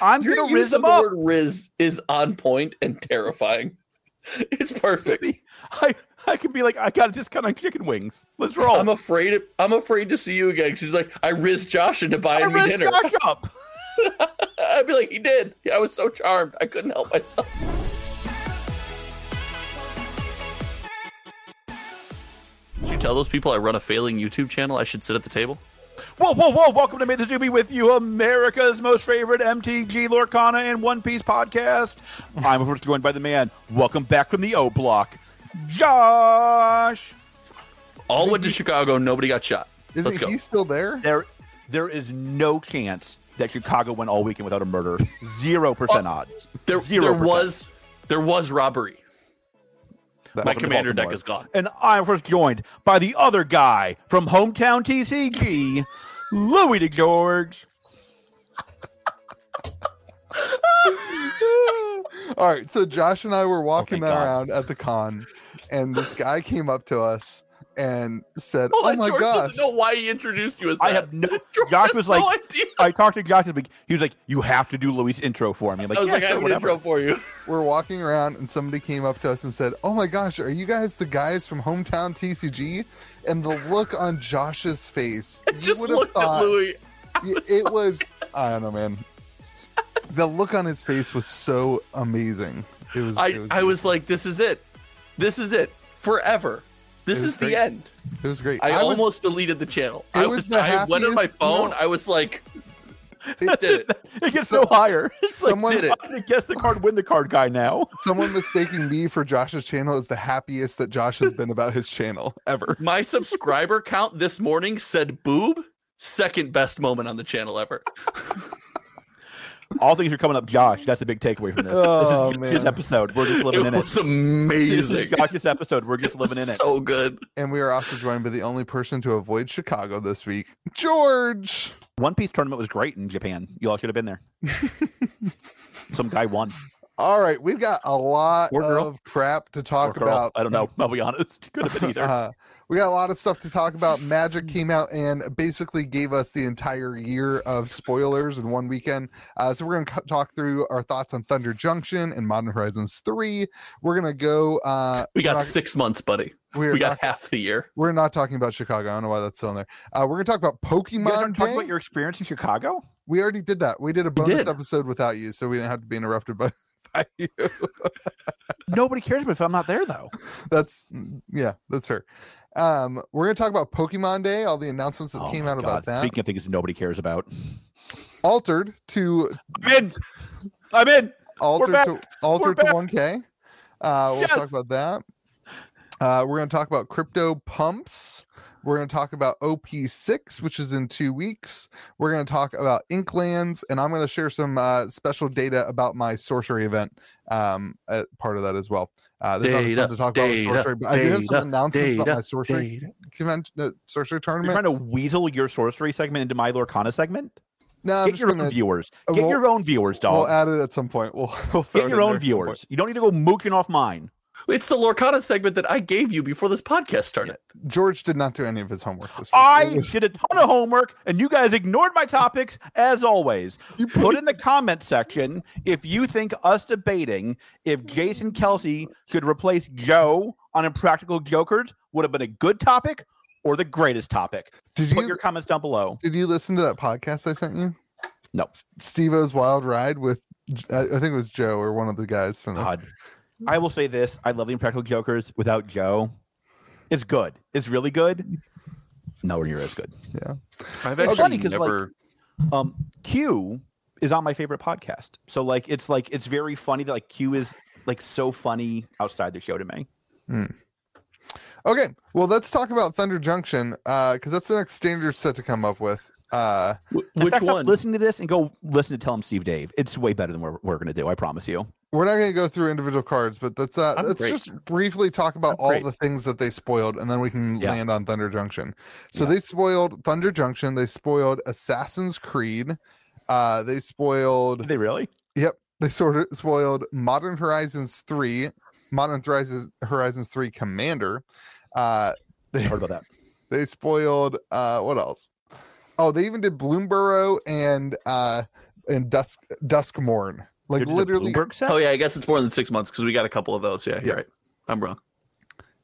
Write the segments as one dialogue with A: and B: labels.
A: I'm
B: Your
A: gonna
B: use
A: riz
B: of
A: him
B: the
A: up.
B: word "riz" is on point and terrifying. It's perfect.
A: I I can be like, I got a discount on chicken wings. Let's roll.
B: I'm afraid. I'm afraid to see you again. 'cause She's like, I rizzed Josh into
A: I
B: buying me
A: rizzed
B: dinner.
A: Josh up.
B: I'd be like, he did. I was so charmed, I couldn't help myself. Did you tell those people I run a failing YouTube channel? I should sit at the table.
A: Whoa, whoa, whoa! Welcome to May the Zoo Be with you, America's most favorite MTG Lorcana and One Piece podcast. I'm of course joined by the man. Welcome back from the O Block, Josh.
B: All went to Chicago. Nobody got shot.
C: Isn't
B: Let's go.
C: he still there?
A: There, there is no chance that Chicago went all weekend without a murder. Zero percent odds.
B: Uh, There,
A: Zero
B: there
A: percent.
B: was, there was robbery.
C: That-
B: My
A: Welcome to
B: commander deck
A: Baltimore.
B: is gone.
A: And I'm of course joined by the other guy from hometown TCG, Louis de George.
C: All right, so Josh and I
B: Oh,
C: were walking
A: thank God.
C: around at the con, and this guy came up to us and said,
B: Oh,
C: "Oh,
B: that
C: my
B: George
C: gosh!"
B: doesn't know why he introduced you as that.
A: I have no.
B: George
A: Josh
B: has
A: was like,
B: no idea.
A: I talked to Josh this week. He was like, "You have to do Louis' intro for me." I'm like,
B: I was
A: "Yeah,
B: like, I
A: sure,
B: have an
A: whatever."
B: intro for you.
C: We're walking around, and somebody came up to us and said, "Oh my gosh, are you guys the guys from hometown TCG?" And the look on Josh's face,
B: I just looked at Louis.
C: y- it was. I don't know, man. The look on his face was so amazing. It was.
B: I,
C: it was
B: I was like, this is it. This is it. Forever. This
C: It
B: is
C: was
B: the
C: great.
B: end.
C: It was great.
B: I,
C: was-
B: almost deleted the channel.
C: It
B: I
C: was
B: was,
C: the
B: I went on my
C: happiest-
B: phone.
C: no.
B: I was like,
C: It-
B: did it.
A: It gets
C: So-
A: no higher. It's like,
C: someone-
B: did it.
A: I'm gonna guess the card, win the card guy now.
C: someone mistaking me for Josh's channel is the happiest that Josh has been about his channel ever.
B: My subscriber count this morning said boob. Second best moment on the channel ever.
A: All things are coming up, Josh. That's a big takeaway from this.
C: Oh,
A: this is Josh's
C: man.
A: episode. We're just living
B: it
A: in it.
B: was
A: This
B: amazing.
A: is Josh's episode. We're just living in it.
B: So good.
C: And we are also joined by the only person to avoid Chicago this week, George.
A: One Piece tournament was great in Japan. You all should have been there. Some guy won.
C: All right, we've got a lot
A: Or girl.
C: of crap to
A: Or
C: talk
A: girl.
C: about.
A: I don't know. I'll be honest. Could have been either.
C: Uh, we got a lot of stuff to talk about. Magic came out and basically gave us the entire year of spoilers in one weekend. Uh, so we're going to talk through our thoughts on Thunder Junction and Modern Horizons 3. We're going to go. Uh,
B: We got
C: we're not-
B: six months, buddy.
C: We're,
B: We got
C: not,
B: half the year.
C: we're not talking about Chicago. I don't know why that's still in there. Uh, we're going to talk about
A: You guys
C: Pokemon.
A: aren't talking
C: Day.
A: about your experience in Chicago?
C: We already did that. We did a bonus
B: did.
C: episode without you, so we didn't have to be interrupted by, by you.
A: Nobody cares about if I'm not there, though.
C: That's mm, yeah, that's fair. Um, we're gonna talk about Pokemon Day, all the announcements that
A: Oh
C: came
A: my
C: out about
A: God.
C: that.
A: Speaking of things nobody cares about.
C: Altered to
A: I'm in. I'm in.
C: altered
A: back.
C: to altered to
A: back.
C: 1K. Uh, we'll talk
A: Yes.
C: about that. Uh, we're gonna talk about crypto pumps. We're gonna talk about OP6, which is in two weeks. We're gonna talk about Inklands, and I'm gonna share some uh, special data about my sorcery event. Um, uh, part of that as well. Uh, there's not
B: Data,
C: much time to talk
B: data,
C: about with sorcery, but I do have some
B: data,
C: announcements about
B: data,
C: my sorcery convention, uh, sorcery
A: You're
C: tournament.
A: trying to weasel your sorcery segment into my Lorcana segment?
C: No, I'm
A: Get
C: just
A: your own
C: gonna.
A: viewers.
C: uh,
A: Get
C: we'll-
A: your own viewers, dog.
C: We'll uh, add it at some point. We'll, we'll throw it
A: Get
C: in
A: your own
C: there at some point.
A: viewers. You don't need to go mooking off mine.
B: It's the Lorcana segment that I gave you before this podcast started.
C: George did not do any of his homework this week. It
A: I
C: was-
A: did a ton of homework, and you guys ignored my topics as always.
C: You
A: Put in the comment section if you think us debating if Jason Kelsey could replace Joe on Impractical Jokers would have been a good topic or the greatest topic.
C: did
A: Put
C: you
A: your comments down below.
C: did you listen to that podcast I sent you?
A: No.
C: S- Steve-O's Wild Ride with J- I I think it was Joe or one of the guys from the.
A: God. I will say this: I love the Impractical Jokers. Without Joe, it's good. It's really good. Nowhere near as good.
D: I've
A: It's
D: actually
A: funny 'cause, like,
D: never.
A: Um, Q is on my favorite podcast, so like it's like it's very funny that like Q is like so funny outside the show to me.
C: uh, Okay, well let's talk about Thunder Junction because that's the next standard set to come up with. Uh,
B: Wh-
A: In
B: Which
A: fact, stop
B: one?
A: Listening to this and go listen to Tell Him Steve Dave. It's way better than we're, we're going to do. I promise you.
C: we're not going to go through individual cards, but let's uh,
B: I'm
C: let's
B: great.
C: just briefly talk about
A: I'm
C: all
A: great.
C: the things that they spoiled, and then we can
A: Yeah.
C: land on Thunder Junction. So
A: Yeah.
C: they spoiled Thunder Junction. They spoiled Assassin's Creed. Uh, they spoiled.
A: Did they really?
C: They sort of spoiled Modern Horizons three, Modern Horizons Horizons three Commander. Uh,
A: I heard about that.
C: They spoiled uh what else? Oh, they even did Bloomborough and uh and Dusk Duskmorn. Like
A: They did the
C: literally
A: Bloomberg set?
B: Oh yeah, I guess it's more than six months because we got a couple of those. Yeah, you're
C: Yeah.
B: right. I'm wrong.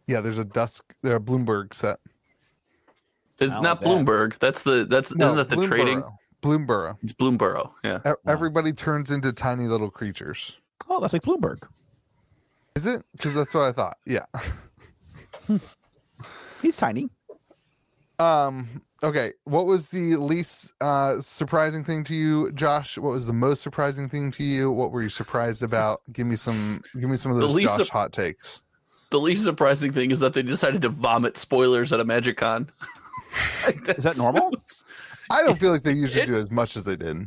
C: Yeah, there's a Dusk uh, Bloomberg set.
B: It's
A: Not
B: not
A: like that.
B: Bloomberg. That's the that's isn't that the trading?
C: Bloomborough.
B: It's Bloomborough. Yeah.
C: E- Everybody turns into tiny little creatures.
A: Oh, that's like Bloomberg.
C: Is it? Because that's what I thought. Yeah.
A: He's tiny.
C: Um okay. What was the least uh surprising thing to you, Josh? What was the most surprising thing to you? What were you surprised about? Give me some give me some of
B: The
C: those
B: least
C: Josh
B: sup-
C: hot takes.
B: The least surprising thing is that they decided to vomit spoilers at a MagicCon.
A: Is that normal?
C: I don't feel like they usually
B: It-
C: do as much as they did.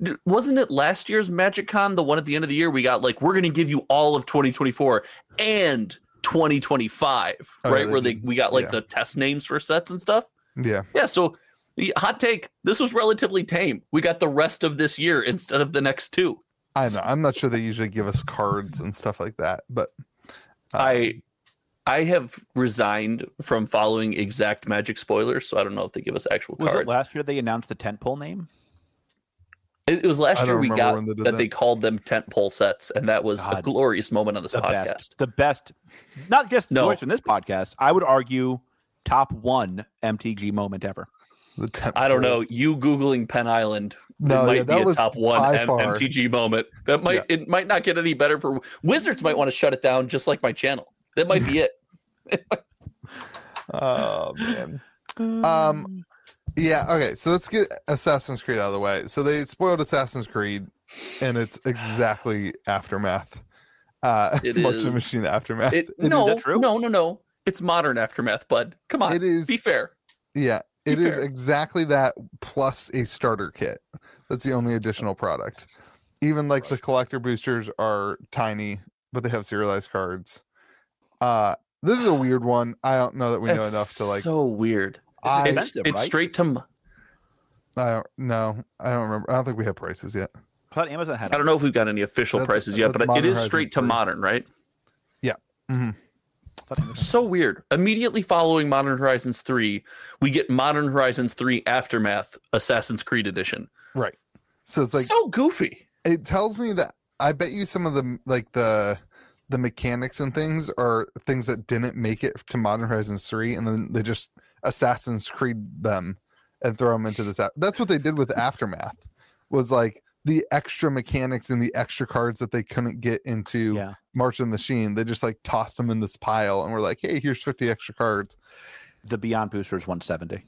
B: Dude, wasn't it last year's MagicCon, the one at the end of the year we got like we're going to give you all of 2024 and 2025,
C: Oh, yeah,
B: right?
C: they
B: Where they
C: did.
B: we got like
C: Yeah.
B: the test names for sets and stuff.
C: Yeah.
B: Yeah, so the hot take, this was relatively tame. We got the rest of this year instead of the next two.
C: I know. I'm not sure they usually give us cards and stuff like that, but Uh,
B: I I have resigned from following exact magic spoilers, so I don't know if they give us actual
A: Was
B: cards.
A: it last year they announced the tentpole name?
B: It, it was
C: I
B: last year
C: don't
B: we
C: remember
B: got
C: when they
B: that,
C: did that.
B: they called them tent pole sets, and that was a
A: God.
B: glorious moment on this
A: The
B: podcast.
A: best. The best. Not just
B: No.
A: no. in this podcast. I would argue top one MTG moment ever.
C: the temp
B: I don't know.
C: cards-
B: You googling Penn Island it
C: No,
B: might
C: yeah, that
B: be a
C: was
B: top one
C: by
B: M-
C: far.
B: MTG moment. That might it might not get any better for Wizards. Might want to shut it down, just like my channel. That might be it.
C: Oh man. Um yeah, okay. So let's get Assassin's Creed out of the way. So they spoiled Assassin's Creed and it's exactly aftermath. Uh
B: It
C: March of
B: is.
C: Machine Aftermath.
B: It,
A: is
B: no,
A: that true?
B: no, no, no. It's modern aftermath, bud. Come on,
C: it is
B: be fair.
C: yeah,
B: be
C: it is
B: fair.
C: exactly that plus a starter kit. That's the only additional product. Even like the collector boosters are tiny, but they have serialized cards. Uh this is a weird one. I don't know that we know
B: That's
C: enough to like
B: so weird.
C: I,
B: It's,
A: expensive,
B: it's
A: right?
B: straight to. m-
C: I don't know. I don't remember. I don't think we have prices yet.
A: I thought Amazon had
B: I don't know if we've got any official
C: That's-
B: prices yet,
C: that's
B: but it
C: Modern
B: is
C: Horizons
B: straight to
C: 3.
B: modern, right?
C: Mm-hmm.
A: know.
B: So weird. Immediately following Modern Horizons 3, we get Modern Horizons 3 Aftermath Assassin's Creed Edition.
C: Right. So it's like
B: so goofy.
C: it tells me that I bet you some of the like the the mechanics and things are things that didn't make it to Modern Horizons 3 and then they just Assassin's Creed them and throw them into this app. That's what they did with Aftermath. Was like the extra mechanics and the extra cards that they couldn't get into
A: Yeah.
C: March of the Machine, they just like tossed them in this pile and were like, "Hey, here's 50 extra cards."
A: The Beyond Booster is 170.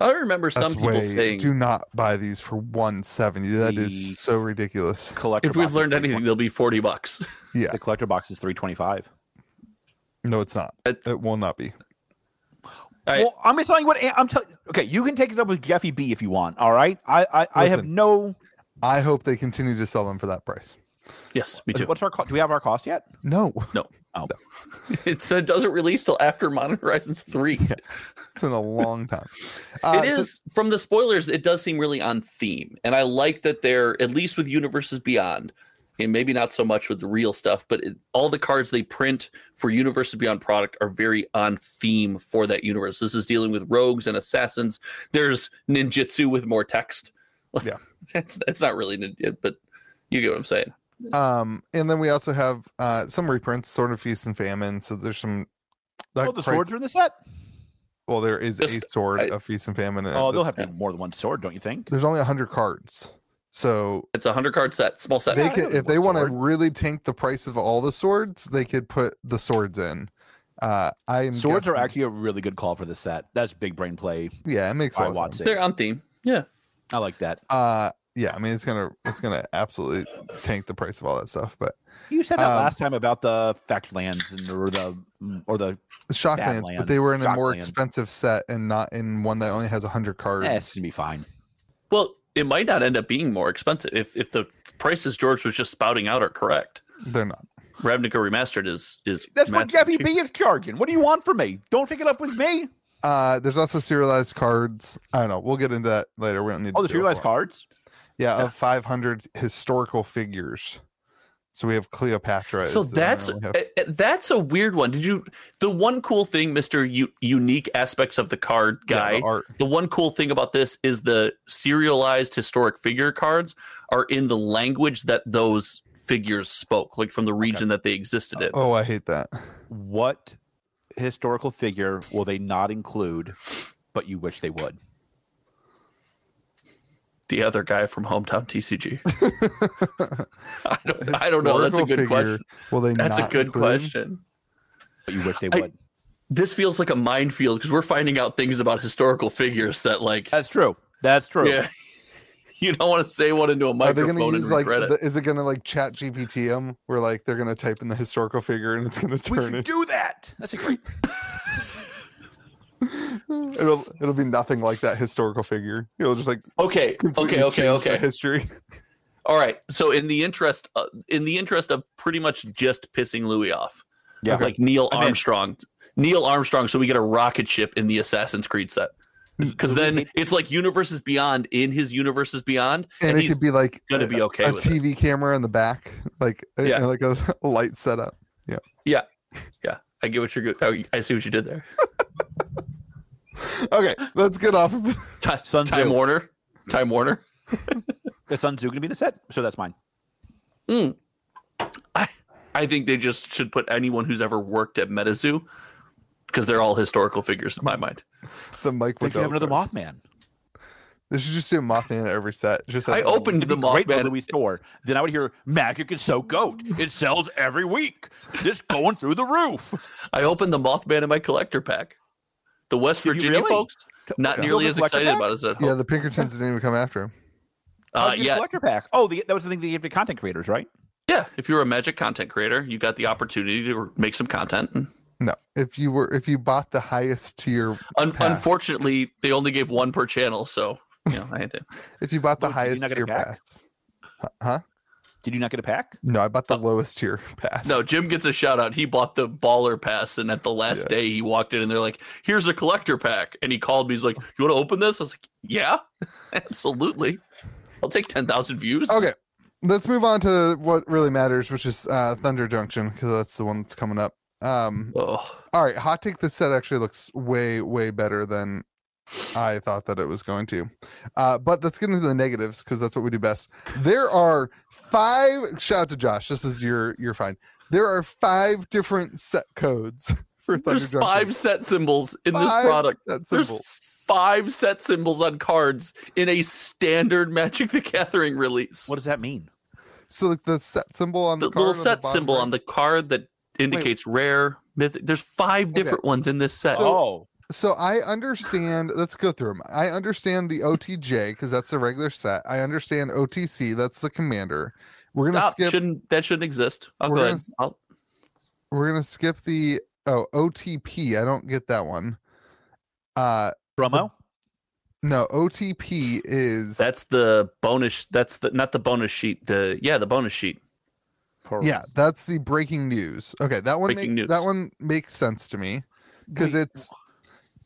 B: I remember some
C: That's
B: people
C: way-
B: saying
C: do not buy these for 170 That
A: The-
C: is so ridiculous
A: Collector
B: if we've
A: box is
B: learned
A: 320
B: anything, they'll be 40 bucks.
C: yeah
A: the collector box is 325.
C: no it's not
B: It-
C: it will not be
B: All right.
A: Well, I'm just telling you what eh, I'm telling. Okay, you can take it up with Jeffy B if you want. All right, I I, I have
C: Listen.
A: no.
C: i hope they continue to sell them for that price
B: yes, me too.
A: What's our cost? Do we have our cost yet?
C: no
B: It's, it doesn't release till after Modern Horizons 3.
C: it's in a long time Uh,
B: it
C: so-
B: is from the spoilers it does seem really on theme and i like that they're at least with universes beyond and maybe not so much with the real stuff but it, all the cards they print for universes beyond product are very on theme for that universe this is dealing with rogues and assassins there's ninjutsu with more text
C: Yeah.
B: it's, it's not really ninja, but you get what i'm saying
C: um and then we also have uh some reprints sort of feast and famine so there's some that
A: oh, the
C: price-
A: swords are in the set.
C: well there is
B: Just-
C: a sword
B: I-
C: of feast and famine and
A: Oh,
C: it-
A: they'll have to have more than one sword, don't you think?
C: there's only 100 cards so
B: it's a 100 card set small set
C: they
A: Yeah, I
C: could
A: know
C: if
A: what
C: they want to
A: sword.
C: really tank the price of all the swords they could put the swords in uh i am
A: Swords are
C: guessing-
A: actually a really good call for this set. That's big brain play.
C: yeah it makes a
A: by
C: lot of sense
A: Watson.
B: they're on theme yeah
A: I like that.
C: uh yeah, I mean it's gonna it's gonna absolutely tank the price of all that stuff. But
A: You said that
C: Um,
A: last time about the fact lands and or the or the
C: Shocklands, but they
A: Badlands,
C: were in a more
A: Shocklands.
C: expensive set and not in one that only has hundred cards.
A: eh, it's gonna be fine.
B: Well, it might not end up being more expensive if if the prices George was just spouting out are correct.
C: They're not.
B: Ravnica Remastered is is
A: That's what
B: massively
A: Jeffy
B: cheap.
A: B is charging. What do you want from me? Don't take it up with me.
C: Uh, there's also serialized cards. I don't know. We'll get into that later. We don't need.
A: Oh,
C: to
A: the
C: do it
A: serialized
C: all.
A: cards.
C: Yeah, of 500 historical figures. So we have Cleopatra.
B: So
C: is the one
B: that's
C: we have.
B: a- a- that's a weird one. Did you the one cool thing, Mister U- Unique aspects of the card
C: Yeah,
B: guy?
C: the art.
B: the one cool thing about this is the serialized historic figure cards are in the language that those figures spoke, like from the region that they existed in.
C: Oh, I hate that.
A: What historical figure will they not include, but you wish they would?
B: The other guy from hometown TCG. I don't, I don't know. That's a
C: Historical
B: good
C: figure,
B: question.
C: Will they
B: That's a
C: not
B: good
C: include?
B: question.
A: But you wish they
B: I-
A: would.
B: This feels like a minefield because we're finding out things about historical figures that, like,
A: That's true. That's true.
B: yeah, you don't want to say one into a
C: Are they
B: microphone
C: going to use
B: and
C: like?
B: regret it.
C: The, is it going to like Chat GPT them? Where like they're going to type in the historical figure and it's going to
A: We
C: turn
A: should
C: it.
A: do that. That's a great.
C: It'll it'll be nothing like that historical figure. It'll just like
B: Okay, okay,
C: completely
B: okay,
C: change the
B: okay.
C: history.
B: All right. So in the interest, uh, in the interest of pretty much just pissing Louis off,
A: Yeah.
B: like Neil
A: I'm in.
B: Armstrong, Neil Armstrong. So we get a rocket ship in the Assassin's Creed set because
A: Louis
B: then
A: hates-
B: it's like Universes Beyond in his Universes Beyond, and,
C: And, it
B: he's
C: could be like
B: gonna
C: a-
B: be okay
C: a
B: with it.
C: TV camera in the back, like a-
B: Yeah.
C: like a light setup.
B: I get what you're. Go- oh, I see what you did there.
C: Okay, let's get off. Of,
B: Time,
A: Sun
B: Time
A: Tzu.
B: Warner. Time Warner.
A: The Sun Tzu gonna be the set, so that's mine.
B: Mm. I I think they just should put anyone who's ever worked at MetaZoo because they're all historical figures in my mind.
C: the mic.
A: They could have another Mothman.
C: They should just do a Mothman at every set. Just
B: I
C: as a-
B: opened the
A: It'd be great though
B: Mothman.
A: that we store. Then I would hear magic is so goat. It sells every week. This going through the roof.
B: I opened the Mothman in my collector pack. The West
A: Did you
B: Virginia
A: really?
B: folks not
A: You
B: nearly
A: opened
B: as
A: collector
B: excited
A: pack?
B: about it as I
C: Yeah,
B: hoped.
C: the Pinkertons didn't even come after him.
B: Uh,
A: How'd you get
B: yeah,
A: collector pack. Oh, the, that was the thing they gave to content creators, right?
B: yeah. If you were a Magic content creator, you got the opportunity to make some content. and
C: No, if you were if you bought the highest tier,
B: Un-
C: Pass.
B: unfortunately, they only gave one per channel, so you know I had to.
C: if you bought the
A: Well, did you
C: highest
A: not get a
C: tier
A: pack?
C: pass, Huh- huh?
A: Did you not get a pack?
C: No, I bought the lowest tier pass.
B: Uh, No, Jim gets a shout out. He bought the baller pass, and at the last day, he walked in and they're like, "Here's a collector pack," and he called me. He's like, "You want to open this?" I was like, "Yeah, absolutely. I'll take ten thousand views."
C: Okay, let's move on to what really matters, which is uh, Thunder Junction, because that's the one that's coming up. Um,
B: Oh,
C: all right, hot take. This set actually looks way way better than I thought that it was going to. Uh, but let's get into the negatives because that's what we do best. There are five. Shout out to Josh. This is your your find. There are five different set codes for Thunder
B: there's
C: Junction.
B: five set symbols in
C: Five
B: this product.
C: set
B: There's
C: symbol.
B: five set symbols on cards in a standard Magic the Gathering release.
A: What does that mean?
C: So like the set symbol on the,
B: the little
C: card on the
B: set
C: bottom
B: symbol
C: right?
B: on the card that indicates rare, mythic. There's five different ones in this set.
A: oh,
C: So I understand. Let's go through them. I understand the OTJ because that's the regular set. I understand OTC. That's the commander. We're gonna
B: Stop.
C: skip.
B: Shouldn't that shouldn't exist? I'll
C: We're
B: go
C: gonna
B: ahead.
C: s-
B: I'll-
C: We're gonna skip the oh OTP. I don't get that one. Uh
A: Brummo.
C: no OTP is
B: that's the bonus. That's the not the bonus sheet. The yeah, the bonus sheet.
C: yeah that's the breaking news. Okay, that one
B: Breaking news.
C: makes that one makes sense to me because
A: Wait,
C: it's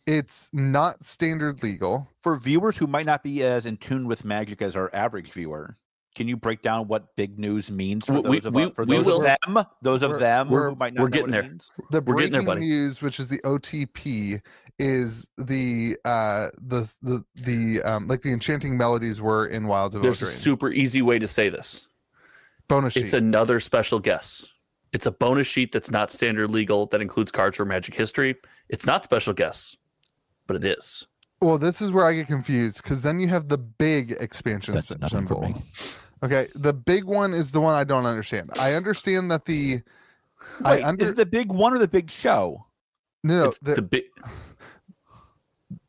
C: it's not standard legal.
A: for viewers who might not be as in tune with magic as our average viewer. Can you break down what big news means for
B: We-
A: those
B: we-
A: of
B: we-
A: uh, for
B: we
A: those
B: will-
A: of them? Those of
C: we're-
A: them
B: we're-
A: who might not
B: we're
A: know
B: getting
A: what
B: there.
A: It means?
B: We're
C: the breaking
B: getting there, buddy.
C: news which is the otp is the uh the the the um like the enchanting melodies were in wilds of
B: There's a
C: Eldraine.
B: super easy way to say this.
C: bonus sheet
B: It's another special guess. It's a bonus sheet that's not standard legal that includes cards for Magic history. It's not special guess, but it is.
C: well this is where i get confused because then you have the big expansion
A: That's
C: sp-
A: nothing for
C: symbol
A: me.
C: okay the big one is the one i don't understand i understand that the
A: Wait,
C: i under
A: is it the big one or the big show?
C: no, no
B: it's
C: the-
B: the big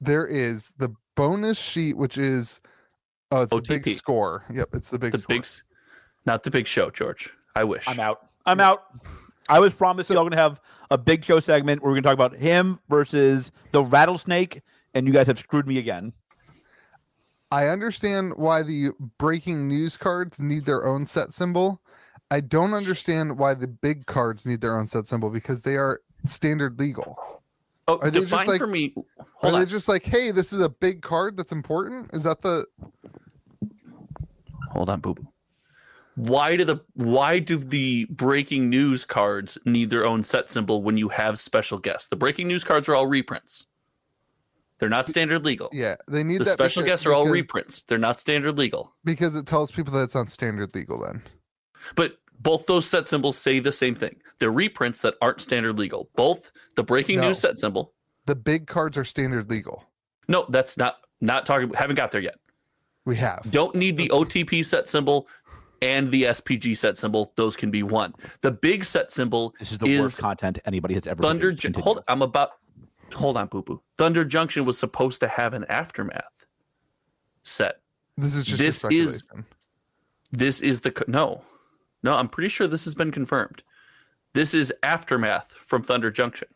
C: there is the bonus sheet which is Oh, it's the big
B: OTP.
C: score. Yep, it's the big
B: The
C: score.
B: big, s- not the big show, George. I wish.
A: I'm out. I'm out. I was promised y'all gonna have a big show segment where we're gonna talk about him versus the rattlesnake, and you guys have screwed me again.
C: I understand why the breaking news cards need their own set symbol. I don't understand why the big cards need their own set symbol because they are standard legal.
B: Oh,
C: Are they just
B: define
C: like-
B: for me.
C: Are
B: Hold on.
C: they just like, hey, this is a big card that's important? Is that the
B: Hold on, boo boo. Why do the why do the breaking news cards need their own set symbol when you have special guests? The breaking news cards are all reprints. They're not standard legal.
C: yeah? They need
B: the
C: that
B: special
C: because-
B: guests are all
C: because-
B: reprints. They're not standard legal.
C: because it tells people that it's on standard legal. Then
B: But both those set symbols say the same thing. They're reprints that aren't standard legal. Both the breaking
C: No.
B: news set symbol.
C: the big cards are standard legal.
B: No, that's not not talking haven't got there yet.
C: We have
B: Don't need the OTP set symbol and the SPG set symbol. Those can be one. The big set symbol
A: This is the worst content anybody has ever.
B: Thunder.
A: produced.
B: Ju-
A: Continue.
B: hold. I'm about. Hold on, poo poo. Thunder Junction was supposed to have an aftermath set.
C: this is just your
B: This is-
C: speculation.
B: This is the co- no, no. I'm pretty sure this has been confirmed. This is aftermath from Thunder Junction.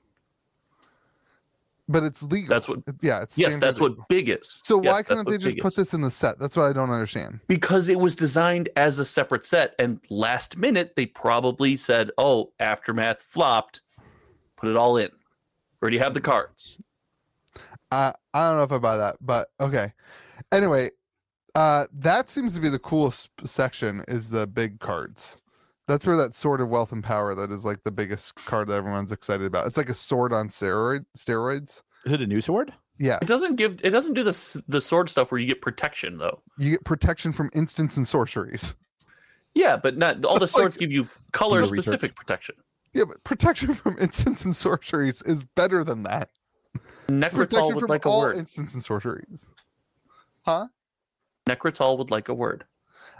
C: but it's legal.
B: That's what.
C: yeah, it's
B: Yes,
C: standard
B: that's what
C: legal.
B: big is.
C: So
B: Yes,
C: why
B: that's
C: couldn't
B: what
C: they just
B: big
C: put
B: is.
C: this in the set? That's what I don't understand.
B: because it was designed as a separate set and last minute they probably said oh aftermath flopped put it all in already have the cards
C: I I don't know if I buy that, but okay. Anyway, uh, that seems to be the coolest section is the big cards. That's where that sword of wealth and power that is like the biggest card that everyone's excited about. It's like a sword on steroid steroids.
A: Is it a new sword?
C: Yeah,
B: it doesn't give it doesn't do the s- the sword stuff where you get protection though
C: you get protection from instants and sorceries.
B: yeah but not all the
C: That's like-
B: swords give you color
A: research.
B: specific protection
C: Yeah, but protection from instants and sorceries is better than that. It's
B: necrotol
C: protection
B: would
C: from
B: like a
C: all
B: word
C: instants and sorceries.
B: necrotol would like a word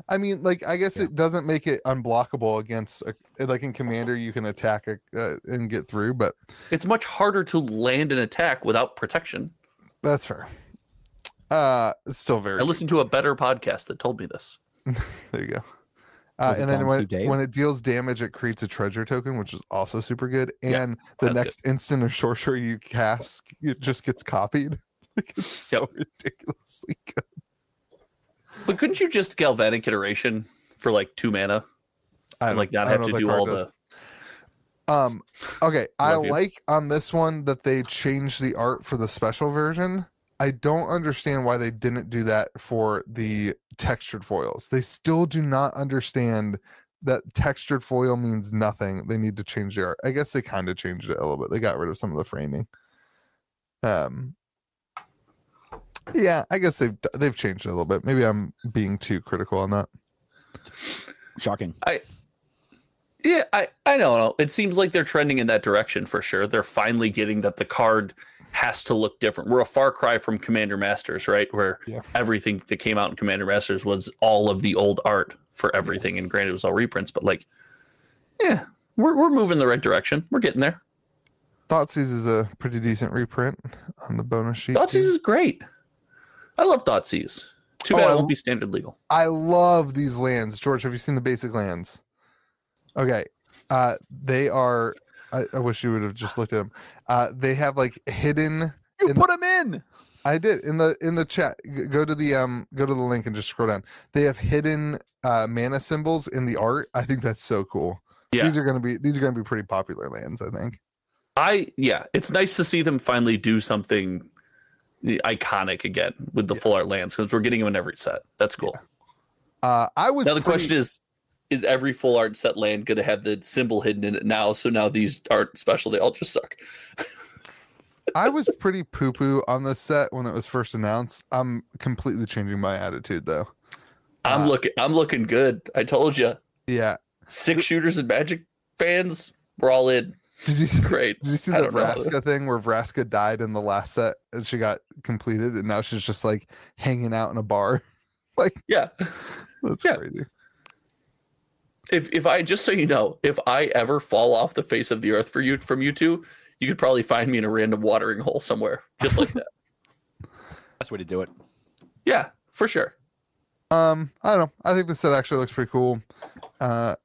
C: I mean, like, I guess it doesn't make it unblockable against, a, like, in Commander, you can attack it uh, and get through, but
B: it's much harder to land an attack without protection
C: That's fair. Uh, it's still very.
B: i listened to a better podcast that told me this
C: There you go. Uh,
A: Was it
C: and then
A: Don
C: when
A: Q Dave?
C: it, when it deals damage, it creates a treasure token, which is also super good.
B: Yeah,
C: And the
B: that's good.
C: next instant of sorcery you cast, it just gets copied. Like, it's so ridiculously good.
B: but couldn't you just galvanic iteration for like two mana and
C: I don't-
B: like not
C: I
B: have to
C: don't know if
B: do
C: that
B: all
C: card does.
B: the
C: Um, okay, I
B: Love you.
C: like on this one that they changed the art for the special version. I don't understand why they didn't do that for the textured foils. They still do not understand that textured foil means nothing. They need to change the art. I guess they kind of changed it a little bit. They got rid of some of the framing. Um, yeah, I guess they've they've changed it a little bit. Maybe I'm being too critical on that.
A: Shocking.
B: Yeah, I, I don't know. It seems like they're trending in that direction for sure. They're finally getting that the card has to look different. We're a far cry from Commander Masters, right? Where
C: Yeah.
B: everything that came out in Commander Masters was all of the old art for everything. And granted, it was all reprints, but like, yeah, we're, we're moving in the right direction. We're getting there.
C: Thoughtseize is a pretty decent reprint on the bonus sheet.
B: Thoughtseize
C: too.
B: is great. I love Thoughtseize. Too
C: Oh,
B: bad
C: I
B: it
C: l-
B: won't be standard legal.
C: I love these lands. George, have you seen the basic lands? Okay. Uh they are I, I wish you would have just looked at them. Uh they have like hidden
A: You
C: In-
A: put him in.
C: I did in the in the chat G- go to the um go to the link and just scroll down. They have hidden uh mana symbols in the art. I think that's so cool.
B: Yeah.
C: These are going to be these are going to be pretty popular lands, I think.
B: I yeah, it's nice to see them finally do something iconic again with the full art lands because we're getting them in every set. That's cool.
C: Uh I was
B: Now the question is, is every full art set land going to have the symbol hidden in it now? So now these aren't special; they all just suck.
C: I was pretty poo poo on this set when it was first announced. I'm completely changing my attitude though.
B: I'm
C: Ah.
B: looking, I'm looking good. I told you,
C: Yeah.
B: six shooters and Magic fans, we're all in.
C: Did you
B: It's great.
C: Did you see
B: I
C: the
B: don't know.
C: Vraska thing where Vraska died in the last set and she got completed and now she's just like hanging out in a bar?
B: Yeah.
C: That's
B: Yeah.
C: crazy.
B: If if I just so you know, if I ever fall off the face of the earth for you from you two, you could probably find me in a random watering hole somewhere, just like that.
A: Best way to do it.
B: Yeah, for sure.
C: Um, I don't know. I think this set actually looks pretty cool. Uh,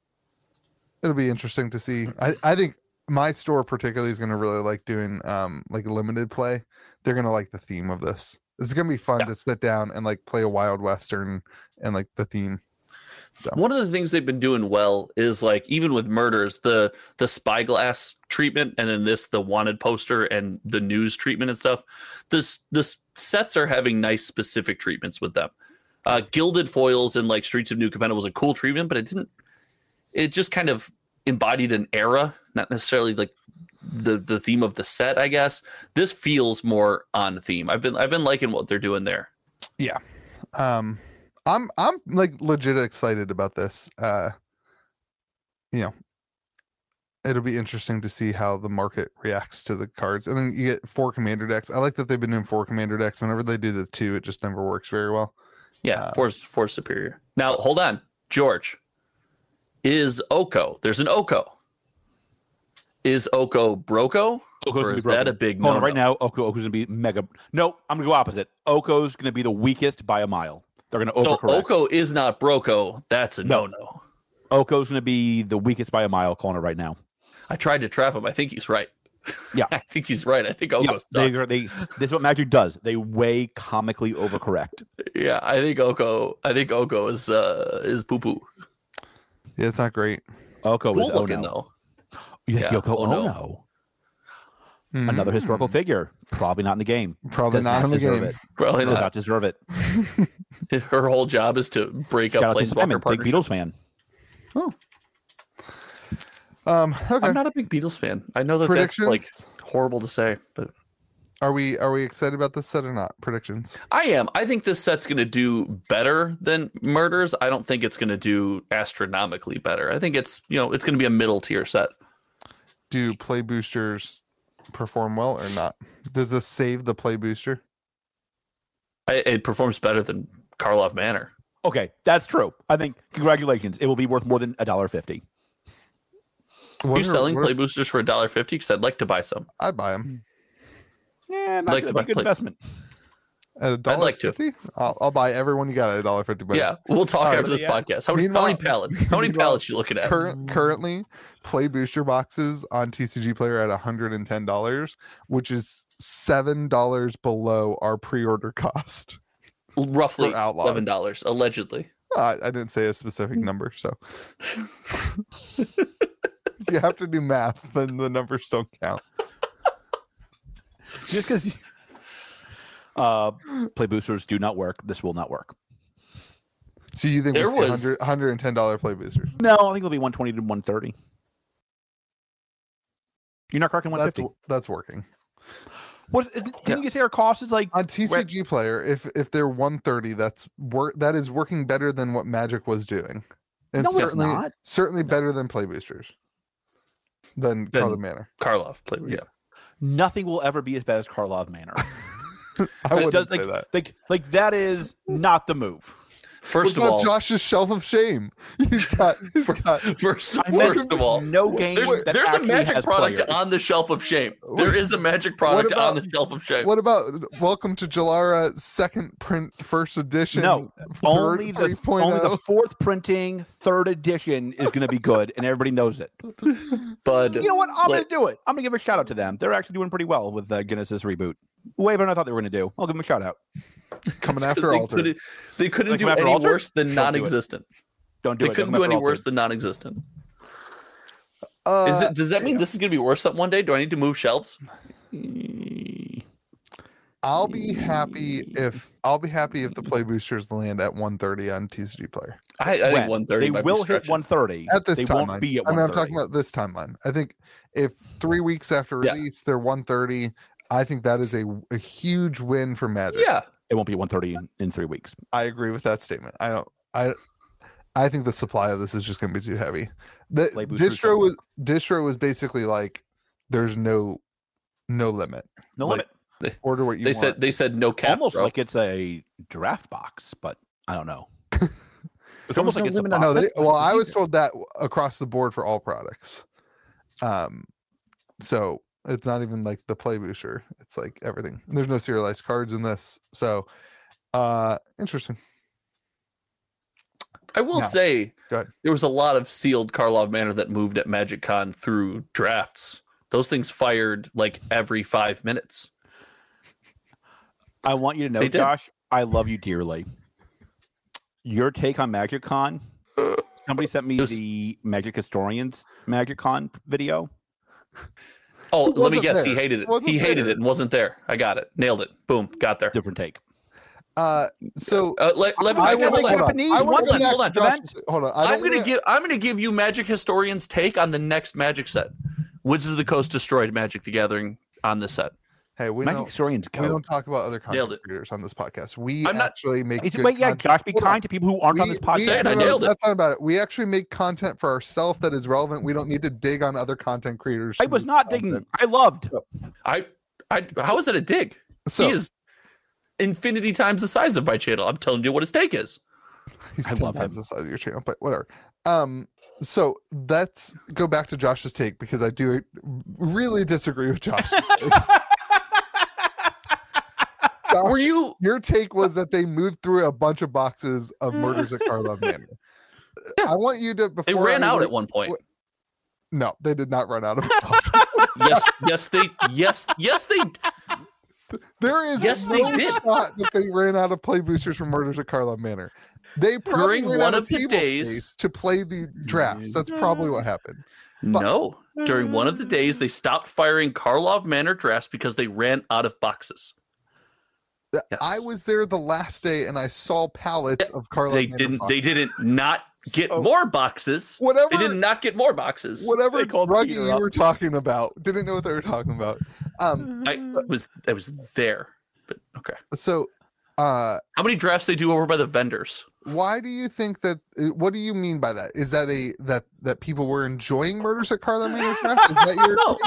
C: it'll be interesting to see. I, I think my store particularly is going to really like doing um like limited play. They're going to like the theme of this. It's going to be fun
B: Yeah.
C: to sit down and like play a wild western and like the theme. So
B: One of the things they've been doing well is like even with murders, the the spyglass treatment, and then this the wanted poster and the news treatment and stuff. This this sets are having nice specific treatments with them. Uh, gilded foils in like Streets of New Capenna was a cool treatment, but it didn't. It just kind of embodied an era, not necessarily like the the theme of the set. I guess this feels more on theme. I've been I've been liking what they're doing there.
C: um i'm i'm like legit excited about this uh you know it'll be interesting to see how the market reacts to the cards and then you get four commander decks i like that they've been doing four commander decks whenever they do the two it just never works very well
B: Yeah,
C: Uh,
B: force force superior. Now hold on, George. Is Oko? There's an Oko. Is Oko Broco?
A: Oko's
B: or
A: gonna be
B: is that
A: broken.
B: a big
A: Hold
B: no?
A: on, right now, Oko Oko's gonna be mega. No, I'm gonna go opposite. Oko's gonna be the weakest by a mile. They're gonna
B: so
A: overcorrect.
B: Oko is not Broco. That's a
A: No.
B: no no.
A: Oko's gonna be the weakest by a mile. Calling it right now.
B: I tried to trap him. I think he's right.
A: Yeah.
B: I think he's right. I think Oko
A: Yeah,
B: sucks.
A: they, they, this is what Magic does. They way comically overcorrect.
B: yeah, I think Oko. I think Oko is uh is poo poo.
C: yeah it's not great
A: Oko
B: Cool
A: is oh
B: looking
A: no.
B: though.
A: You think
B: Yeah,
A: Yoko
B: oh no.
A: Ono,
C: Mhm.
A: another historical figure, probably not in the game.
C: probably
A: Does
C: not in the
A: deserve
C: game
A: It.
B: Probably
A: Does
B: not.
A: not deserve it.
B: Her whole job is to break
A: Shout
B: up
A: out to Simon,
B: Planeswalker
A: big
B: partnerships.
A: Beatles fan.
C: um okay
B: I'm not a big Beatles fan. I know that that's
C: predictions
B: like horrible to say, but
C: are we are we excited about this set or not predictions
B: I am. I think this set's going to do better than Murders. I don't think it's going to do astronomically better. I think it's, you know, it's going to be a middle tier set.
C: do play boosters perform well or not does this save the play booster
B: I, it performs better than Karlov Manor.
A: Okay, that's true. I think congratulations. It will be worth more than a dollar fifty.
B: Are
C: What
B: you
C: are-
B: selling
C: what are-
B: play boosters for $1.50? Because I'd like to buy some.
C: i'd buy them
A: Yeah, like
B: Like to
A: a
B: buy
A: good
B: play-
A: investment.
C: At a dollar
B: Hmm. like to.
C: fifty, I'll, I'll buy everyone you got at a dollar fifty. But
B: yeah, we'll talk
C: Alright,
B: after this
A: yeah.
B: podcast. How many, how many
C: Meanwhile-
B: pallets? How many
C: meanwhile,
B: pallets you looking at?
C: Cur- currently, play booster boxes on TCG Player at one hundred and ten dollars, which is seven dollars below our pre-order cost.
B: Roughly
C: for Outlaws.
B: $7, allegedly.
C: Uh, I didn't say a
B: Hmm.
C: specific number, so if you have to do math, then the numbers don't count.
A: Just because uh, play boosters do not work, this will not work.
C: So you think
B: There
C: we'll
B: was-
C: see one hundred and ten dollar play boosters?
A: No, I think it'll be one twenty to one thirty. You're not cracking one
C: That's
A: fifty.
C: that's working
A: What is- didn't you say our cost is like?
C: on TCG Player. If if they're one thirty, that's work. That is working better than what Magic was doing. And
A: No, it's
C: certainly,
A: not.
C: certainly
A: No.
C: better than play boosters than
B: Then-
C: Color Manor.
B: Karlov play. Yeah.
C: Yeah.
A: Nothing will ever be as bad as Karlov Manor.
C: I
A: It
C: wouldn't
A: does,
C: say that.
A: Like, like that is not the move.
B: First
C: Look
B: of
C: at
B: all,
C: Josh's shelf of shame. He's got, he's got
B: first,
A: I meant
B: first of all,
A: no game.
B: there's,
A: that
B: there's a
A: actually
B: magic
A: has
B: product
A: players.
B: on the shelf of shame.
C: What-
B: There is a magic product on
C: about-
B: the shelf of shame.
C: what about Welcome to Jalara second print first edition?
A: No,
C: third
A: only the
C: 3.0?
A: only the fourth printing, third edition is going to be good, and everybody knows it.
B: Bud,
A: You know what? I'm going
B: Like-
A: to do it. I'm going to give a shout out to them. They're actually doing pretty well with uh, Genesis reboot. Way better than I thought they were going to do. I'll give them a shout out.
C: coming
B: It's 'cause
C: after
B: they
C: Alter.
B: Couldn't, they couldn't
A: Like
B: do
A: after
B: any
A: Alter?
B: worse than
A: Don't do it.
B: non-existent.
A: Don't do
B: They
A: it. Don't
B: couldn't do
A: mess
B: any
A: with
B: worse
A: Alter.
B: than non-existent.
C: Uh,
B: Is it, does that mean this is going to be worse up one day? Do I need to move shelves?
C: I'll be happy if I'll be happy if the play boosters land at 130 on TCG Player.
B: I, I
A: When?
B: think one thirty.
A: They will hit 130.
C: at this
A: they
C: timeline.
A: won't be at
C: I mean, I'm
A: 130.
C: talking about this timeline. I think if three weeks after
B: Yeah.
C: release they're 130, I think that is a, a huge win for Magic.
B: Yeah,
A: It won't be 130 in, in three weeks.
C: I agree with that statement. I don't. I I think the supply of this is just going to be too heavy. The
A: Play boosters
C: distro
A: don't
C: was distro was basically like there's no no limit.
A: No
C: Like,
A: limit.
C: Order what you
B: they
C: want.
B: said they said no cap.
A: almost
B: bro.
A: like it's a draft box, but I don't know. It's almost
B: was no
A: like it's a
B: limit on
A: box.
C: no, they,
B: Concept
C: well, I was
B: either.
C: told that w- across the board for all products. Um, so it's not even like the play booster. It's like everything. There's no serialized cards in this. So, uh, interesting.
B: I will
C: No.
B: say
C: Go ahead.
B: there was a lot of sealed Karlov Manor that moved at Magic Con through drafts. Those things fired like every five minutes.
A: I want you to know,
B: They did.
A: Josh, I love you dearly. Your take on MagicCon. Somebody sent me
B: Just-
A: the Magic Historians MagicCon video.
B: Oh,
C: Who
B: let me
C: wasn't
B: guess. He
C: there?
B: hated it.
C: Wasn't
B: He hated
C: there?
B: it and wasn't there. I got it. Nailed it. Boom. Got there.
A: Different take.
C: Uh, so
B: Uh, let, let me,
A: I
B: I
A: would
B: hold
A: like
B: on.
A: to- Japanese
C: I wanna
B: one
C: go
B: thing,
C: back
B: hold
C: to
A: on,
C: Josh's- hold on. I
B: I'm
C: don't
B: gonna
C: wanna-
B: give I'm gonna give you Magic Historian's take on the next Magic set. Wizards of the Coast destroyed Magic the Gathering on this set.
C: Hey, we
A: Magic
C: don't.
A: Historians
C: We
A: go.
C: don't talk about other
B: Nailed
C: content
B: it.
C: creators on this podcast. We
B: I'm not-
C: actually make.
A: It's,
C: good
A: wait, yeah,
C: content-
A: Josh, be
C: Hold on.
A: kind to people who aren't on
C: We-
A: this
C: we-
A: podcast.
B: Saying
C: no,
B: I
C: no,
B: nailed it.
C: That's not about it. We actually make content for ourselves that is relevant. We don't need to dig on other content creators.
A: I
C: to
A: was
C: make
A: not
C: content.
A: digging. I loved.
B: I I how is that a dig?
C: So
B: he is infinity times the size of my channel. I'm telling you what his take is.
C: he's
A: I
C: ten
A: love
C: times
A: him.
C: the size of your channel, but whatever. Um, so let's go back to Josh's take because I do really disagree with Josh's. take. Josh,
B: Were you
C: your take was that they moved through a bunch of boxes of murders at Karlov Manor.
B: Yeah.
C: I want you to. Before
B: they ran
C: I
B: out
C: re-
B: at one point.
C: No, they did not run out of boxes.
B: yes, yes, they yes, yes, they
C: There is
B: Yes,
C: no
B: they did.
C: shot that they ran out of play boosters from Murders at Carlisle Manor. They probably
B: During
C: ran
B: one
C: out of,
B: of the
C: table
B: days- Mm-hmm.
C: space to play the drafts. That's probably what happened.
B: No. During one of the days, they stopped firing Karlov Manor drafts because they ran out of boxes.
C: Th-
B: Yes.
C: I was there the last day and I saw pallets of Carlisle.
B: They
C: Manor
B: didn't. They
C: boxes.
B: didn't not get
C: So-
B: more boxes.
C: Whatever.
B: They did not get more boxes.
C: Whatever
A: They called
C: druggie
A: Peter
C: you
A: up.
C: were talking about, didn't know what they were talking about. Um,
B: I was. I was there. But okay.
C: so, uh,
B: How many drafts they do over by the vendors?
C: why do you think that? uh, What do you mean by that? Is that a that that people were enjoying murders at Carlisle Manor? drafts? Is that your?
B: No.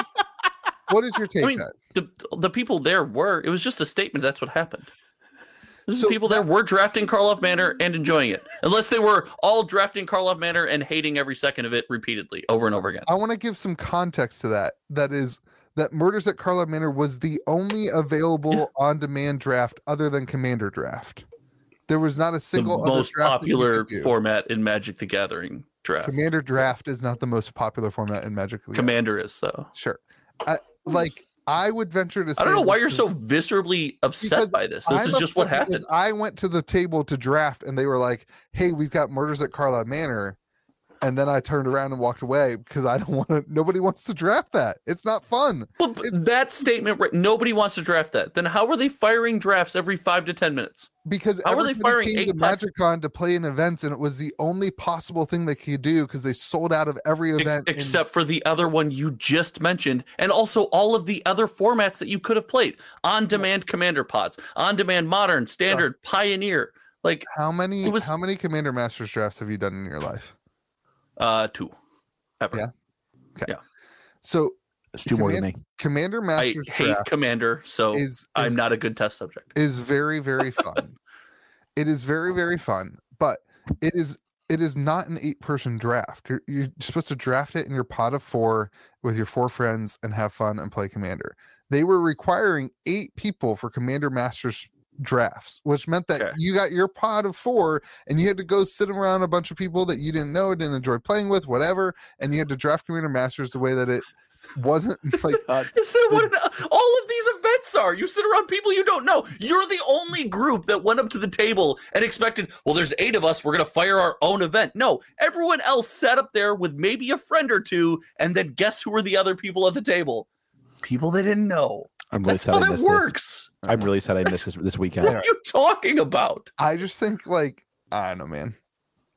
C: What is your take?
B: mean,
C: on it?
B: The the people there were. It was just a statement. That's what happened. This is
C: So
B: people there were drafting Karlov Manor and enjoying it, unless they were all drafting Karlov Manor and hating every second of it repeatedly over and over again.
C: I want to give some context to that. That is that Murders at Carlisle Manor was the only available on-demand draft other than Commander Draft. There was not a single
B: the
C: other
B: most
C: draft that you
B: popular
C: could do.
B: format in Magic the Gathering draft.
C: Commander Draft is not the most popular format in Magic. the Gathering.
B: Commander is though.
C: Sure, I, like I would venture to say.
B: I don't know why
C: this
B: you're so
C: is-
B: viscerally upset
C: Because
B: by this. This
C: I'm
B: is just what
C: upset
B: happened.
C: because I went to the table to draft, and they were like, "Hey, we've got Murders at Carlisle Manor," and then I turned around and walked away because I don't want to. Nobody wants to draft that. It's not fun.
B: But, but that statement, right- nobody wants to draft that. Then how are they firing drafts every five to ten minutes?
C: because
B: How were they
C: everybody
B: firing
C: came
B: eight
C: to
B: pop-
C: MagicCon to play in events, and it was the only possible thing they could do because they sold out of every
B: Ex-
C: event. in-
B: except for the other one you just mentioned, and also all of the other formats that you could have played on demand commander pods, on demand modern, standard, pioneer, like
C: how many
B: it was-
C: how many Commander Masters drafts have you done in your life?
B: uh two. Ever.
C: Yeah. So
A: It's two more than me.
C: Commander
B: I
C: Masters
B: hate
C: draft
B: commander, so
C: is, is
B: I'm not a good test subject.
C: is very very fun. it is very very fun, but it is it is not an eight person draft. You're, you're supposed to draft it in your pot of four with your four friends and have fun and play Commander. They were requiring eight people for Commander Masters drafts, which meant that
B: Okay.
C: you got your pod of four and you had to go sit around a bunch of people that you didn't know, didn't enjoy playing with, whatever, and you had to draft Commander Masters the way that it wasn't like
B: Is that what an- all of these events are? You sit around people you don't know. You're the only group that went up to the table and expected, well, there's eight of us. We're going to fire our own event. No, everyone else sat up there with maybe a friend or two. And then guess who were the other people at the table? People they didn't know.
A: I'm really
B: That's
A: sad
B: how
A: I
B: that
A: missed this.
B: works.
A: I'm really sad I missed this this
B: What
A: weekend.
B: are you talking about?
C: I just think like I don't know, man.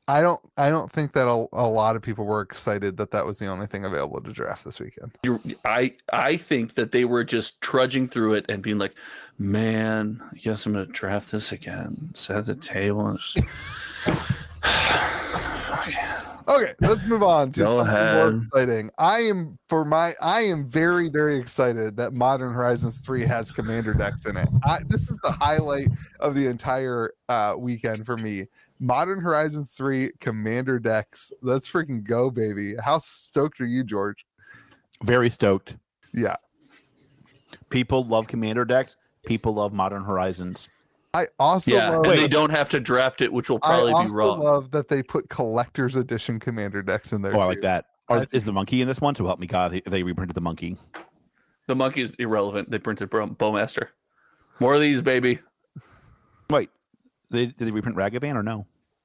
C: I don't. I don't think that a, a lot of people were excited that that was the only thing available to draft this weekend.
B: You're, I I think that they were just trudging through it and being like, man, I guess I'm gonna draft this again. Set at the table. And just,
C: Okay, let's move on to
B: Go
C: something more
B: ahead.
C: exciting. I am for my. I am very very excited that Modern Horizons three has commander decks in it. I, this is the highlight of the entire uh, weekend for me. Modern Horizons three commander decks. Let's freaking go, baby! How stoked are you, George?
A: Very stoked.
C: Yeah.
A: People love Commander decks. People love Modern Horizons.
C: I also
B: yeah,
C: love,
B: and they don't have to draft it, which will probably
C: I
B: be
C: also
B: wrong.
C: love that they put collector's edition commander decks in there.
A: Oh, I
C: too.
A: like that. Are-
C: I think-
A: is the monkey in this one? So help me God, they, they reprinted the monkey.
B: the monkey is irrelevant. They printed Bro- Bowmaster. More of these, baby.
A: Wait, they, did they reprint Ragavan or no?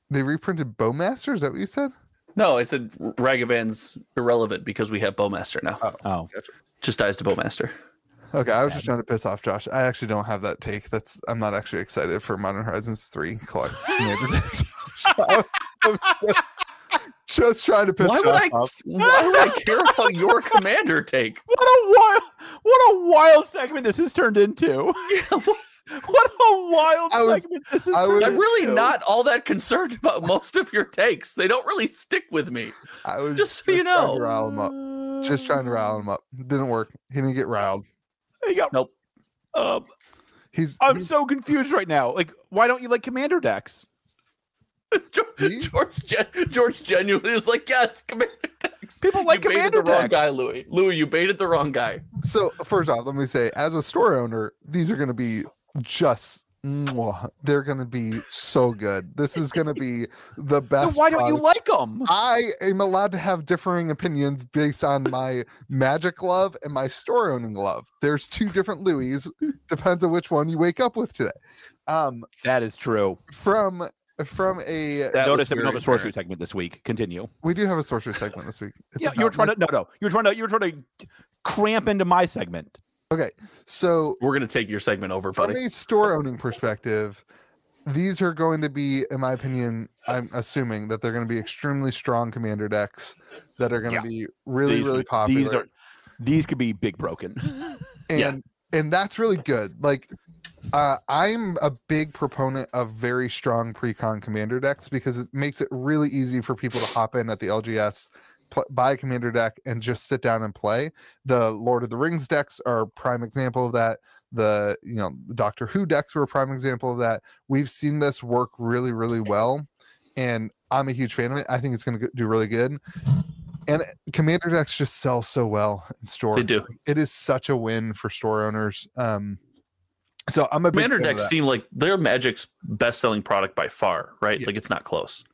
C: They reprinted Bowmaster. Is that what you said?
B: No, I said Ragavan's irrelevant because we have Bowmaster now.
C: Oh.
A: Oh,
B: Just dies to Bowmaster.
C: Okay, I was just trying to piss off Josh. I actually don't have that take. That's I'm not actually excited for Modern Horizons three collect commander decks. I was just- Just trying to piss
B: Why
C: Josh
B: would I?
C: off.
B: Why would I care about your commander take?
A: what a wild, what a wild segment this has turned into. what a wild
C: I was-
A: segment this has
C: I
A: turned
C: was-
A: into.
B: I'm really not all that concerned about most of your takes. They don't really stick with me.
C: I was
B: Just so you
C: trying
B: know.
C: to rile him up.
A: Um,
C: Just trying to rile him up. Didn't work. He didn't get riled.
A: He got-
B: Nope.
A: Um,
C: He's
A: I'm
C: he's-
A: so confused right now. Like, why don't you like commander decks?
B: George,
C: See?
B: George, gen- George genuinely was like, "Yes, commander decks."
A: People like
B: you baited
A: commander
B: the wrong
A: decks.
B: guy, Louis. Louis, you baited the wrong guy.
C: so first off, let me say, as a store owner, these are going to be just. mwah. They're going to be so good. This is going to be the
A: Then
C: best.
A: why don't you
C: product.
A: like them?
C: I am allowed to have differing opinions based on my magic love and my store owning love. There's two different Louis. Depends on which one you wake up with today. Um,
A: That is true.
C: from from a
B: That
A: Notice
B: was
A: that we don't have
B: very
A: a sorcery
B: fair.
A: segment this week. Continue.
C: we do have a sorcery segment this week. It's
A: yeah, you were
C: about my-
A: trying to no, no. You were trying to you were trying to cramp into my segment.
C: so
B: We're gonna take your segment over,
C: from
B: buddy.
C: a store owning perspective, these are going to be, in my opinion, I'm assuming that they're going to be extremely strong commander decks that are going to
A: Yeah.
C: be really,
A: These-
C: really popular.
A: These are these could be big broken.
C: and
B: Yeah.
C: and that's really good like uh, i'm a big proponent of very strong pre-con commander decks because it makes it really easy for people to hop in at the lgs pl- buy a commander deck and just sit down and play the lord of the rings decks are a prime example of that the you know the doctor who decks were a prime example of that we've seen this work really really well and i'm a huge fan of it i think it's going to do really good and commander decks just sell so well in store
B: They do.
C: it is such a win for store owners. Um, so I'm a big
B: Commander
C: fan of
B: decks
C: that.
B: seem like they're Magic's best-selling product by far, right?
C: Yeah.
B: Like it's not close.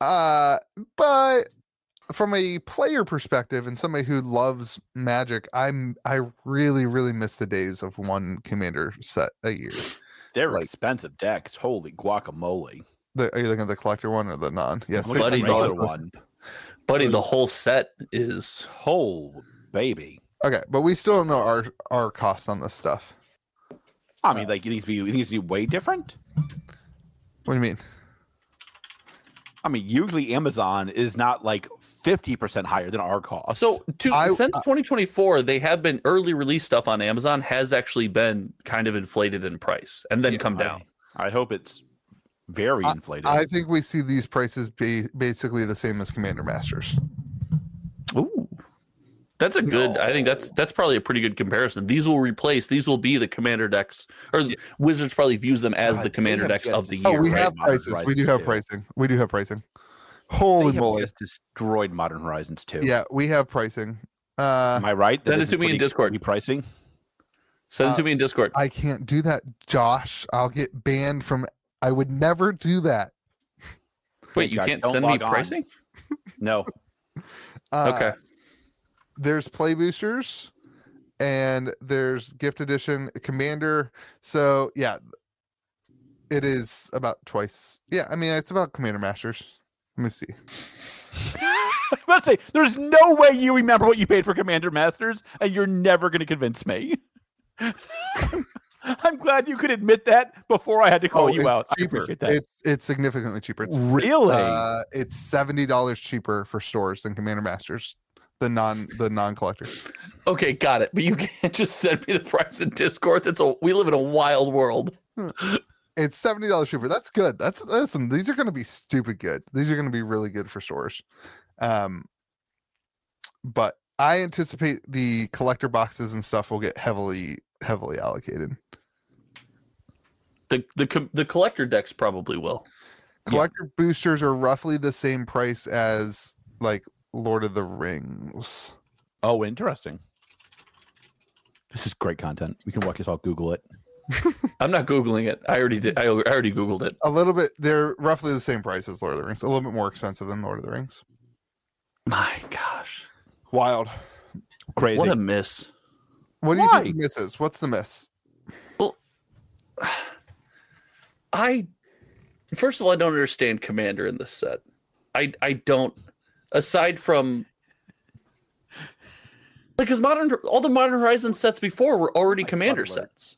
C: Uh, but from a player perspective and somebody who loves Magic, I'm I really really miss the days of one commander set a year.
A: They're
C: Like-
A: expensive decks. Holy guacamole.
C: The, are you looking at the collector one or the non? Yes,
A: Look at
B: buddy,
A: the regular
B: no.
A: one.
B: Buddy, the whole set is
A: Whole baby.
C: Okay, but we still don't know our our costs on this stuff.
A: I mean, like it needs to be it needs to be way different.
C: What do you mean?
A: I mean, usually Amazon is not like fifty percent higher than our cost.
B: So to,
C: I- uh,
B: since
C: I-
B: 2024, they have been early release stuff on Amazon has actually been kind of inflated in price and then
C: Yeah,
B: come
A: I-
B: down.
A: I hope it's very inflated.
C: I think we see these prices be basically the same as Commander Masters.
B: Ooh. That's a good. I think that's that's probably a pretty good comparison. These will replace. These will be the commander decks, or Wizards probably views them as
A: God,
B: the
A: they
B: commander
A: have
B: decks
A: just
B: of the
A: as-
B: year.
C: Oh, we
B: right?
C: have
A: Modern
C: prices. We do
A: Horizons
C: have
A: too.
C: pricing. We do have pricing.
A: They
C: Holy
A: have
C: moly!
A: just destroyed Modern Horizons too.
C: Yeah, we have pricing. Uh,
A: Am I right?
B: Send
A: this
B: it to
A: is
B: me in
A: pretty
B: Discord.
A: crappy pricing.
B: Send it to
C: uh,
B: me in Discord.
C: I can't do that, Josh. I'll get banned from. I would never do that.
B: Wait, you
A: God,
B: can't
A: don't
B: send me
A: log on.
B: pricing?
A: No.
C: Uh,
B: okay,
C: There's play boosters, and there's gift edition commander. So yeah, it is about twice. Yeah, I mean it's about commander masters. Let me see.
A: I'm about to say, there's no way you remember what you paid for Commander Masters, and you're never going to convince me. I'm glad you could admit that before I had to call
C: Oh, it's
A: Oh, you out. I
C: Cheaper.
A: appreciate that.
C: It's it's significantly cheaper. It's
A: really?
C: uh, it's seventy dollars cheaper for stores than commander masters. The non the non collector.
B: okay, got it. But you can't just send me the price in Discord. That's a we live in a wild world.
C: It's seventy dollars cheaper. That's good. That's listen. These are going to be stupid good. These are going to be really good for stores. Um, but I anticipate the collector boxes and stuff will get heavily heavily allocated.
B: The the com- the collector decks probably will.
C: Collector boosters are roughly the same price as like Lord of the Rings.
A: oh, interesting. This is great content. We can watch this all Google it.
B: I'm not googling it. I already did. I al- I already googled it.
C: A little bit. They're roughly the same price as Lord of the Rings. A little bit more expensive than Lord of the Rings.
B: My gosh,
C: Wild.
A: Crazy.
B: what a miss!
C: What do you
A: Why?
C: think the miss is? What's the miss?
B: I first of all, I don't understand Commander in this set. I I don't. Aside from like, because modern all the Modern Horizon sets before were already Commander
A: fuck, Lord.
B: sets.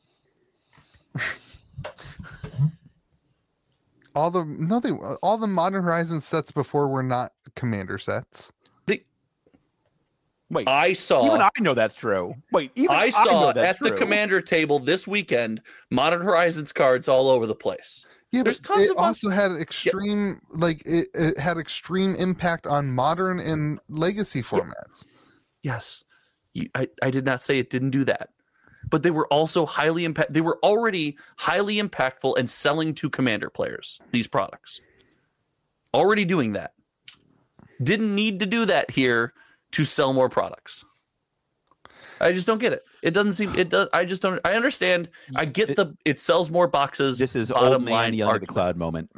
C: All the no, they all the Modern Horizon sets before were not Commander sets.
B: The,
A: Wait,
B: I saw.
A: even I know that's true. Wait, even I,
B: Uh, I saw
A: know that's
B: at the
A: true.
B: commander table this weekend Modern Horizons cards all over the place.
C: Yeah,
B: There's
C: but
B: tons
C: it
B: of mod-
C: also had extreme like it, it had extreme impact on modern and legacy formats.
B: Yes, you, I, I did not say it didn't do that, but they were also highly impact. They were already highly impactful and selling to commander players these products. Already doing that. Didn't need to do that here to sell more products. I just don't get it. It doesn't seem it does. I just don't. I understand. I get the it sells more boxes.
A: This is
B: bottom
A: old man yelling
B: line
A: at the
B: argument.
A: cloud moment.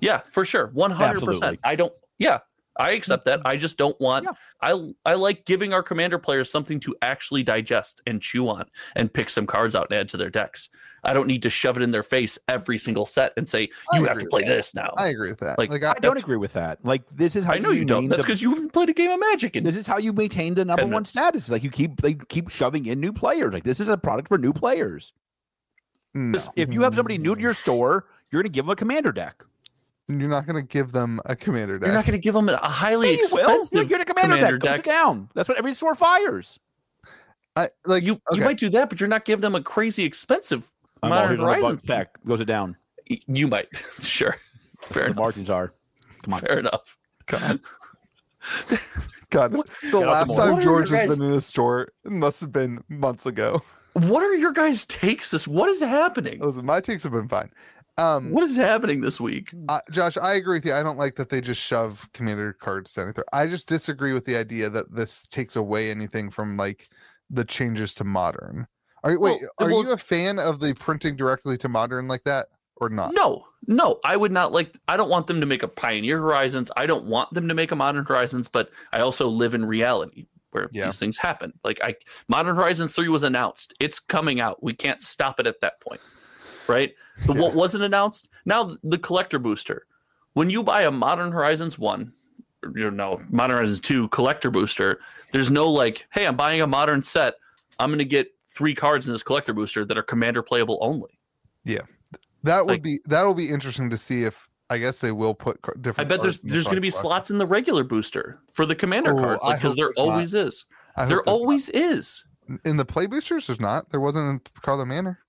B: Yeah, for sure. 100%.
A: Absolutely.
B: I don't Yeah, I accept that. I just don't want
A: Yeah.
B: I I like giving our commander players something to actually digest and chew on and pick some cards out and add to their decks. I don't need to shove it in their face every single set and say
C: I
B: you have to
C: agree with
B: play
C: that.
B: this now.
C: I agree with that. Like,
B: Like,
C: I,
A: I don't agree with that. Like this is how
B: I know you don't.
A: name
B: That's
A: the-
B: because you haven't played a game of Magic in
A: this is how you maintain the number one
B: minutes.
A: status. It's Like you keep like keep shoving in new players. Like this is a product for new players.
C: no.
A: This- If you have somebody new to your store, you're going to give them a commander deck.
C: you're not going to give them a commander
B: You're not
C: deck.
B: going to give them a highly
A: Yeah, you will.
B: expensive
A: You're, you're the commander,
B: commander
A: deck. Go sit down. That's what every store fires.
C: I, like
B: You
C: okay.
B: you might do that, but you're not giving them a crazy expensive
A: I'm all,
B: Modern
A: "Here's another Bucks
B: Horizons
A: deck goes it down.
B: Y- You might. sure. Fair
A: The
B: enough.
A: margins are. Come on.
B: Fair enough.
C: God,
A: Get
C: the
A: out the
C: last
A: mold.
B: What
C: time
B: are your
C: George has
B: guys-
C: been in a store it must have been months ago.
B: What are your guys' takes? This what is happening?
C: Listen, my takes have been fine. Um,
B: What is happening this week?
C: I, Josh, I agree with you. I don't like that they just shove commander cards down your throat. I just disagree with the idea that this takes away anything from like the changes to modern. Are you wait?
B: Well,
C: Are
B: well,
C: you a fan of the printing directly to modern like that or not?
B: No, no, I would not like. I don't want them to make a Pioneer Horizons. I don't want them to make a Modern Horizons. But I also live in reality where
C: Yeah.
B: these things happen. Like I, Modern Horizons three was announced. It's coming out. We can't stop it at that point, right? The what wasn't announced. Now the collector booster. When you buy a Modern Horizons one, or, you know Modern Horizons two collector booster, there's no like, hey, I'm buying a modern set. I'm gonna get three cards in this collector booster that are commander playable only.
C: that would
B: like-
C: be that will be interesting to see if I guess they will put car-
B: I
C: different.
B: bet there's
C: cards in the
B: there's going to be
C: collection.
B: slots in the regular booster for the commander
C: Ooh,
B: card
C: I
B: because
C: hope
B: there
C: there's not.
B: always is.
C: I hope
B: There
C: there's not.
B: always is.
C: in the play boosters. There's not. There wasn't in Carlo Manor.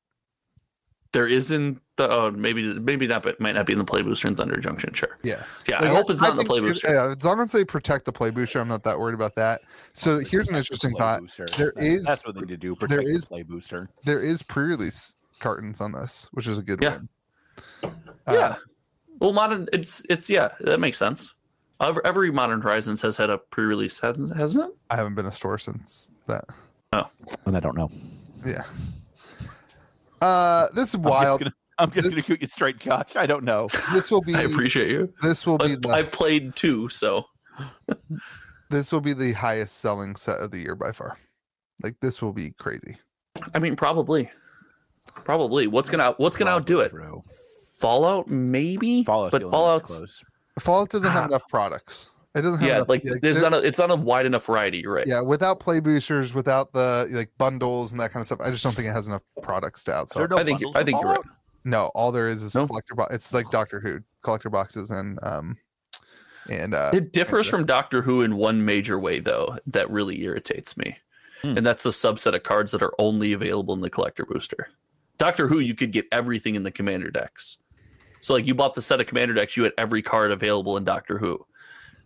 B: There is in the oh maybe maybe not but might not be in the play booster in Thunder Junction. Sure.
C: Yeah.
B: Yeah,
C: Like,
B: I hope it's not in the
C: think
B: play
C: it-
B: booster.
C: Yeah, as long as they protect the play booster, I'm not that worried about that. So here's an interesting thought. There
A: There is
C: is-
A: that's what they need to do.
C: there
A: Protect the
C: is-
A: play booster.
C: There is pre-release cartons on this, which is a good
B: Yeah.
C: one. uh,
B: yeah. Well, modern it's it's yeah that makes sense. Every, every Modern Horizons has had a pre-release, hasn't hasn't it?
C: I haven't been a store since that.
A: And I don't know.
C: Yeah. Uh, this is wild.
A: I'm just
C: This-
A: going to shoot you straight, Josh. I don't know.
C: This will be.
B: I appreciate you,
C: This will be
B: but
C: the
B: I've played two, so
C: this will be the highest selling set of the year by far. Like this will be crazy.
B: I mean probably, probably what's gonna what's gonna outdo it?
A: Bro.
B: Fallout maybe,
A: Fallout's the
B: but
A: only one that's
B: Fallout's
A: close.
C: Fallout doesn't have
B: Ah.
C: enough products. It doesn't have
B: yeah
C: enough,
B: like there's
C: there-
B: not a it's not a wide enough variety. You're right.
C: yeah without play boosters, without the like bundles and that kind of stuff. I just don't think it has enough products to outsell.
A: There are no
B: I think
A: bundles
B: I
A: in
B: think you're right.
A: Fallout?
C: No, all there is is
B: No?
C: collector box. It's like Doctor Who collector boxes and um and uh
B: It differs from Doctor Who in one major way, though, that really irritates me.
A: Hmm.
B: And that's a subset of cards that are only available in the collector booster. Doctor Who, you could get everything in the commander decks. So, like, you bought the set of commander decks, you had every card available in Doctor Who.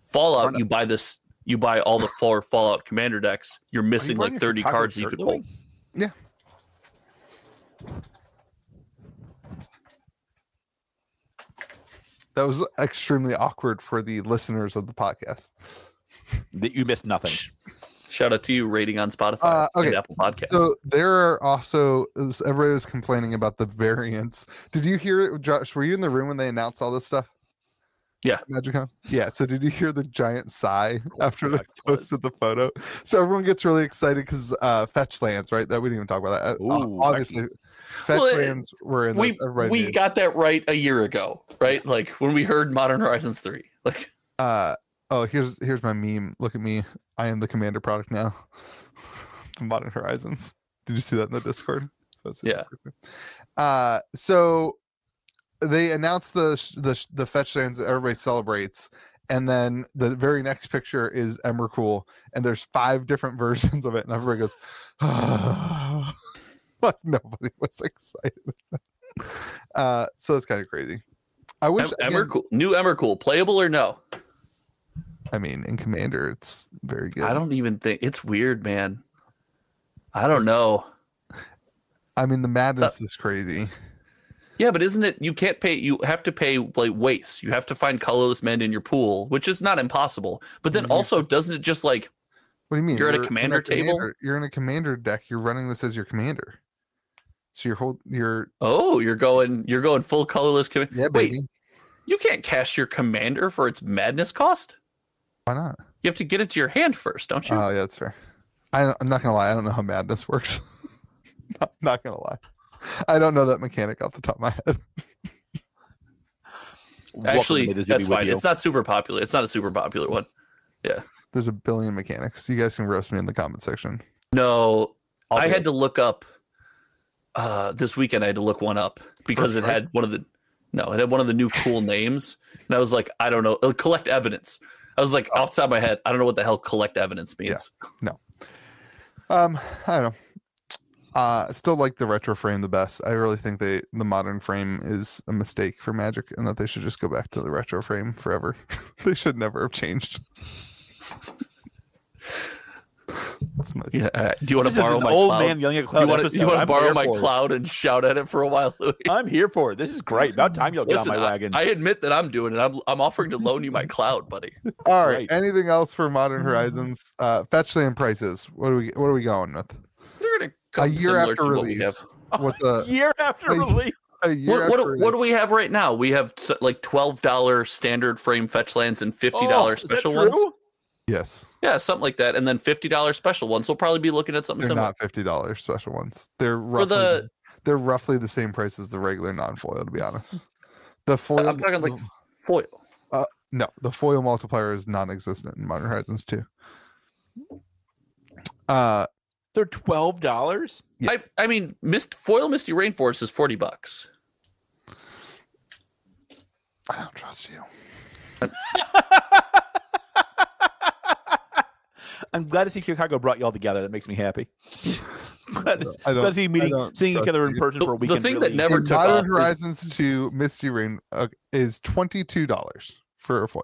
B: Fallout,
A: Arna-
B: you buy this, you buy all the four Fallout commander decks, you're missing
A: wearing
B: like
A: a
B: 30
A: Chicago
B: cards that you
A: shirt,
B: could
A: Louis?
B: hold.
C: that was extremely awkward for the listeners of the podcast.
A: That you missed nothing.
B: Shout out to you rating on Spotify
C: Uh,
B: and
C: okay.
B: Apple Podcasts.
C: So there are also is- everybody was complaining about the variants. Did you hear it, Josh? Were you in the room when they announced all this stuff?
B: Yeah.
C: At MagicCon. Yeah. So did you hear the giant sigh
B: Oh,
C: after they
B: God, I was.
C: posted the photo? So everyone gets really excited because uh, fetch lands, right? That we didn't even talk about that. Uh,
A: Ooh,
C: obviously, fetch
B: Well, it-
C: lands were in
B: we
C: this. Everybody
B: we
C: knew.
B: got that right a year ago, right? Like when we heard Modern Horizons three. Like
C: uh oh here's here's my meme look at me i am the commander product now modern horizons did you see that in the discord That's super
B: Yeah.
C: creepy. uh so they announced the sh- the sh- the fetch lands that everybody celebrates and then the very next picture is Emrakul, and there's five different versions of it, and everybody goes, like nobody was excited. uh, so that's kind of crazy. I wish
B: em-
C: again,
B: Emmercool, new Emmercool, playable or no?
C: I mean, in Commander, it's very good.
B: I don't even think it's weird, man. I don't know.
C: I mean, the madness is crazy.
B: Yeah, but isn't it you can't pay you have to pay like waste. You have to find colorless men in your pool, which is not impossible. But
A: Mm-hmm.
B: then
C: Mhm.
B: also doesn't it just like
C: What do you mean?
B: You're at a
C: in
B: commander table?
C: commander- You're in a commander deck. You're running this as your commander. So you're hold. You're
B: oh, you're going you're going full colorless command.
C: yeah,
B: Wait,
C: baby.
B: you can't cast your commander for its madness cost?
C: Why not?
B: You have to get it to your hand first, don't you?
A: Uh,
C: Oh yeah, that's fair. I don't, I'm not gonna lie. I don't know how madness works. not, not gonna lie. I don't know that mechanic off the top of my head.
A: Welcome to
B: Actually,
A: May the Zoo Be
B: that's
A: With
B: fine.
A: You.
B: It's not super popular. It's not a super popular one.
C: There's a billion mechanics. You guys can roast me in the comment section.
B: No,
A: I'll
B: I
A: do
B: had
A: it.
B: to look up uh this weekend I had to look one up because it
C: Birthright?
B: had one of the no, it had one of the new cool names. And I was like, I don't know. It'll collect evidence. I was like, off the top of my head, I don't know what the hell collect evidence
C: Yeah.
B: means.
C: Um, I don't know. Uh, I still like the retro frame the best. I really think they the modern frame is a mistake for Magic, and that they should just go back to the retro frame forever. they should never have changed. That's my
B: Yeah. uh, do you want
A: This
B: to
A: is
B: borrow
A: an
B: my
A: old
B: cloud?
A: man yelling at cloud.
B: you want
A: episode.
B: to you want to
A: I'm
B: borrow
A: here
B: my
A: for it.
B: cloud and shout at it for a while, Louis?
A: I'm here for it. This is great. About time y'all got
B: Mm-hmm. Listen,
A: on my
B: I-
A: wagon.
B: I, admit that I'm doing it. I'm I'm offering to loan you my cloud, buddy.
C: All right.
A: Right.
C: Anything else for Modern Horizons? Uh, fetch land prices. What are we? What are we going with?
B: They're gonna come
C: year
B: similar
C: after
B: to what we
C: release.
B: have.
C: What's a,
A: year after
C: Wait.
A: release.
C: a year?
B: What, what,
C: after
B: do- what
C: release?
B: do we have right now? We have s- like twelve dollar standard frame fetch lands and fifty
A: Oh,
B: dollar
A: is that
B: special
A: true?
B: ones.
C: Yes,
B: Yeah, something like that, and then fifty dollar special ones. We'll probably be looking at something
C: they're
B: similar.
C: not fifty dollars special ones. They're
B: For the
C: roughly the they're roughly the same price as the regular non-foil to be honest the foil
B: I'm talking like foil.
C: no the foil multiplier is non-existent in modern horizons 2 uh
A: They're twelve dollars.
B: I, I mean, mist foil misty rainforest is forty bucks.
C: i don't trust you
A: I'm glad to see Chicago brought y'all together. That makes me happy. glad, to, glad to
C: i don't
A: see meeting,
C: don't
A: seeing each
C: trust
A: other in
C: you.
A: person
B: The-
A: for a
B: the
A: weekend.
B: thing that
A: really-
B: never
C: in
B: took
C: modern
B: off is-
C: horizons 2 misty rain uh, is 22 dollars for a foil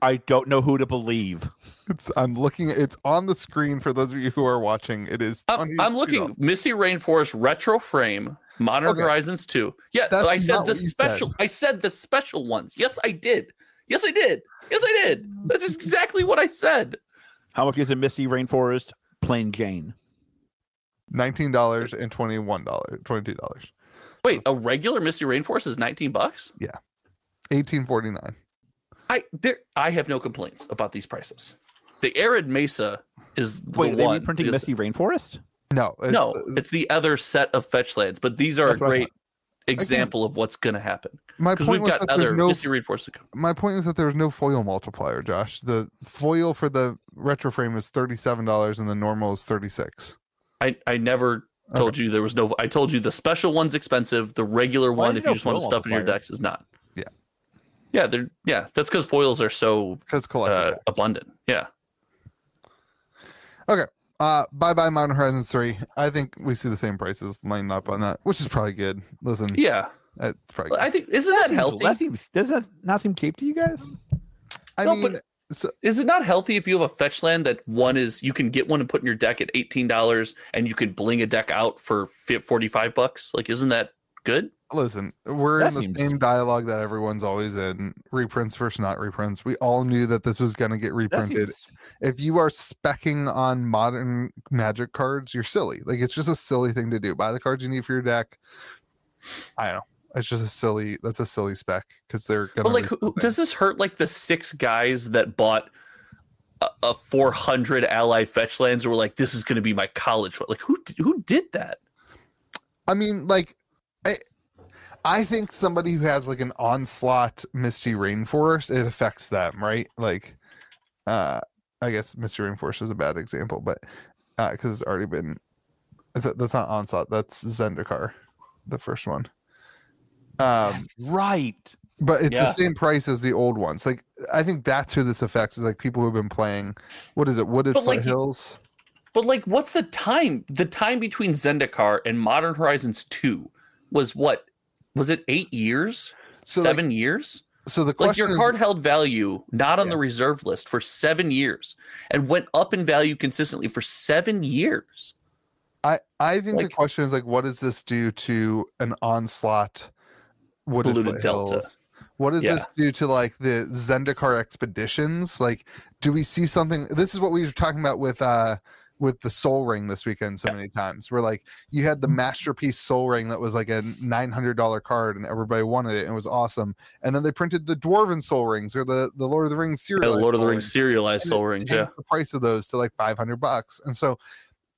A: I don't know who to believe.
C: it's i'm looking it's on the screen for those of you who are watching it is
B: I'm, I'm looking
C: $22.
B: misty rainforest retro frame modern
C: Okay.
B: horizons two. Yeah,
C: That's
B: I
C: not
B: said the
C: what you said.
B: special. I said the special ones. Yes, I did. Yes, I did. Yes, I did. That's exactly what I said.
A: How much is a Misty Rainforest Plain Jane?
C: $19 and $21 $22
B: Wait, a regular misty rainforest is nineteen bucks.
C: 1849
B: I there I have no complaints about these prices. The arid mesa is the
A: Wait, are they
B: one.
A: reprinting
B: because-
A: Misty Rainforest?
C: no it's uh,
B: no,
C: the-
B: it's the other set of fetch lands, but these are a
A: That's what I
B: great example of what's going to happen
C: my
B: because we've
C: point was
B: got
C: that there's
B: other
C: no
B: misty reinforced.
C: my point is that there was no foil multiplier, Josh. The foil for the retro frame is thirty-seven dollars, and the normal is thirty-six.
B: I I never
C: Okay.
B: told you there was no. I told you the special one's expensive. The regular one,
A: did
B: if you
A: no
B: just want to
A: foil
B: stuff in your
A: multiplier?
B: decks, is not.
C: Yeah.
B: yeah, they're yeah. That's because foils are so
C: Because
B: uh,
C: collected.
B: abundant. Yeah,
C: uh, bye bye Modern Horizons three. I think we see the same prices lining up on that, which is probably good. Listen,
B: yeah.
C: that's probably.
B: I
C: Good.
B: think isn't that healthy?
A: That seems, does that not seem cheap to you guys?
C: I
B: no,
C: mean,
B: but- Is it not healthy if you have a fetch land that one is you can get one and put in your deck at eighteen dollars and you can bling a deck out for forty five bucks? Like, isn't that good?
C: Listen, we're
A: That
C: in the
A: seems-
C: same dialogue that everyone's always in. Reprints versus not reprints. We all knew that this was going to get
A: That
C: reprinted.
A: seems-
C: If you are specking on modern magic cards, you're silly. Like it's just a silly thing to do. Buy the cards you need for your deck. I don't know. It's just a silly. That's a silly spec because they're going.
B: But like, who, who- does this hurt like the six guys that bought a, a 400 ally fetch lands? Who were like, this is going to be my college. fund? Like, who d- who did that?
C: I mean, like, I, I think somebody who has like an onslaught Misty Rainforest, it affects them, right? Like, uh, I guess Misty Rainforest is a bad example, but because it's already been, is that, that's not onslaught, that's Zendikar, the first one. Um,
A: right.
C: but it's
B: Yeah.
C: the same price as the old ones. Like, I think that's who this affects is like people who've been playing. What is it? Wooded
B: But, like,
C: Foothills.
B: But like, what's the time? The time between Zendikar and Modern Horizons 2 was what? Was it eight years?
C: So, like-
B: Seven years?
C: so the
B: Like
C: question
B: your
C: is-
B: card held value not on
C: Yeah.
B: the reserve list for seven years and went up in value consistently for seven years.
C: I I think the
B: Like-
C: question is like, what does this do to an onslaught? Wooded
B: Polluted Delta.
C: Foothills? What does this do to like the Zendikar expeditions? Like, do we see something? This is what we were talking about with uh with the Soul Ring this weekend so many times. Where like you had the
B: Mm-hmm.
C: masterpiece Soul Ring that was like a nine hundred dollar card and everybody wanted it and it was awesome. And then they printed the Dwarven Soul Rings or the the Lord of the Rings series.
B: Yeah, Lord of the Rings serialized soul rings.
C: Change
B: Yeah.
C: the price of those to like 500 bucks and so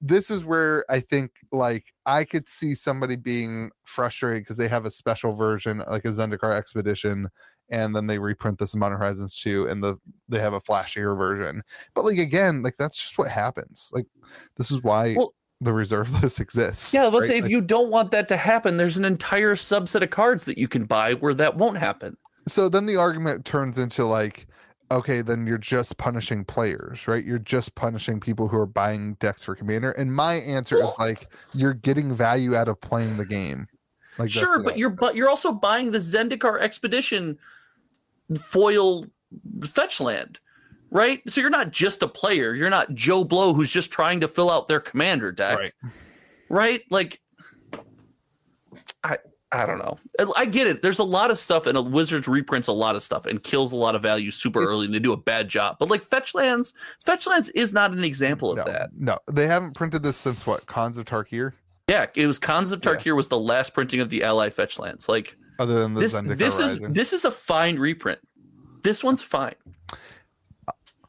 C: this is where i think like i could see somebody being frustrated because they have a special version like a zendikar expedition and then they reprint this in modern horizons 2 and the they have a flashier version but like again like that's just what happens like this is why
B: Well-
C: the reserve list exists
B: Yeah, let's
C: right?
B: say if
C: Like,
B: you don't want that to happen, there's an entire subset of cards that you can buy where that won't happen.
C: so then the argument turns into like okay then you're just punishing players right you're just punishing people who are buying decks for commander and my answer is
B: Well-
C: like you're getting value out of playing the game like that's
B: sure,
C: it.
B: but you're but you're also buying the Zendikar Expedition foil fetch land, right? So you're not just a player. You're not Joe Blow who's just trying to fill out their commander deck.
C: Right.
B: right? Like I I don't know. I- I get it. There's a lot of stuff and a Wizards reprints a lot of stuff and kills a lot of value super
C: It's-
B: early and they do a bad job. But like Fetchlands, Fetchlands is not an example of
C: no,
B: that.
C: no they haven't printed this since what cons of tarkir
B: Yeah, it was Cons of
C: Yeah.
B: Tarkir was the last printing of the Ally Fetchlands. Like
C: other than the
B: this
C: Zendikar
B: this is
C: Rising.
B: this is a fine reprint. This one's fine.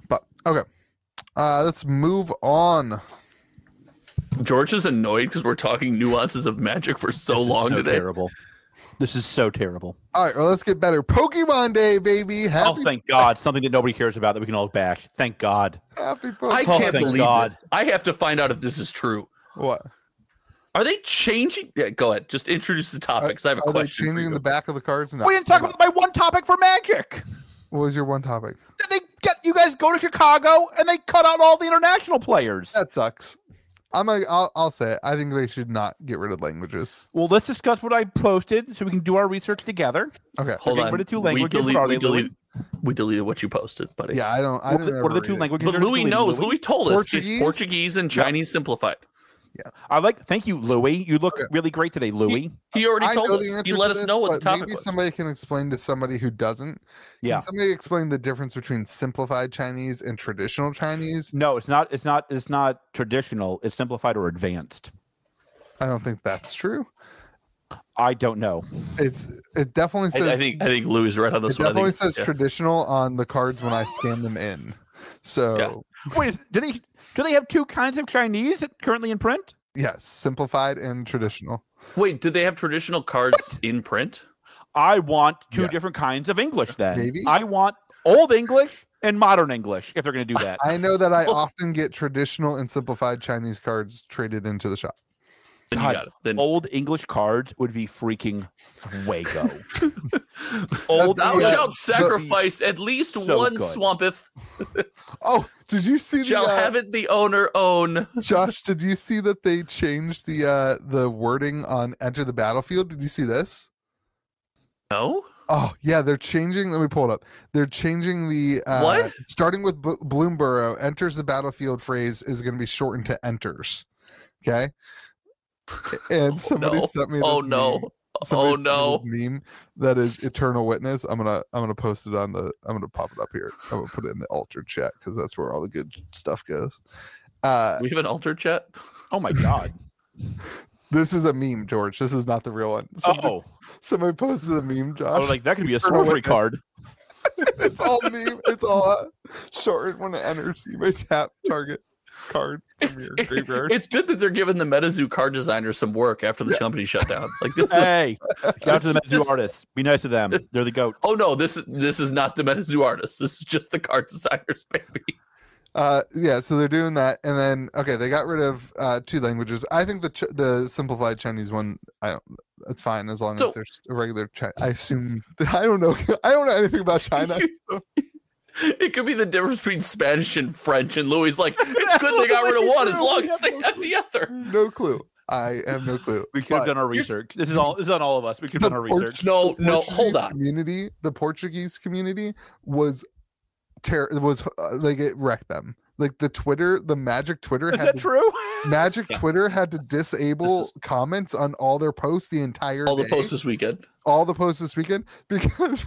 C: but okay uh let's move on
B: George is annoyed because we're talking nuances of magic for so
A: This is
B: long today.
A: Terrible. This is so terrible.
C: all right well let's get better pokemon day baby happy
A: oh, thank God. Something that nobody cares about that we can all bash. Thank God.
C: happy
B: I
C: pokemon
A: Oh,
B: can't
A: thank
B: believe
A: God.
B: this. I have to find out if this is true.
C: what
B: Are they changing? Yeah, go ahead. Just introduce the topic because I have a
C: are they
B: question. for
C: changing
B: you.
C: the back of the cards no
A: We didn't talk about my one topic for magic.
C: what was your one topic
A: They get you guys go to Chicago and they cut out all the international players.
C: That sucks. I'm gonna. I'll, I'll say it. I think they should not get rid of languages.
A: Well, let's discuss what I posted so we can do our research together.
C: Okay.
B: Hold
A: Getting
B: on.
A: rid of two
B: We
A: languages,
B: delete-
A: are
B: we,
A: they Louis?
B: delete- we deleted what you posted, buddy.
C: Yeah, I don't. I
A: What are
C: don't
A: the- what are the two languages?
C: languages?
B: But
A: that are
B: Louis
A: deleted?
B: knows. Louis told us
C: Portuguese?
B: it's Portuguese and Chinese simplified.
A: I like. Thank you, Louis. You look
C: Okay.
A: really great today, Louis.
B: He already
C: I
B: told
C: know
B: us.
C: the answer.
B: He let
C: to
B: us
C: this,
B: know what the
C: but
B: topic
C: Maybe
B: was.
C: somebody can explain to somebody who doesn't.
A: Yeah.
C: Can somebody explain the difference between simplified Chinese and traditional Chinese?
A: No, it's not. It's not. It's not traditional. It's simplified or advanced.
C: I don't think that's true.
A: I don't know.
C: It's. It definitely says.
B: I, I think I think Louis is right on
C: it
B: this one. I
C: definitely
B: think,
C: says
B: yeah.
C: traditional on the cards when I scan them in. So
A: Wait, is- do they do they have two kinds of Chinese currently in print?
C: yes, simplified and traditional.
B: Wait, did they have traditional cards in print?
A: I want two
C: Yes.
A: different kinds of English. Then
C: Maybe.
A: I want old English and modern English if they're going to do that.
C: I know that I
B: Well-
C: often get traditional and simplified Chinese cards traded into the shop.
B: Then you
A: God.
B: got it. Then
A: old English cards would be freaking fuego. old
C: That's
B: thou
C: Yeah,
B: shalt
C: but-
B: sacrifice at least
A: So
B: one
A: good.
B: swampeth
C: Oh, did you see the
B: shall
C: uh,
B: have it the owner own.
C: Josh, did you see that they changed the uh the wording on Enter the Battlefield? Did you see this?
B: No?
C: Oh yeah, they're changing. Let me pull it up. They're changing the uh,
B: What?
C: Starting with B- Bloomborough, enters the battlefield phrase is going to be shortened to enters. Okay. And somebody
B: no.
C: sent me. This
B: Oh no.
C: meme.
B: oh
C: Somebody's
B: no.
C: seen this meme that is eternal witness i'm gonna i'm gonna post it on the i'm gonna pop it up here i'm gonna put it in the altar chat because that's where all the good stuff goes uh
B: We have an altar chat.
A: Oh my god.
C: this is a meme george this is not the real one somebody,
A: Oh,
C: somebody posted a meme
A: I
C: josh
A: was like, that could be a
C: Eternal
A: sorcery
C: witness.
A: card.
C: it's all meme it's all uh, shortened when it enters you may tap target card from your graveyard
B: It's good that they're giving the MetaZoo card designer some work after the company shut down. Like this. is-
A: Hey, shout out to the
B: It's
A: Metzu
B: just-
A: artists. Be nice to them. They're the goat.
B: oh no, this is this is not the MetaZoo artist. This is just the card designers, baby.
C: Uh, yeah, so they're doing that, and then okay, they got rid of uh two languages. I think the ch- the simplified Chinese one, I don't, that's fine as long
B: So-
C: as there's a regular. Chi- I assume I don't know. I don't know anything about China.
B: It could be the difference between Spanish and French, and Louis like it's good they got rid of one as long as they have the other.
C: No clue. I have no clue.
A: We could have
C: But
A: done our
B: here's-
A: research. This is all. This is on all of us. We could have
C: the
A: done our
C: Portu-
A: research.
B: No,
C: the
B: no,
C: Portuguese
B: hold on.
C: Community, the Portuguese community was ter- was uh, like it wrecked them. Like the Twitter, the magic Twitter
A: Is
C: had
A: that
C: to-
A: true?
C: Magic
B: Yeah.
C: Twitter had to disable
B: is-
C: comments on all their posts the entire
B: All the
C: day.
B: posts this weekend.
C: all the posts this weekend because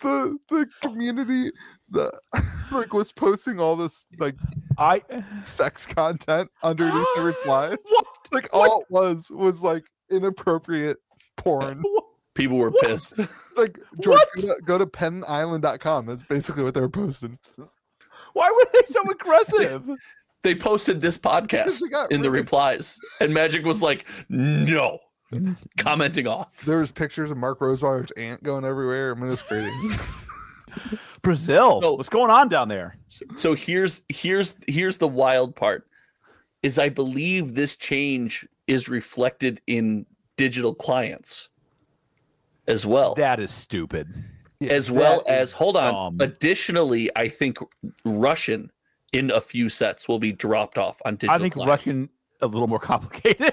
C: the the community the like was posting all this like
A: I.
C: sex content underneath the replies.
A: What?
C: Like all it was was like inappropriate porn.
B: People were
A: What?
B: pissed.
C: It's like George,
A: What?
C: go to, go to penisland.com. That's basically what they were posting.
A: Why were they so aggressive?
B: They posted this podcast
C: Because they got
B: in the
C: rid of-
B: replies, and Magic was like, "No," commenting off.
C: There was pictures of Mark Rosewater's aunt going everywhere. I mean, it's crazy.
A: Brazil.
B: No.
A: What's going on down there?
B: So, so here's here's here's the wild part is I believe this change is reflected in digital clients as well.
A: That is stupid.
B: as well
C: that is
B: as hold on.
A: dumb.
B: Additionally, I think Russian in a few sets will be dropped off on digital
A: I think
B: clients.
A: Russian a little more complicated.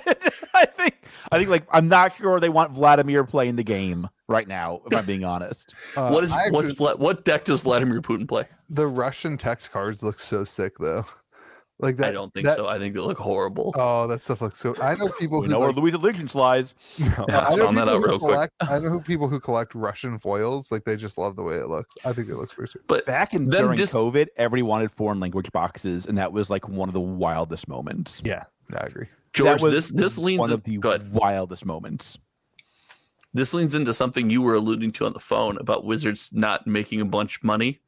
A: I think. I think like I'm not sure they want Vladimir playing the game right now. If I'm being honest.
C: uh,
B: What is
C: I
B: what's
C: actually-
B: Vla- what deck does Vladimir Putin play?
C: the Russian text cards look so sick though. Like that
B: I don't think
C: that-
B: so. I think they look horrible.
C: Oh, that stuff looks so. I know people
A: We
C: who
A: know where
C: like,
A: Louis Allegiance lies.
C: no,
B: Yeah,
C: I know
B: found that
C: people
B: out
C: who
B: real quick.
C: collect- I know who people who collect Russian foils. Like they just love the way it looks. I think it looks pretty sweet.
B: but
A: Back in
B: Them
A: during
B: dis-
A: COVID, everyone wanted foreign language boxes, and that was like one of the wildest moments.
C: Yeah, no, I agree.
B: George,
A: That was
B: this this leans
A: one
B: in-
A: of the
B: go ahead.
A: wildest moments.
B: this leans into something you were alluding to on the phone about wizards not making a bunch of money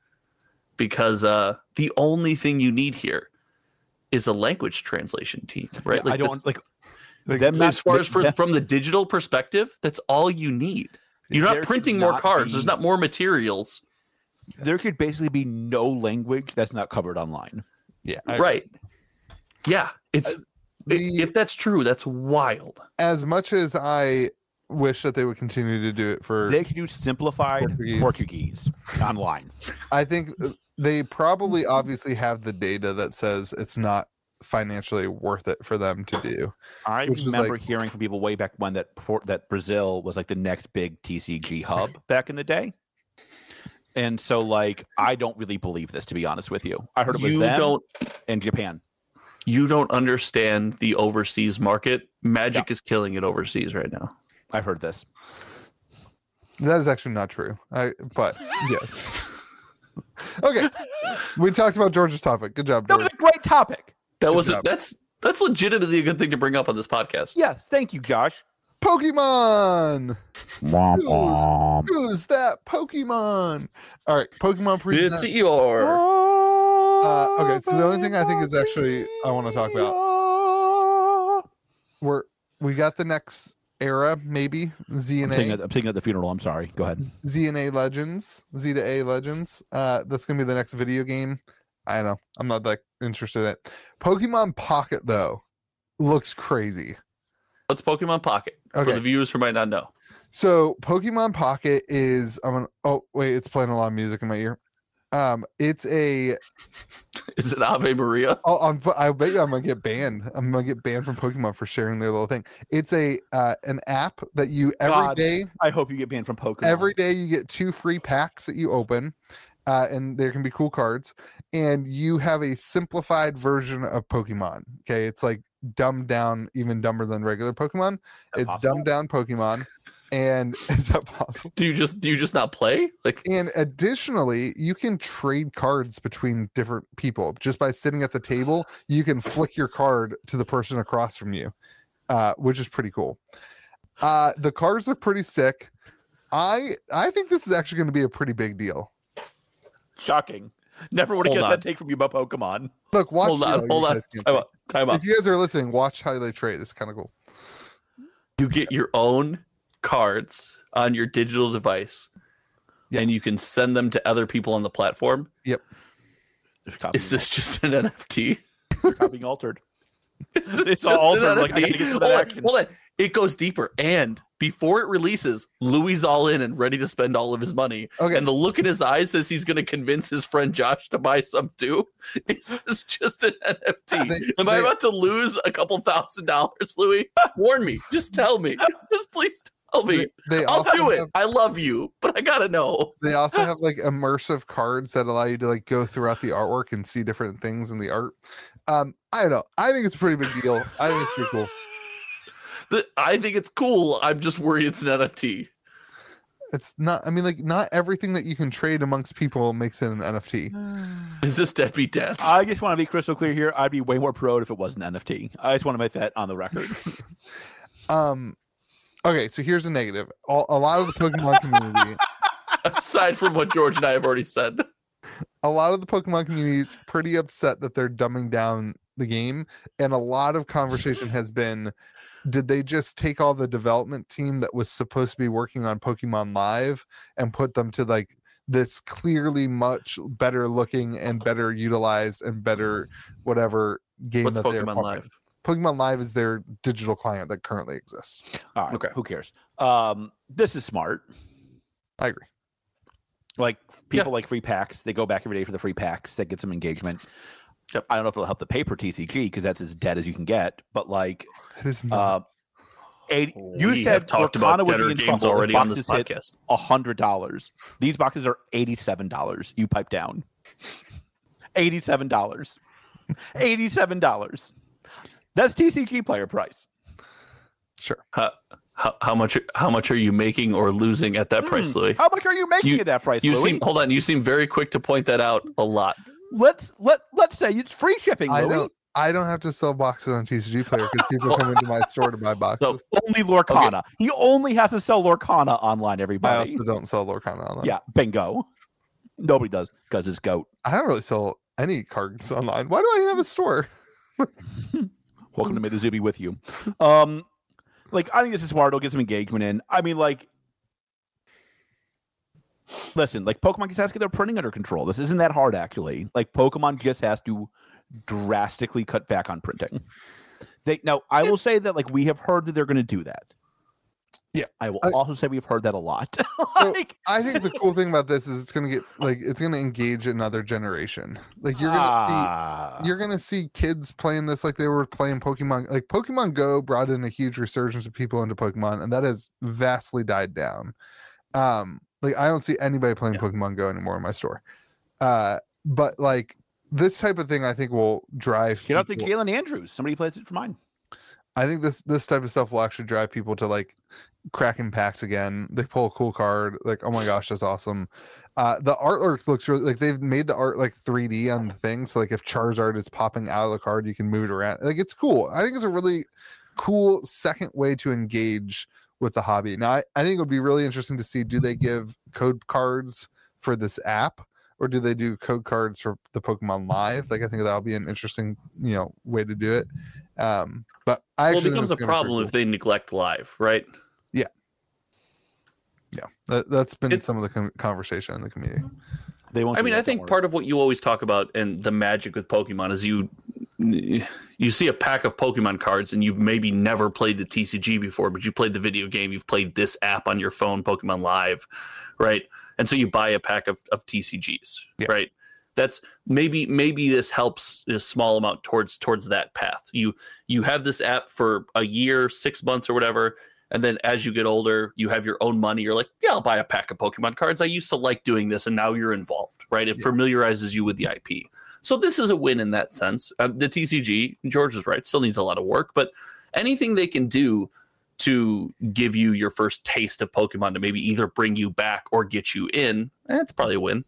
B: because uh the only thing you need here is a language translation team right
A: I
B: that's-
A: don't like
C: Like,
A: them not-
B: as far as for,
A: them-
B: from the digital perspective that's all you need you're
A: There
B: not
A: should
B: printing more
A: not
B: cards
A: be-
B: there's not more materials
A: there should basically be no language that's not covered online.
C: yeah, I agree.
B: right yeah it's i-
C: the-
B: if that's true that's wild
C: As much as I wish that they would continue to do it for,
A: They should do simplified
C: Portuguese.
A: Portuguese, online.
C: I think uh, they probably obviously have the data that says it's not financially worth it for them to do.
A: I
C: Which is
A: remember
C: like-
A: hearing from people way back when that Port, that Brazil was like the next big TCG hub back in the day. And so, like, I don't really believe this, to be honest with you. I heard it was
B: you
A: them
B: don't
A: and Japan.
B: you don't understand the overseas market magic is killing it overseas right now
A: I've heard this.
C: That is actually not true. I but yes. Okay, we talked about George's topic. Good job,
A: That
C: George.
A: was a great topic.
B: That
C: Good
B: was
C: job.
B: that's that's legitimately a good thing to bring up on this podcast.
A: Yes, thank you, Josh.
C: Pokemon.
A: Womp
C: Dude, Who's that Pokemon? All right, Pokemon
B: It's
C: presents.
B: your
C: Uh, okay, so the only thing I think is actually I want to talk about. We're we got the next era, maybe
A: I'm singing,
C: ZNA,
A: at, I'm singing at the funeral. I'm sorry. Go ahead.
C: ZNA Legends, Z to A Legends. Uh, that's gonna be the next video game. I don't know. I'm not that interested in it. Pokemon Pocket though looks crazy.
B: what's Pokemon Pocket
C: Okay.
B: for the viewers who might not know.
C: So Pokemon Pocket is I'm gonna oh wait, it's playing a lot of music in my ear. Um, it's a
B: Is it Ave Maria?
C: Oh, I'm, fu- I bet you I'm gonna get banned. I'm gonna get banned from Pokemon for sharing their little thing. It's a uh, an app that you every
A: God.
C: day,
A: I hope you get banned from Pokemon.
C: every day you get two free packs that you open, uh, and there can be cool cards. And you have a simplified version of Pokemon. Okay, it's like dumbed down even dumber than regular Pokemon.
A: Is that
C: it's
A: possible?
C: dumbed down Pokemon. And is that possible?
B: Do you just do you just not play? Like
C: And additionally, you can trade cards between different people just by sitting at the table. You can flick your card to the person across from you, uh, which is pretty cool. Uh, the cards look pretty sick. I I think this is actually going to be a pretty big deal.
A: Shocking. Never would have
B: Hold
A: guessed
B: on.
A: that take from you about Pokemon.
C: Look, watch.
B: hold
C: the
B: on,
C: video,
B: hold
C: you
B: on.
C: guys can't
B: Time
C: see.
B: out. Time out.
C: If you guys are listening, watch how they trade. It's kind of cool.
B: you get your own cards on your digital device
C: Yep.
B: and you can send them to other people on the platform.
A: They're copying,
B: Is this just an NFT?
A: they're copying altered.
B: Is this
A: It's
B: just
A: all
B: an
A: for, like, I
B: NFT?
A: gotta get to that
B: hold, on,
A: action.
B: hold on. It goes deeper. And before it releases, Louis all in and ready to spend all of his money.
C: Okay.
B: And the look in his eyes says he's going to convince his friend Josh to buy some too. Is this just an NFT?
C: They-
B: Am I
C: they-
B: about to lose a couple thousand dollars, Louis? Warn me. Just tell me. Just please tell me.
C: They, they
B: I'll
C: also
B: do it.
C: have-
B: I love you, but I gotta know.
C: they also have like immersive cards that allow you to like go throughout the artwork and see different things in the art. Um, I don't know. I think it's a pretty big deal. I think it's pretty cool.
B: The, I think it's cool. I'm just worried it's an NFT.
C: It's not. I mean, like not everything that you can trade amongst people makes it an NFT.
B: Is this Deadbeat Dance?
A: I just want to be crystal clear here. I'd be way more pro if it wasn't NFT. I just want to make that on the record.
C: Um, okay. So here's a negative. All, a lot of the Pokemon community,
B: Aside from what George and I have already said,
C: a lot of the Pokemon community is pretty upset that they're dumbing down the game, and a lot of conversation has been. Did they just take all the development team that was supposed to be working on Pokemon Live and put them to like this clearly much better looking and better utilized and better whatever game
B: what's
C: that they're
B: Pokemon
C: pumping?
B: Live?
C: Pokemon Live is their digital client that currently exists.
A: All right.
B: Okay.
A: Who cares? Um, this is smart.
C: I agree.
A: Like
B: Yeah.
A: people like free packs. They go back every day for the free packs. That gets some engagement.
B: Yep.
A: I don't know if it'll help the paper TCG because that's as dead as you can get. But like,
C: It is not.
A: uh, eight, you
B: We
A: said
B: have talked about
A: Lorcana would
B: deader
A: be in
B: games
A: trouble
B: already
A: if
B: on this
A: boxes hit
B: podcast.
A: hundred dollars. These boxes are eighty-seven dollars. You pipe down. Eighty-seven dollars. Eighty-seven dollars. That's TCG player price.
C: sure.
B: How, how much? How much are you making or losing at that price, Louis?
A: How much are you making
B: You-
A: at that price,
B: You
A: Hmm. Louis?
B: seem. Hold on. You seem very quick to point that out a lot.
A: let's let let's say it's free shipping,
C: I
A: Louis.
C: don't. I don't have to sell boxes on TCG Player because people come into my store to buy
B: So
C: boxes.
A: Only Lorcana. He only has to sell Lorcana online,
C: I
A: everybody.
C: also don't sell Lorcana online.
A: Yeah, bingo. Nobody does because it's goat.
C: I don't really sell any cards online. Why do I have a store?
A: Welcome to
C: Mm.
A: May the Zoo be with you. Um, like I think this is smart. It'll get some engagement in. I mean, like, listen, like Pokemon just has to get their printing under control. This isn't that hard, actually. Like Pokemon just has to drastically cut back on printing. They now, I will say that like we have heard that they're going to do that.
C: Yeah,
A: I will
C: I-
A: also say we've heard that a lot.
C: So-
A: like,
C: I think the cool thing about this is it's going to get like it's going to engage another generation. Like you're going to see
A: Ah.
C: you're gonna see kids playing this like they were playing Pokemon. Like Pokemon Go brought in a huge resurgence of people into Pokemon, and that has vastly died down. Um, like I don't see anybody playing Pokemon Go anymore in my store. Uh, but like this type of thing, I think will drive.
A: Get out to
C: people-
A: Kalen Andrews. Somebody plays it for mine.
C: I think this this type of stuff will actually drive people to like cracking packs again. They pull a cool card, like oh my gosh, that's awesome. Uh, the artwork looks really like they've made the art like 3D on the thing. So like if Charizard is popping out of the card, you can move it around. Like it's cool. I think it's a really cool second way to engage with the hobby. Now I, I think it would be really interesting to see do they give code cards for this app or do they do code cards for the Pokemon Live? Like I think that'll be an interesting, you know, way to do it. Um, but I
B: Well, it
C: actually think
B: becomes a
C: it's gonna be pretty
B: problem
C: cool.
B: if they neglect live, right?
C: That, that's been
B: It's-
C: some of the con conversation in the community.
A: They won't.
B: I
A: do
B: mean,
A: that,
B: I
A: don't
B: think
A: worry.
B: part of what you always talk about and the magic with Pokemon is you you see a pack of Pokemon cards and you've maybe never played the TCG before, but you played the video game, you've played this app on your phone, Pokemon Live, right? And so you buy a pack of, of TCGs,
C: Yeah.
B: right? That's maybe maybe this helps a small amount towards towards that path. You you have this app for a year, six months or whatever, And then as you get older, you have your own money. You're like, yeah, I'll buy a pack of Pokemon cards. I used to like doing this, and now you're involved, right? It
C: Yeah.
B: familiarizes you with the IP. So this is a win in that sense. Uh, the TCG, George is right, still needs a lot of work, but anything they can do to give you your first taste of Pokemon to maybe either bring you back or get you in, that's probably a win.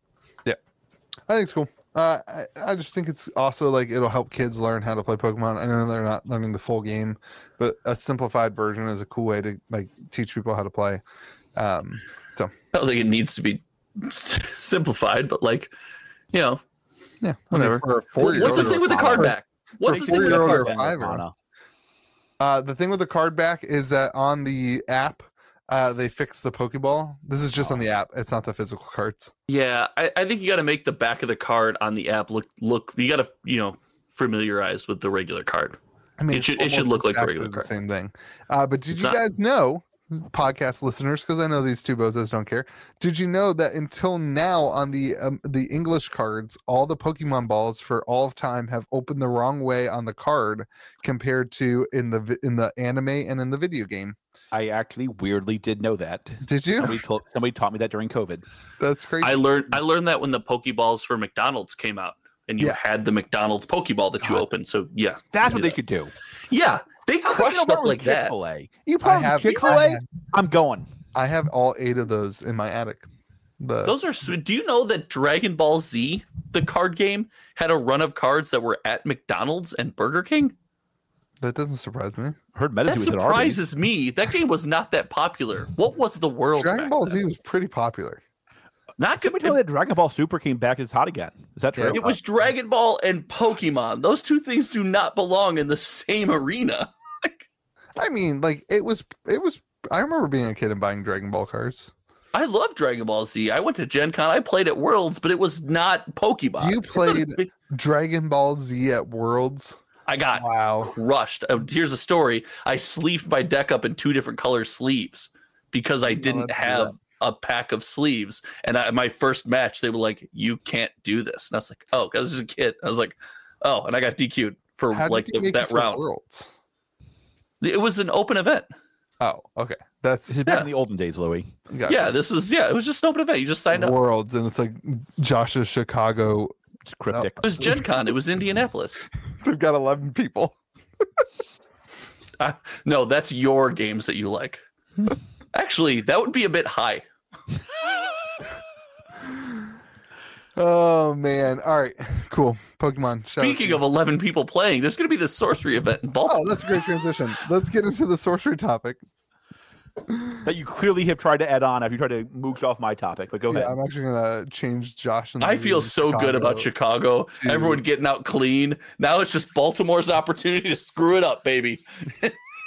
C: I think it's cool. Uh, I, I just think it's also like it'll help kids learn how to play Pokemon. I know they're not learning the full game, but a simplified version is a cool way to like teach people how to play. Um,
B: I don't think it needs to be simplified, but like, you know,
C: yeah,
B: Whatever.
C: For a four-year-old
B: what's this thing with the card back? What's this thing with the
C: Four-year-old
B: card
C: or
B: back?
C: five-year-old. Uh, the thing with the card back is that on the app, uh, they fixed the Pokeball. This is
B: Oh.
C: just on the app. It's not the physical cards.
B: Yeah, I, I think you got to make the back of the card on the app look look. You got to you know familiarize with the regular card.
C: I mean,
B: It
C: it's
B: should- it should look
C: almost
B: like the
C: exactly
B: regular
C: the
B: card.
C: same thing. Uh, but did
B: It's
C: you
B: not-
C: guys know, podcast listeners, because I know these two bozos don't care. Did you know that until now on the um, the English cards, all the Pokemon balls for all of time have opened the wrong way on the card compared to in the vi- in the anime and in the video game?
A: I actually weirdly did know that.
C: Did you?
A: Somebody, told, somebody taught me that during COVID.
C: That's crazy.
B: I learned I learned that when the Pokeballs for McDonald's came out, and you
C: Yeah.
B: had the McDonald's Pokeball that you
A: God.
B: opened. So yeah,
A: That's
B: you
A: what
B: do
A: they should do.
B: that. Yeah, they crushed
A: You know,
B: stuff like that.
A: Chick-fil-A. You
C: I
A: play
C: have,
A: Chick Fil
C: I
A: A?
C: have
A: I'm going.
C: I have all eight of those in my attic. The
B: Those are. s- Do you know that Dragon Ball Z, the card game, had a run of cards that were at McDonald's and Burger King?
C: That doesn't surprise me.
A: Heard Metazoo
B: That
A: was at Arby's.
B: surprises me. That game was not that popular. What was the world?
C: Dragon
B: back
C: Ball
B: then?
C: Z was pretty popular.
B: Not good.
A: Somebody told me that Dragon Ball Super came back as hot again. Is that true?
C: Yeah,
B: It was Dragon Ball and Pokemon. Those two things do not belong in the same arena.
C: I mean, like it was it was I remember being a kid and buying Dragon Ball cards.
B: I love Dragon Ball Z. I went to Gen Con. I played at Worlds, but it was not Pokemon.
C: You
B: It's not as
C: played-
B: big-
C: Dragon Ball Z at Worlds.
B: I got
C: Wow.
B: crushed. Uh, Here's a story. I sleeved my deck up in two different color sleeves because I
C: allowed
B: didn't
C: to do
B: have
C: that.
B: a pack of sleeves. And I, my first match, they were like, "You can't do this." And I was like, "Oh," because I was a kid. I was like, "Oh," and I got DQ'd for
C: How
B: like
C: did you
B: the,
C: make
B: that
C: that it to
B: round.
C: Worlds?
B: It was an open event.
C: Oh, okay.
A: This
C: That's
A: is back
B: Yeah.
A: in the olden days, Louis.
C: gotcha.
B: Yeah, this is yeah. It was just an open event. You just signed up.
C: Worlds and it's like Josh's Chicago.
A: It's cryptic.
B: It was Gen Con. It was Indianapolis.
C: They've got eleven people.
B: I, no, that's your games that you like. Actually, that would be a bit high.
C: Oh man. All right. Cool. Pokemon. shout out to
B: Speaking
C: you.
B: of 11 people playing, there's going to be the sorcery event in
C: Oh,
B: Baltimore.
C: that's a great transition. Let's get into the sorcery topic.
A: That you clearly have tried to add on after you tried to mooch off my topic, but go
C: Yeah,
A: ahead.
C: I'm actually gonna change Josh. And
B: I feel so good about Chicago.
C: to-
B: Everyone getting out clean. Now it's just Baltimore's opportunity to screw it up, baby.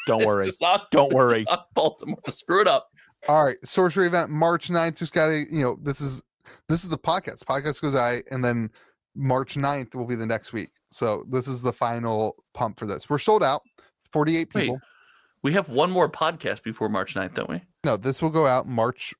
A: Don't
B: It's
A: worry.
B: just not-
A: Don't worry.
B: not Baltimore. Screw it up.
C: All right, sorcery event March 9th. Just gotta, you know, this is this is the podcast. Podcast goes out, and then March 9th will be the next week. So this is the final pump for this. We're sold out. 48
B: Wait.
C: people.
B: We have one more podcast before March 9th, don't we?
C: No, this will go out March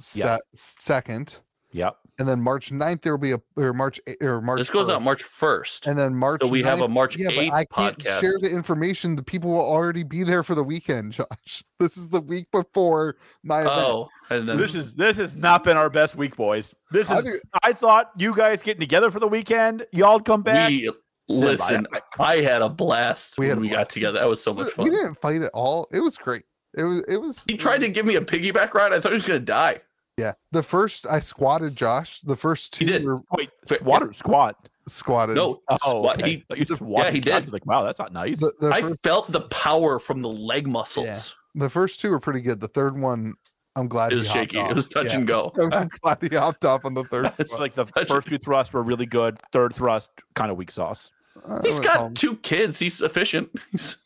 C: se-
A: Yeah.
C: second.
A: Yep.
C: And then March 9th, there will be a or March eight- or March
B: This goes out
C: 1st,
B: March 1st.
C: and then March
B: So we have a
C: 9th
B: March
C: yeah,
B: 8th
C: but I can't
B: podcast.
C: share the information. The people will already be there for the weekend, Josh. This is the week before my event.
B: oh, and then
A: This is this has not been our best week, boys. This
C: I
A: is.
C: think-
A: I thought you guys getting together for the weekend, y'all come back.
B: we
A: Sid,
B: listen. I, I had a blast
C: We
B: we
C: had
B: when
C: a
B: we got together. That was so much
C: We-
B: fun.
C: We didn't fight at all. It was great. It was. It was.
B: He tried to give me a piggyback ride. I thought he was going to die.
C: Yeah. The first I squatted Josh. The first
B: He
C: two
B: did.
C: were
A: Wait, squat or squat?
C: squatted.
B: No,
A: Oh,
B: squat-
A: okay.
B: he-
A: Thought you squatted.
B: yeah, he
A: Josh
B: did.
A: was Like, wow, that's not nice.
C: The, the,
B: I
C: first,
B: felt the power from the leg muscles.
C: the first two were pretty good. The third one, I'm glad
B: It
C: he
B: was
C: hopped
B: shaky. It
C: off.
B: was touch
C: Yeah.
B: and go.
C: I'm glad he hopped off on the third.
A: It's
C: squat.
A: like the first two thrusts were really good. Third thrust, kind of weak sauce.
C: I
B: He's
C: uh, went home.
B: got two kids. He's efficient. He's-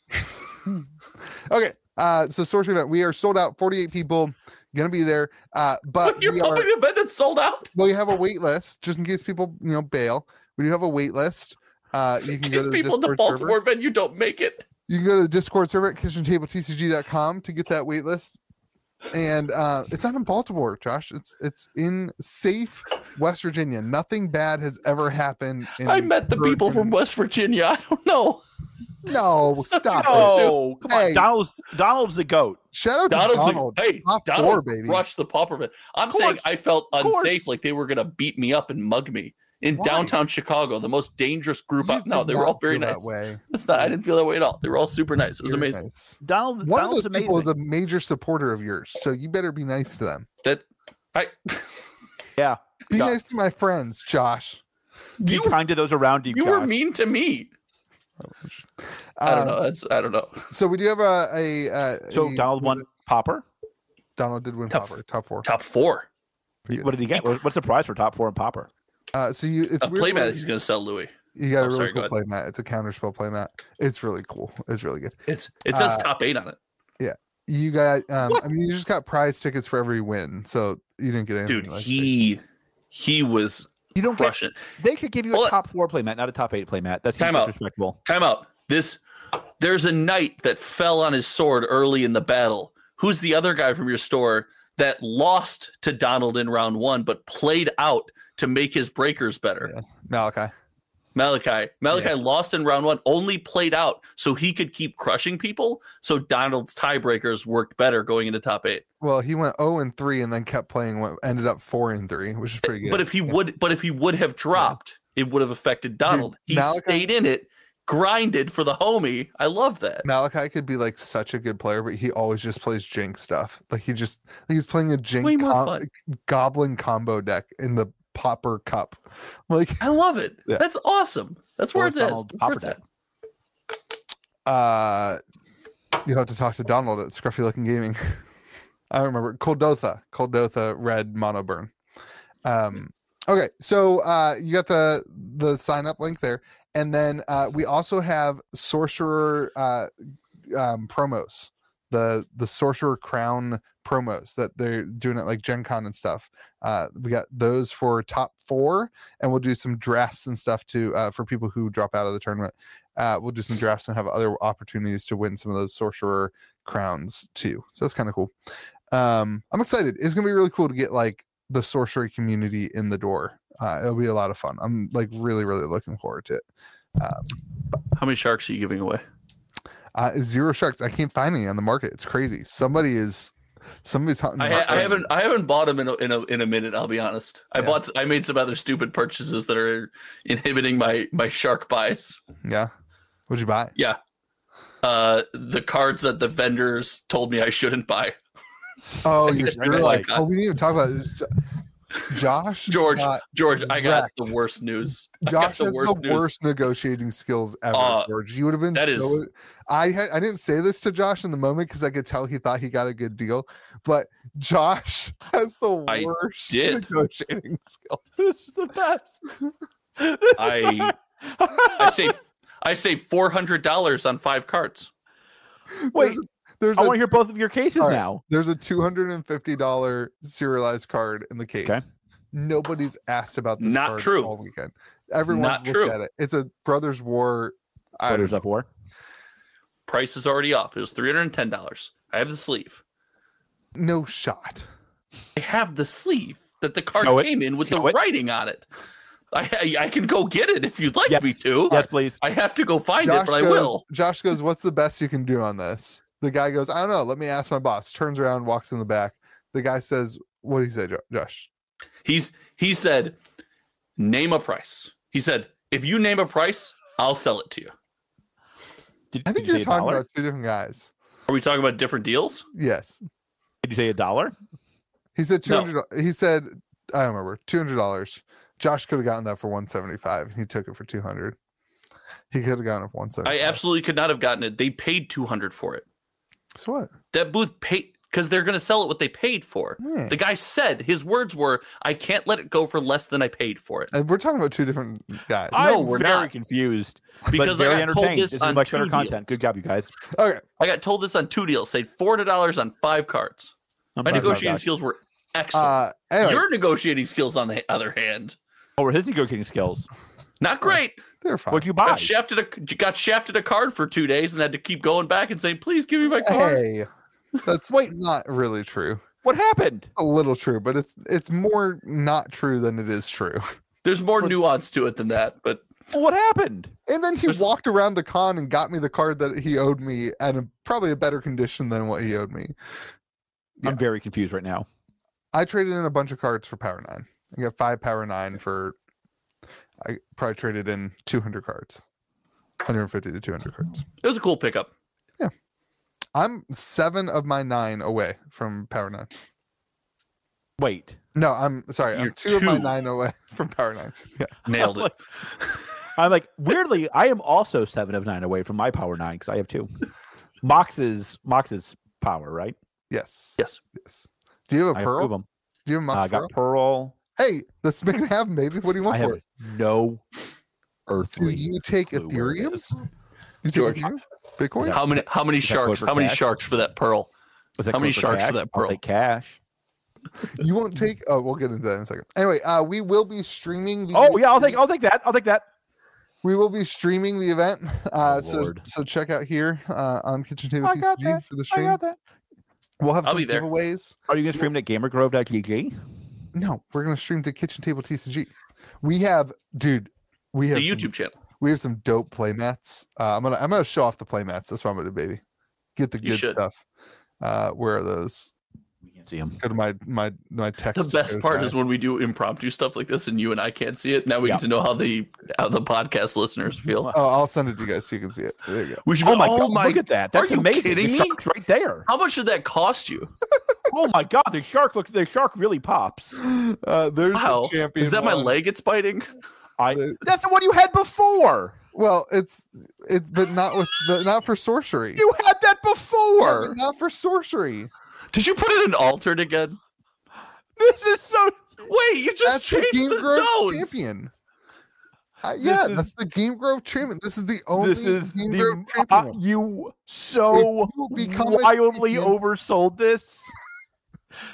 C: Okay. Uh, so sorcery event. We are sold out. 48 people gonna be there. Uh, but
B: You're
C: we are,
B: pumping a bed that's sold out.
C: well, you have a wait list just in case people you know bail. We do have a wait list. Uh, you can go
B: These
C: to the
B: people in the
C: Discord server.
B: Baltimore venue don't make it.
C: you can go to the discord server at kitchentabletcg.com to get that wait list and uh it's not in baltimore josh it's it's in safe west virginia nothing bad has ever happened in
B: I met the people from
C: Virginia.
B: West Virginia. I don't know.
C: No, stop it.
A: Oh, come on.
C: Hey.
A: Donald's, Donald's the GOAT.
C: Shout out
B: Donald's
C: to
B: like,
C: Donald.
B: hey,
C: Top
B: Donald
C: four, baby.
B: rushed the pauperman. I'm
A: Course.
B: saying I felt
A: Course.
B: unsafe, like they were gonna beat me up and mug me in
C: Why?
B: downtown Chicago, the most dangerous group.
C: You
B: out. No,
C: did
B: they were
C: not
B: all very
C: feel
B: nice.
C: That way.
B: That's not. I didn't feel that way at all. They were all super nice. It was
C: You're
B: amazing.
C: nice.
A: Donald,
C: One
A: Donald's
C: of those people
A: amazing.
C: is a major supporter of yours, so you better be nice to them.
B: That I
A: yeah.
C: Be
A: Yeah.
C: nice to my friends, Josh.
A: Be
B: You-
A: kind to those around you.
B: you were
A: Josh.
B: mean to me. I
C: Um,
B: don't know. That's I don't know.
C: So we do have a, a, uh
A: So
C: a-
A: Donald won Popper.
C: Donald did win
B: Top-
C: Popper, top four.
B: Top four.
C: Pretty
A: What did he get? What- What's the prize for top four and Popper?
C: Uh, so you it's
B: A
C: weird
B: playmat.
C: when
B: He's gonna sell Louis.
C: You got
B: Oh,
C: a really
B: sorry, go
C: cool play mat. It's a counter spell play mat. It's really cool. It's really good.
B: It's it says
C: Uh,
B: top eight on it.
C: You got um I mean you just got prize tickets for every win, so you didn't get anything.
B: Dude,
C: like
B: he he was
A: You don't get.
B: crushing. it.
A: They could give you a
B: Hold on.
A: top four play mat, not a top eight play mat. That's
B: Time out.
A: disrespectful.
B: Time out. This there's a knight that fell on his sword early in the battle. Who's the other guy from your store that lost to Donald in round one, but played out to make his breakers better?
C: Yeah. Malachi.
B: Malachi. Malachi lost in round one, only played out so he could keep crushing people. So Donald's tiebreakers worked better going into top eight.
C: Well, he went 0 and 3 and then kept playing what ended up 4 and 3, which is pretty good.
B: But if he would, but if he would have dropped, it would have affected Donald. he
C: Malachi-
B: stayed in it, grinded for the homie. I love that.
C: Malachi could be like such a good player, but he always just plays Jink stuff. Like he just like he's playing a
B: way
C: Jink
B: more
C: com-
B: fun.
C: goblin combo deck in the popper cup. Like
B: I love it.
C: Yeah.
B: That's awesome. That's where
A: Or
B: it is.
A: Donald
B: That's where it's
A: Popper
B: at.
C: uh you have to talk to Donald at Scruffy Looking Gaming. I remember Coldotha, Coldotha red mono burn. Um okay, so uh you got the the sign up link there and then uh we also have sorcerer uh um promos. The the sorcerer crown promos that they're doing at like Gen Con and stuff. Uh we got those for top 4 and we'll do some drafts and stuff to uh for people who drop out of the tournament uh, we'll do some drafts and have other opportunities to win some of those sorcerer crowns too. So that's kind of cool. Um, I'm excited. It's gonna be really cool to get like the sorcery community in the door. Uh, it'll be a lot of fun. I'm like really, really looking forward to it.
B: How many sharks are you giving away?
C: Uh, zero sharks. I can't find any on the market. It's crazy. Somebody is, somebody's hunting.
B: I,
C: the
B: ha- I
C: market.
B: haven't. I haven't bought them in a, in a, in a minute. I'll be honest. I
C: Yeah.
B: bought. s- I made some other stupid purchases that are inhibiting my my shark buys.
C: Yeah. What'd you buy?
B: Yeah. Uh, the cards that the vendors told me I shouldn't buy.
C: Oh, you're,
B: Right,
C: you're
B: I
C: like,
B: got-
C: oh, we need to talk about this. Jo- Josh. Uh,
B: George,
C: got-
B: George, I got
C: wrecked.
B: the worst news. I got
C: Josh has the
B: news.
C: worst negotiating skills ever,
B: Uh,
C: George. You would have been
B: that is-
C: so. I had, I didn't say this to Josh in the moment because I could tell he thought he got a good deal, but Josh has the
B: I
C: worst
B: did.
C: negotiating skills.
A: This is the best.
B: I I saved I saved four hundred dollars on five cards.
A: Wait,
C: There's
A: I want
C: a,
A: to hear both of your cases
C: All right.
A: now.
C: there's a two hundred and fifty dollar serialized card in the case. Nobody's asked about this.
B: Not
C: card
B: true.
C: All weekend, everyone's
B: Not
C: looked
B: true.
C: at it. It's a Brothers War. I
A: What
C: don't
A: is that for?
B: Price is already off. It was three hundred and ten dollars. I have the sleeve.
C: know. no shot.
B: I have the sleeve that the card
A: Show it.
B: came in with
A: Show
B: the
A: it.
B: writing on it. I, I I can go get it if you'd like
A: Yes.
B: me to.
A: Yes, please.
B: I have to go find it, but I
C: goes,
B: will.
C: Josh goes, What's the best you can do on this? The guy goes, I don't know. Let me ask my boss. Turns around, walks in the back. The guy says, What do you say, Jo- Josh?
B: He's he said, name a price. He said, if you name a price, I'll sell it to you.
A: Did,
C: I think
A: did
C: you're
A: you say a
C: talking
A: dollar?
C: about two different guys.
B: Are we talking about different deals?
C: Yes.
A: Did you say a dollar?
C: He said
B: No.
C: 200 He said, I don't remember, $200. Josh could have gotten that for 175 He took it for 200 He could have gotten it for 175
B: I absolutely could not have gotten it. They paid two hundred for it.
C: So what?
B: That booth paid because they're gonna sell it what they paid for.
C: Yeah.
B: The guy said his words were, "I can't let it go for less than I paid for it."
C: And we're talking about two different guys.
B: I- No,
A: I'm
B: we're
A: very
B: not.
A: confused. but
B: Because I
A: very
B: got told
A: entertained.
B: this,
A: This is
B: on
A: much
B: two
A: better content.
B: deals.
A: Good job, you guys.
C: okay.
B: I got told this on two deals. Say four hundred dollars on five cards.
A: I'm
B: My
A: proud of you
B: negotiating
A: guys.
B: skills were excellent.
C: Uh, anyway,
B: Your negotiating skills, on the other hand,
A: Over his negotiating skills.
B: not great.
C: they're fine.
A: What'd you buy?
B: Got shafted a got shafted a card for two days and had to keep going back and saying, "Please give me my card."
C: hey, that's
A: Wait.
C: not really true.
A: What happened?
C: a little true, but it's it's more not true than it is true.
B: There's more
A: But-
B: nuance to it than that, but
A: What happened?
C: And then he
B: There's-
C: walked around the con and got me the card that he owed me at a, probably a better condition than what he owed me. Yeah.
A: I'm very confused right now.
C: I traded in a bunch of cards for Power Nine. I got five Power Nine for. I probably traded in 200 cards, 150 to 200 cards.
B: It was a cool pickup.
C: I'm seven of my nine away from Power Nine.
A: Wait.
C: No, I'm sorry.
B: You're
C: I'm two, of my
B: two.
C: nine away from Power Nine. Yeah.
B: Nailed it.
A: I'm like, weirdly, I am also seven of nine away from my power nine because I have two. Mox's Mox's power, right?
C: Yes.
B: Yes.
C: Yes. Do you have a
A: I have two
C: pearl?
A: of
C: Do
A: them.
C: you have a
A: Uh,
C: monk's
A: I got
C: pearl?
A: Pearl.
C: Hey, let's make it happen, baby. What do you want
A: I
C: for
A: have
C: it?
A: no
C: Do
A: earthly.
C: you take
A: clue where it
C: Ethereum?
A: is.
C: You take
B: George.
C: Ethereum? Bitcoin?
B: How many how many
A: Is that
B: sharks?
A: code for
B: How many
A: cash?
B: sharks for that pearl?
A: Was that
B: How many
A: code
B: sharks for
A: cash?
B: that
A: I'll
B: pearl?
A: take cash.
C: You won't take. Oh, we'll get into that in a second. Anyway, uh, we will be streaming. The
A: Oh yeah, I'll take. I'll take that. I'll take that.
C: We will be streaming the event. Uh,
A: Oh,
C: so
A: Lord.
C: so check out here uh, on Kitchen Table
A: I got
C: TCG
A: that.
C: for the
A: I
C: stream.
A: got that.
C: We'll have
B: I'll
C: some
B: be there.
C: giveaways.
A: Are you gonna stream it at GamerGrove.gg?
C: No, we're gonna stream to Kitchen Table TCG. We have, dude. We
B: The
C: have some-
B: YouTube channel.
C: we have some dope playmats. Uh, I'm gonna I'm gonna show off the playmats. That's what I'm gonna do, baby. Get the
B: You
C: good
B: should.
C: stuff. Uh, where are those?
A: We can't see him.
C: Go to my my my text.
B: The best
C: goes
B: part
C: by.
B: is when we do impromptu stuff like this, and you and I can't see it. Now we
A: Yeah.
B: get to know how the how the podcast listeners feel.
C: Oh, I'll send it to you guys so you can see it. There you go.
B: We should.
A: Oh
B: be-
A: my god! look at that. That's
B: are you
A: amazing.
B: kidding
A: the
B: me?
A: shark's right there.
B: How much did that cost you?
A: Oh my god! The shark look. The shark really pops.
C: Uh, there's
B: Wow.
C: the champion.
B: Is that my
C: one.
B: leg? It's biting.
A: I.
C: The-
A: That's the one you had before.
C: Well, it's it's but not with the, not for sorcery.
A: You had that
C: Yeah,
A: before.
C: but not for sorcery.
B: Did you put it in altered again?
A: This is so.
B: Wait, you just
C: the
B: changed the,
C: Grove
B: zones.
C: champion. Uh, yeah,
A: is-
C: that's the Game Grove champion. This is the only
A: this is
C: Game
A: the
C: Grove champion.
A: uh, you so
C: you become a
A: wildly
C: champion-
A: oversold this.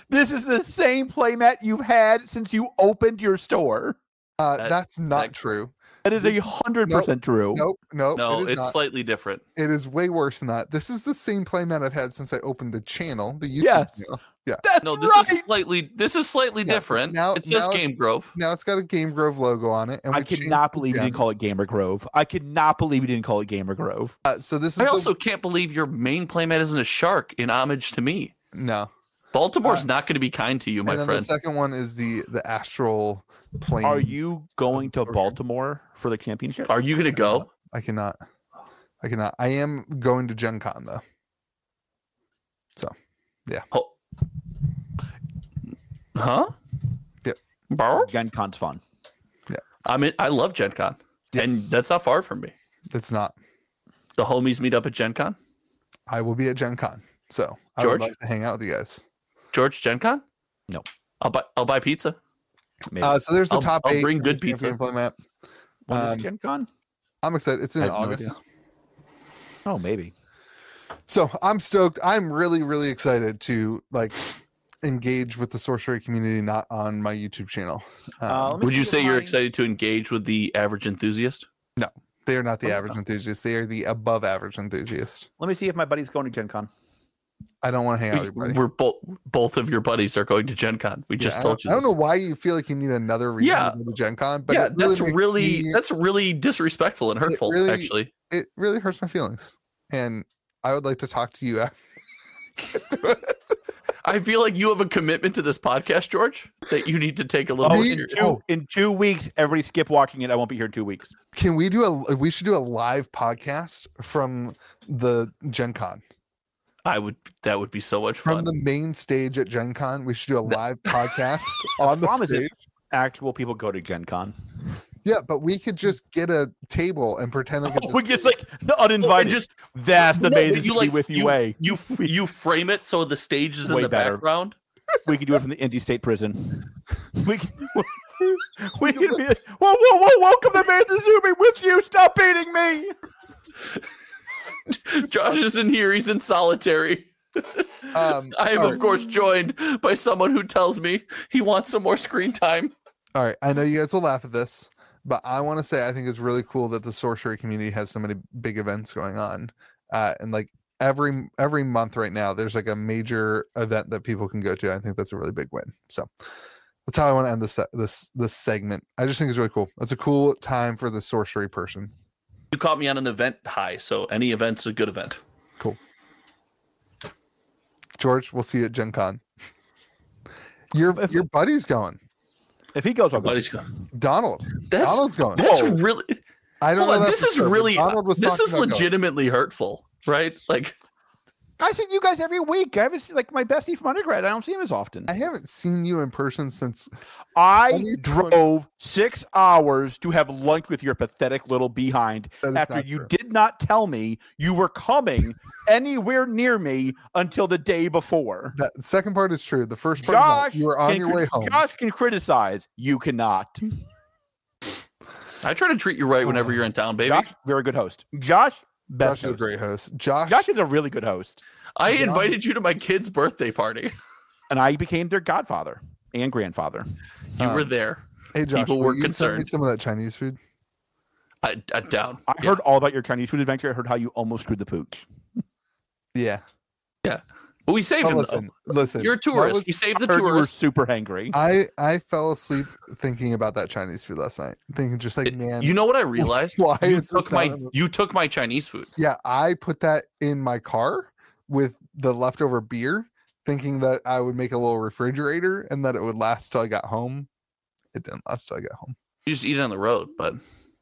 A: This is the same playmat you've had since you opened your store.
C: Uh,
B: That-
C: that's not
B: that- Oh.
C: true.
A: That is a
C: This-
A: hundred percent true.
C: Nope, nope.
B: No,
C: it is
B: it's
C: not.
B: slightly different.
C: it is way worse than that. This is the same playmat I've had since I opened the channel, the YouTube
A: Yes.
C: channel.
A: That's
B: No, this
A: right.
B: is slightly this is slightly
C: Yeah,
B: different.
C: now-
B: it says
C: now-
B: Game Grove.
C: Now it's got a Game Grove logo on it, and
A: I
C: we changed
A: cannot
C: the
A: believe you didn't
C: gem.
A: call it Gamer Grove. I could not believe you didn't call it Gamer Grove.
C: Uh, so this is
B: I
C: the-
B: also can't believe your main playmat isn't a shark in homage to me.
C: no.
B: Baltimore's not going to be kind to you, my
C: and then
B: friend.
C: the second one is the the astral plane.
A: Are you going to
C: Ocean.
A: Baltimore for the championship?
B: Are you going to go?
C: I cannot. I cannot. I am going to Gen Con though.
B: Ho- Huh?
C: Yep.
B: Borrow?
A: Gen Con's fun.
B: I mean, I love Gen Con,
C: Yeah.
B: and that's not far from me.
C: It's not.
B: The homies meet up at Gen Con.
C: I will be at Gen Con. So I
B: George?
C: would love to hang out with you guys.
B: George, Gen Con?
A: No.
B: I'll buy. I'll buy pizza.
A: Maybe.
C: Uh, so there's the
B: I'll-
C: top
B: I'll
C: eight.
B: bring
C: of
B: good
C: the champion play map.
A: When is
C: um,
A: Gen Con?
C: I'm excited. It's in
A: I have no
C: August.
A: Oh, maybe.
C: so I'm stoked. I'm really, really excited to like engage with the sorcery community, not on my YouTube channel. Um,
A: Uh, let me
B: Would you
A: see
B: say
A: if
B: you're
A: I-
B: excited to engage with the average enthusiast?
C: they are not the
A: let me-
C: average enthusiast. They are the above average enthusiast.
A: Let me see if my buddy's going to Gen Con.
C: I don't want to hang out
B: We-
C: with you, buddy.
B: We're both both of your buddies are going to Gen Con. We
C: Yeah,
B: just
C: I
B: told
C: don't-
B: you.
C: I don't
B: this.
C: know why you feel like you need another reason
B: Yeah.
C: to go to Gen Con, but
B: yeah,
C: it
B: that's
C: makes
B: really
C: me-
B: that's really disrespectful and hurtful.
C: really-
B: actually,
C: it really hurts my feelings. And I would like to talk to you. after-
B: I feel like you have a commitment to this podcast, George, that you need to take a little.
A: Oh,
B: bit
C: Me-
B: in your-
A: Two,
C: Oh.
A: In two weeks, everybody skip watching it. I won't be here in two weeks.
C: Can we do a? We should do a live podcast from the Gen Con,
B: I would. That would be so much
C: from
B: fun.
C: the main stage at Gen Con. We should do a live podcast on the
A: Promise
C: stage.
A: it. Actual people go to Gen Con.
C: Yeah, but we could just get a table and pretend like it's a
B: Oh,
A: We're just
C: stage.
A: like the uninvited.
B: And just
A: That's the
B: No,
A: amazing
B: but you,
A: to be
B: like,
A: with you way.
B: you f- you frame it so the stage is in
A: Way
B: the
A: better.
B: background.
A: We can do it from the Indy State Prison. We can, we can be like, whoa, whoa, whoa, welcome to Amazing Zuby with you. Stop beating me.
B: Josh isn't here; he's in solitary.
C: um,
B: I am,
C: all
B: of
C: right,
B: course, joined by someone who tells me he wants some more screen time.
C: all right. I know you guys will laugh at this, but I want to say I think it's really cool that the sorcery community has so many big events going on, uh, and like every every month right now, there's like a major event that people can go to. I think that's a really big win. So, That's how I want to end this se- this this segment. I just think it's really cool. That's a cool time for the sorcery person.
B: You caught me on an event high, so any event's a good event.
C: George, we'll see you at Gen Con. Your
A: If-
C: your buddy's going.
A: If he goes, I'll go.
B: Buddy's gone.
C: Donald.
B: That's
C: Donald's going.
B: that's
A: Whoa.
B: really.
C: I don't
B: Hold on,
C: know.
B: this is really this is
C: legitimate.
B: legitimately hurtful, right? Like
A: I see you guys every week. I haven't seen like my bestie from undergrad. I don't see him as often.
C: I haven't seen you in person since
A: I
C: Only 20
A: drove six hours to have lunch with your pathetic little behind
C: That is
A: after
C: not
A: you
C: true.
A: did not tell me you were coming anywhere near me until the day before.
C: that second part is true. The first part, is not.
A: Josh,
C: you were on
A: can
C: your
A: cri-
C: way home.
A: Josh can criticize. You cannot.
B: I try to treat you right whenever you're in town, baby.
A: Josh, very good host. Josh, best
C: Josh is a
A: host.
C: great host. Josh,
A: Josh is a really good host,
B: I invited you to my kid's birthday party.
A: and I became their godfather and grandfather.
B: You
C: Um,
B: were there.
C: hey Josh,
B: people
C: will
B: were
C: you send me
B: concerned.
C: some of that Chinese food.
B: I, I down.
A: I
B: Yeah.
A: heard all about your Chinese food adventure. I heard how you almost screwed the pooch.
C: Yeah.
B: But we saved
C: Oh,
B: him
C: listen,
B: though.
C: listen.
B: You're a
C: that
B: tourist.
C: was-
B: you saved the
A: I heard you were
B: tourist.
A: super hangry.
C: I I fell asleep thinking about that Chinese food last night. Thinking just like,
B: It-
C: man,
B: You know what I realized?
C: why
B: you
C: is this
B: took my
C: not on the-
B: you took my Chinese food.
C: yeah, I put that in my car with the leftover beer, thinking that I would make a little refrigerator and that it would last till I got home. It didn't last till I got home.
B: You just eat it on the road, but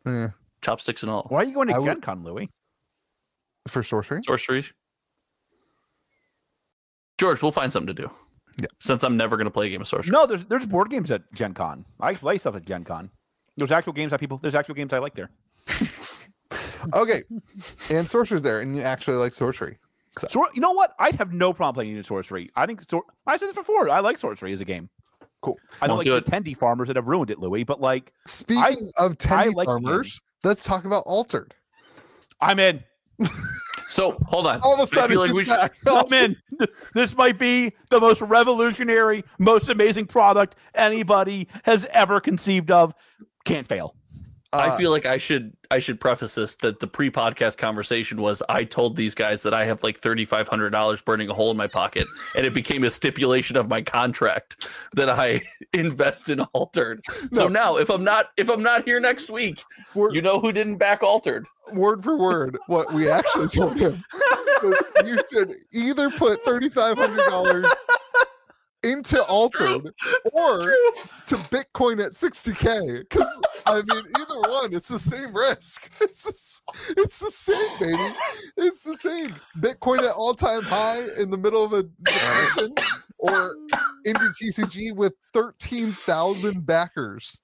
C: Yeah,
B: chopsticks and all.
A: Why are you going to
C: I
A: Gen
C: would-
A: Con, Louie?
C: for sorcery.
B: Sorcery. George, we'll find something to do.
C: Yeah.
B: Since I'm never gonna play a game of sorcery.
A: No, there's there's board games at Gen Con. I play stuff at Gen Con. There's actual games that people there's actual games I like there.
C: Okay, and sorcerer's there, and you actually like sorcery.
A: So you know what? I have no problem playing Unit Sorcery. I think sor- I said this before. I like Sorcery as a game. Cool. I don't
B: Won't
A: like
B: do
A: the
B: it.
A: Tendi farmers that have ruined it, Louis. But like,
C: Speaking of
A: I
C: tendy
A: like the game.
C: farmers, let's talk about altered.
A: I'm in.
B: So hold on.
C: All of a
B: I
C: sudden,
B: feel like
C: he's
B: we should,
C: back.
A: I'm in. This might be the most revolutionary, most amazing product anybody has ever conceived of. Can't fail.
C: Uh,
B: I feel like I should I should preface this that the pre-podcast conversation was I told these guys that I have like thirty five hundred dollars burning a hole in my pocket, and it became a stipulation of my contract that I invest in Altered. So now, if I'm not if I'm not here next week,
C: We're-
B: you know who didn't back Altered?
C: word for word what we actually told him. was you should either put thirty five hundred dollars into altered or to Bitcoin at sixty k. Because I mean, either one, it's the same risk. It's the, s- it's the same, baby. It's the same. Bitcoin at all time high in the middle of a depression, or indie TCG with thirteen thousand backers.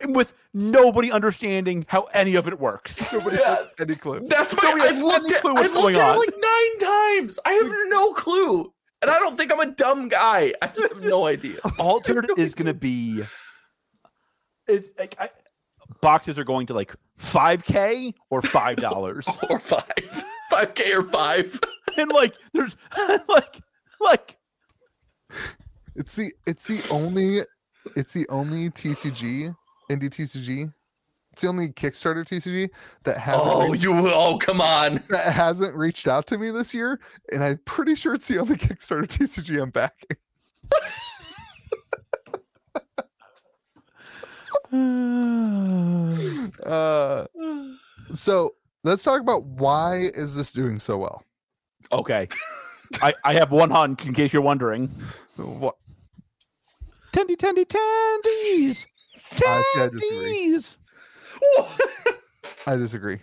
A: And with nobody understanding how any of it works.
C: Nobody
B: Yeah.
C: has any clue.
B: That's my.
A: Nobody has
B: I've looked
A: any
B: at.
A: clue what's
B: I've looked
A: going
B: at
A: on.
B: it like nine times. I have no clue, and I don't think I'm a dumb guy. I just have no idea.
A: altered is going to be it like I, boxes are going to like 5k or five dollars
B: Or five, five k or five.
A: and like there's like like
C: It's the it's the only it's the only TCG indie TCG. It's the only Kickstarter TCG that hasn't
B: Oh,
C: reached,
B: you! Oh, come on.
C: that hasn't reached out to me this year, and I'm pretty sure it's the only Kickstarter TCG I'm backing. Uh, so let's talk about why is this doing so well?
A: okay I, I have one hunch in case you're wondering
C: What
A: tendy tendy tendies
C: I see, I disagree.
A: tendies
C: I disagree.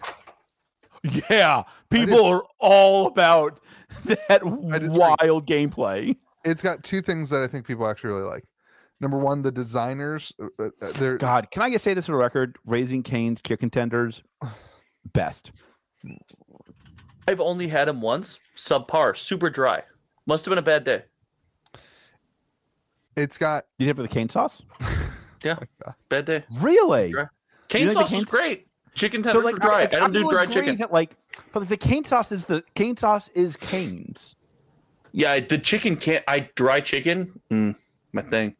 A: yeah people are all about that
C: disagree.
A: wild gameplay
C: It's got two things that I think people actually really like. Number one, the designers. uh, uh, uh, They're
A: god can i just say this for the record raising cane's chicken tenders best
B: I've only had him once. Subpar, super dry. Must have been a bad day.
C: it's got
A: Did you have it with cane sauce?
B: Yeah, bad day.
A: Really?
B: Dry. Cane
A: like the
B: sauce
A: cane
B: is
A: s-
B: great. Chicken tenders are dry. I, don't do
A: will
B: dry
A: agree
B: chicken.
A: That, like, but the cane sauce is the cane sauce is canes.
B: Yeah, I- the chicken can't. I dry chicken. Mm, my thing.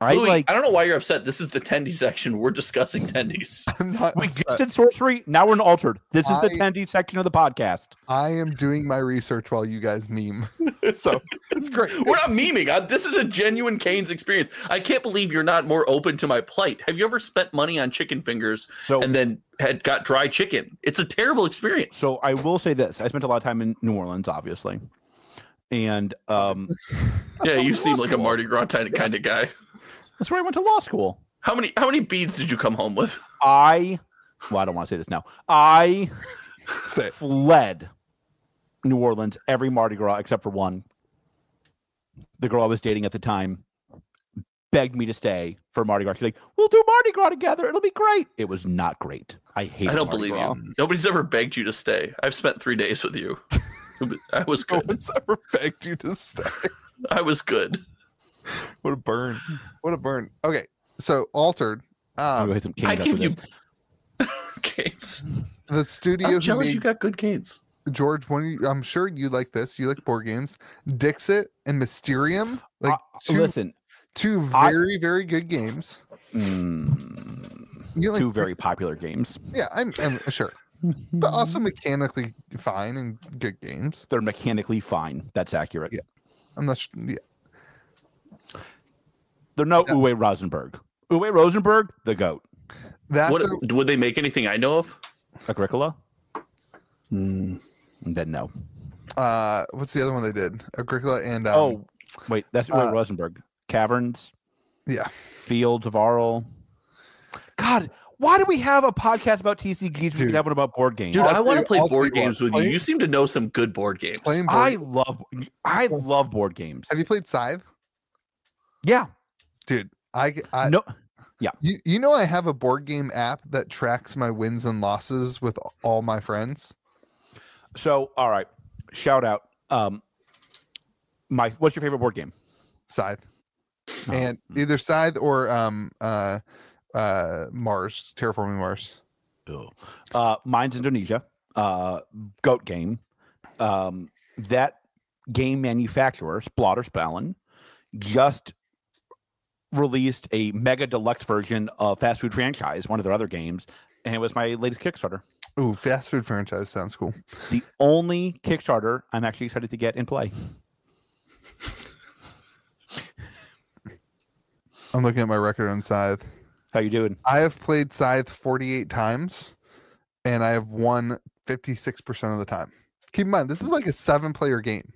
A: I
B: Louis,
A: like
B: I don't know why you're upset. This is the Tendy section. We're discussing Tendies.
C: I'm not.
A: we
C: upset.
A: just did sorcery. Now we're in altered. This is the
C: I-
A: tendy section of the podcast.
C: I am doing my research while you guys meme. so it's great.
B: We're not memeing. I, this is a genuine Canes experience. I can't believe you're not more open to my plight. Have you ever spent money on chicken fingers
A: So
B: and then had got dry chicken? It's a terrible experience.
A: So I will say this: I spent a lot of time in New Orleans, obviously, and um,
B: yeah, you seem like a Mardi Gras kind of guy.
A: that's where I went to law school.
B: How many how many beads did you come home with?
A: I, well, I don't want to say this now. I
C: Say it.
A: fled New Orleans every Mardi Gras except for one. The girl I was dating at the time begged me to stay for Mardi Gras. She's like, "We'll do Mardi Gras together. It'll be great." It was not great. I hate.
B: I don't
A: Mardi
B: believe
A: Gras.
B: you. Nobody's ever begged you to stay. I've spent three days with you. I was
C: No
B: good.
C: one's ever begged you to stay.
B: I was good.
C: What a burn. What a burn. Okay. So altered.
A: I'm
C: Um,
A: gonna hit some
B: I
A: canes after
B: give you
A: this.
B: canes.
C: the studio
B: I'm
C: who
B: jealous
C: made
B: you got good canes.
C: George, one of you, I'm sure you like this. You like board games. Dixit and Mysterium, like
A: Uh,
C: two,
A: listen,
C: two
A: I-
C: very, very good games.
A: mm,
C: You like,
A: two very popular games.
C: yeah, I'm, I'm sure, but also mechanically fine and good games.
A: they're mechanically fine. That's accurate.
C: Yeah. I'm not. Sure, yeah,
A: They're no
C: Yeah.
A: Uwe Rosenberg. Uwe Rosenberg, the goat.
C: that's
B: What
C: a-
B: would they make anything I know of?
A: Agricola. Mm, then no.
C: uh, what's the other one they did? Agricola and um,
A: oh, wait, that's Uwe
C: uh,
A: Rosenberg. Caverns,
C: yeah,
A: Fields of Arl. God, why do we have a podcast about TCGs? We
C: Dude.
A: could have one about board games.
B: Dude,
C: I'll
B: i want
C: do-
B: to play
C: I'll
B: board
C: do one.
B: games with
C: Play-
B: you. You seem to know some good board games.
C: playing. Board,
A: I love, I love board games.
C: have you played Scythe,
A: Yeah,
C: dude? I, I
A: no,
C: you, you know I have a board game app that tracks my wins and losses with all my friends.
A: So, all right, shout out. Um, my, what's your favorite board game?
C: Scythe.
A: Oh.
C: And either Scythe or um uh uh Mars, terraforming Mars.
A: Uh, mine's Indonesia. Uh, goat game. Um, that game manufacturer, Splatterspallen, just released a mega deluxe version of Fast Food Franchise, one of their other games, and it was my latest Kickstarter.
C: Ooh, fast food franchise sounds cool.
A: The only Kickstarter I'm actually excited to get and play.
C: I'm looking at my record on Scythe.
A: How you doing?
C: I have played Scythe 48 times and I have won 56% of the time. Keep in mind, this is like a seven player game.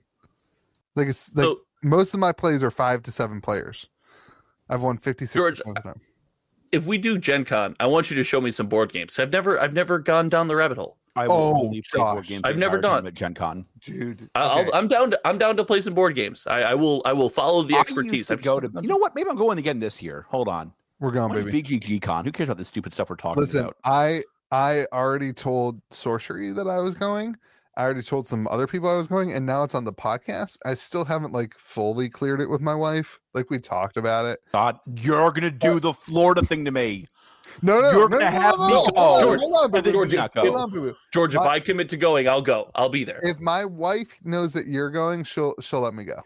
C: Like it's like
B: So,
C: most of my plays are five to seven players. I've won 56%
B: George,
C: of the time.
B: if we do Gen Con, I want you to show me some board games. I've never, I've never gone down the rabbit hole.
A: I
C: Oh, gosh.
A: the
B: I've never
A: entire time
B: done.
A: at Gen Con.
C: Dude.
B: I-
C: okay.
B: I'll, I'm down to, I'm down to play some board games. I, I will, I will follow the
A: I used
B: expertise.
A: to
B: I've
A: go
B: just-
A: to, you know what? Maybe I'm going again this year. Hold on.
C: We're gone,
A: When is
C: baby.
A: BGG Con? Who cares about this stupid stuff we're talking
C: Listen,
A: about?
C: I I already told Sorcery that I was going. I already told some other people I was going, and now it's on the podcast. I still haven't like fully cleared it with my wife. Like we talked about it.
A: God, you're gonna do the Florida thing to me.
C: No, no,
A: You're
C: no,
A: gonna
C: no,
A: have
C: no,
A: me
C: no,
A: go.
C: Hold on,
A: George,
C: hold on,
A: I think
C: boo-boo,
A: George,
B: if-
C: hold on, boo-boo.
B: George, if
C: I-
B: I commit to going, I'll go. I'll be there.
C: If my wife knows that you're going, she'll she'll let me go.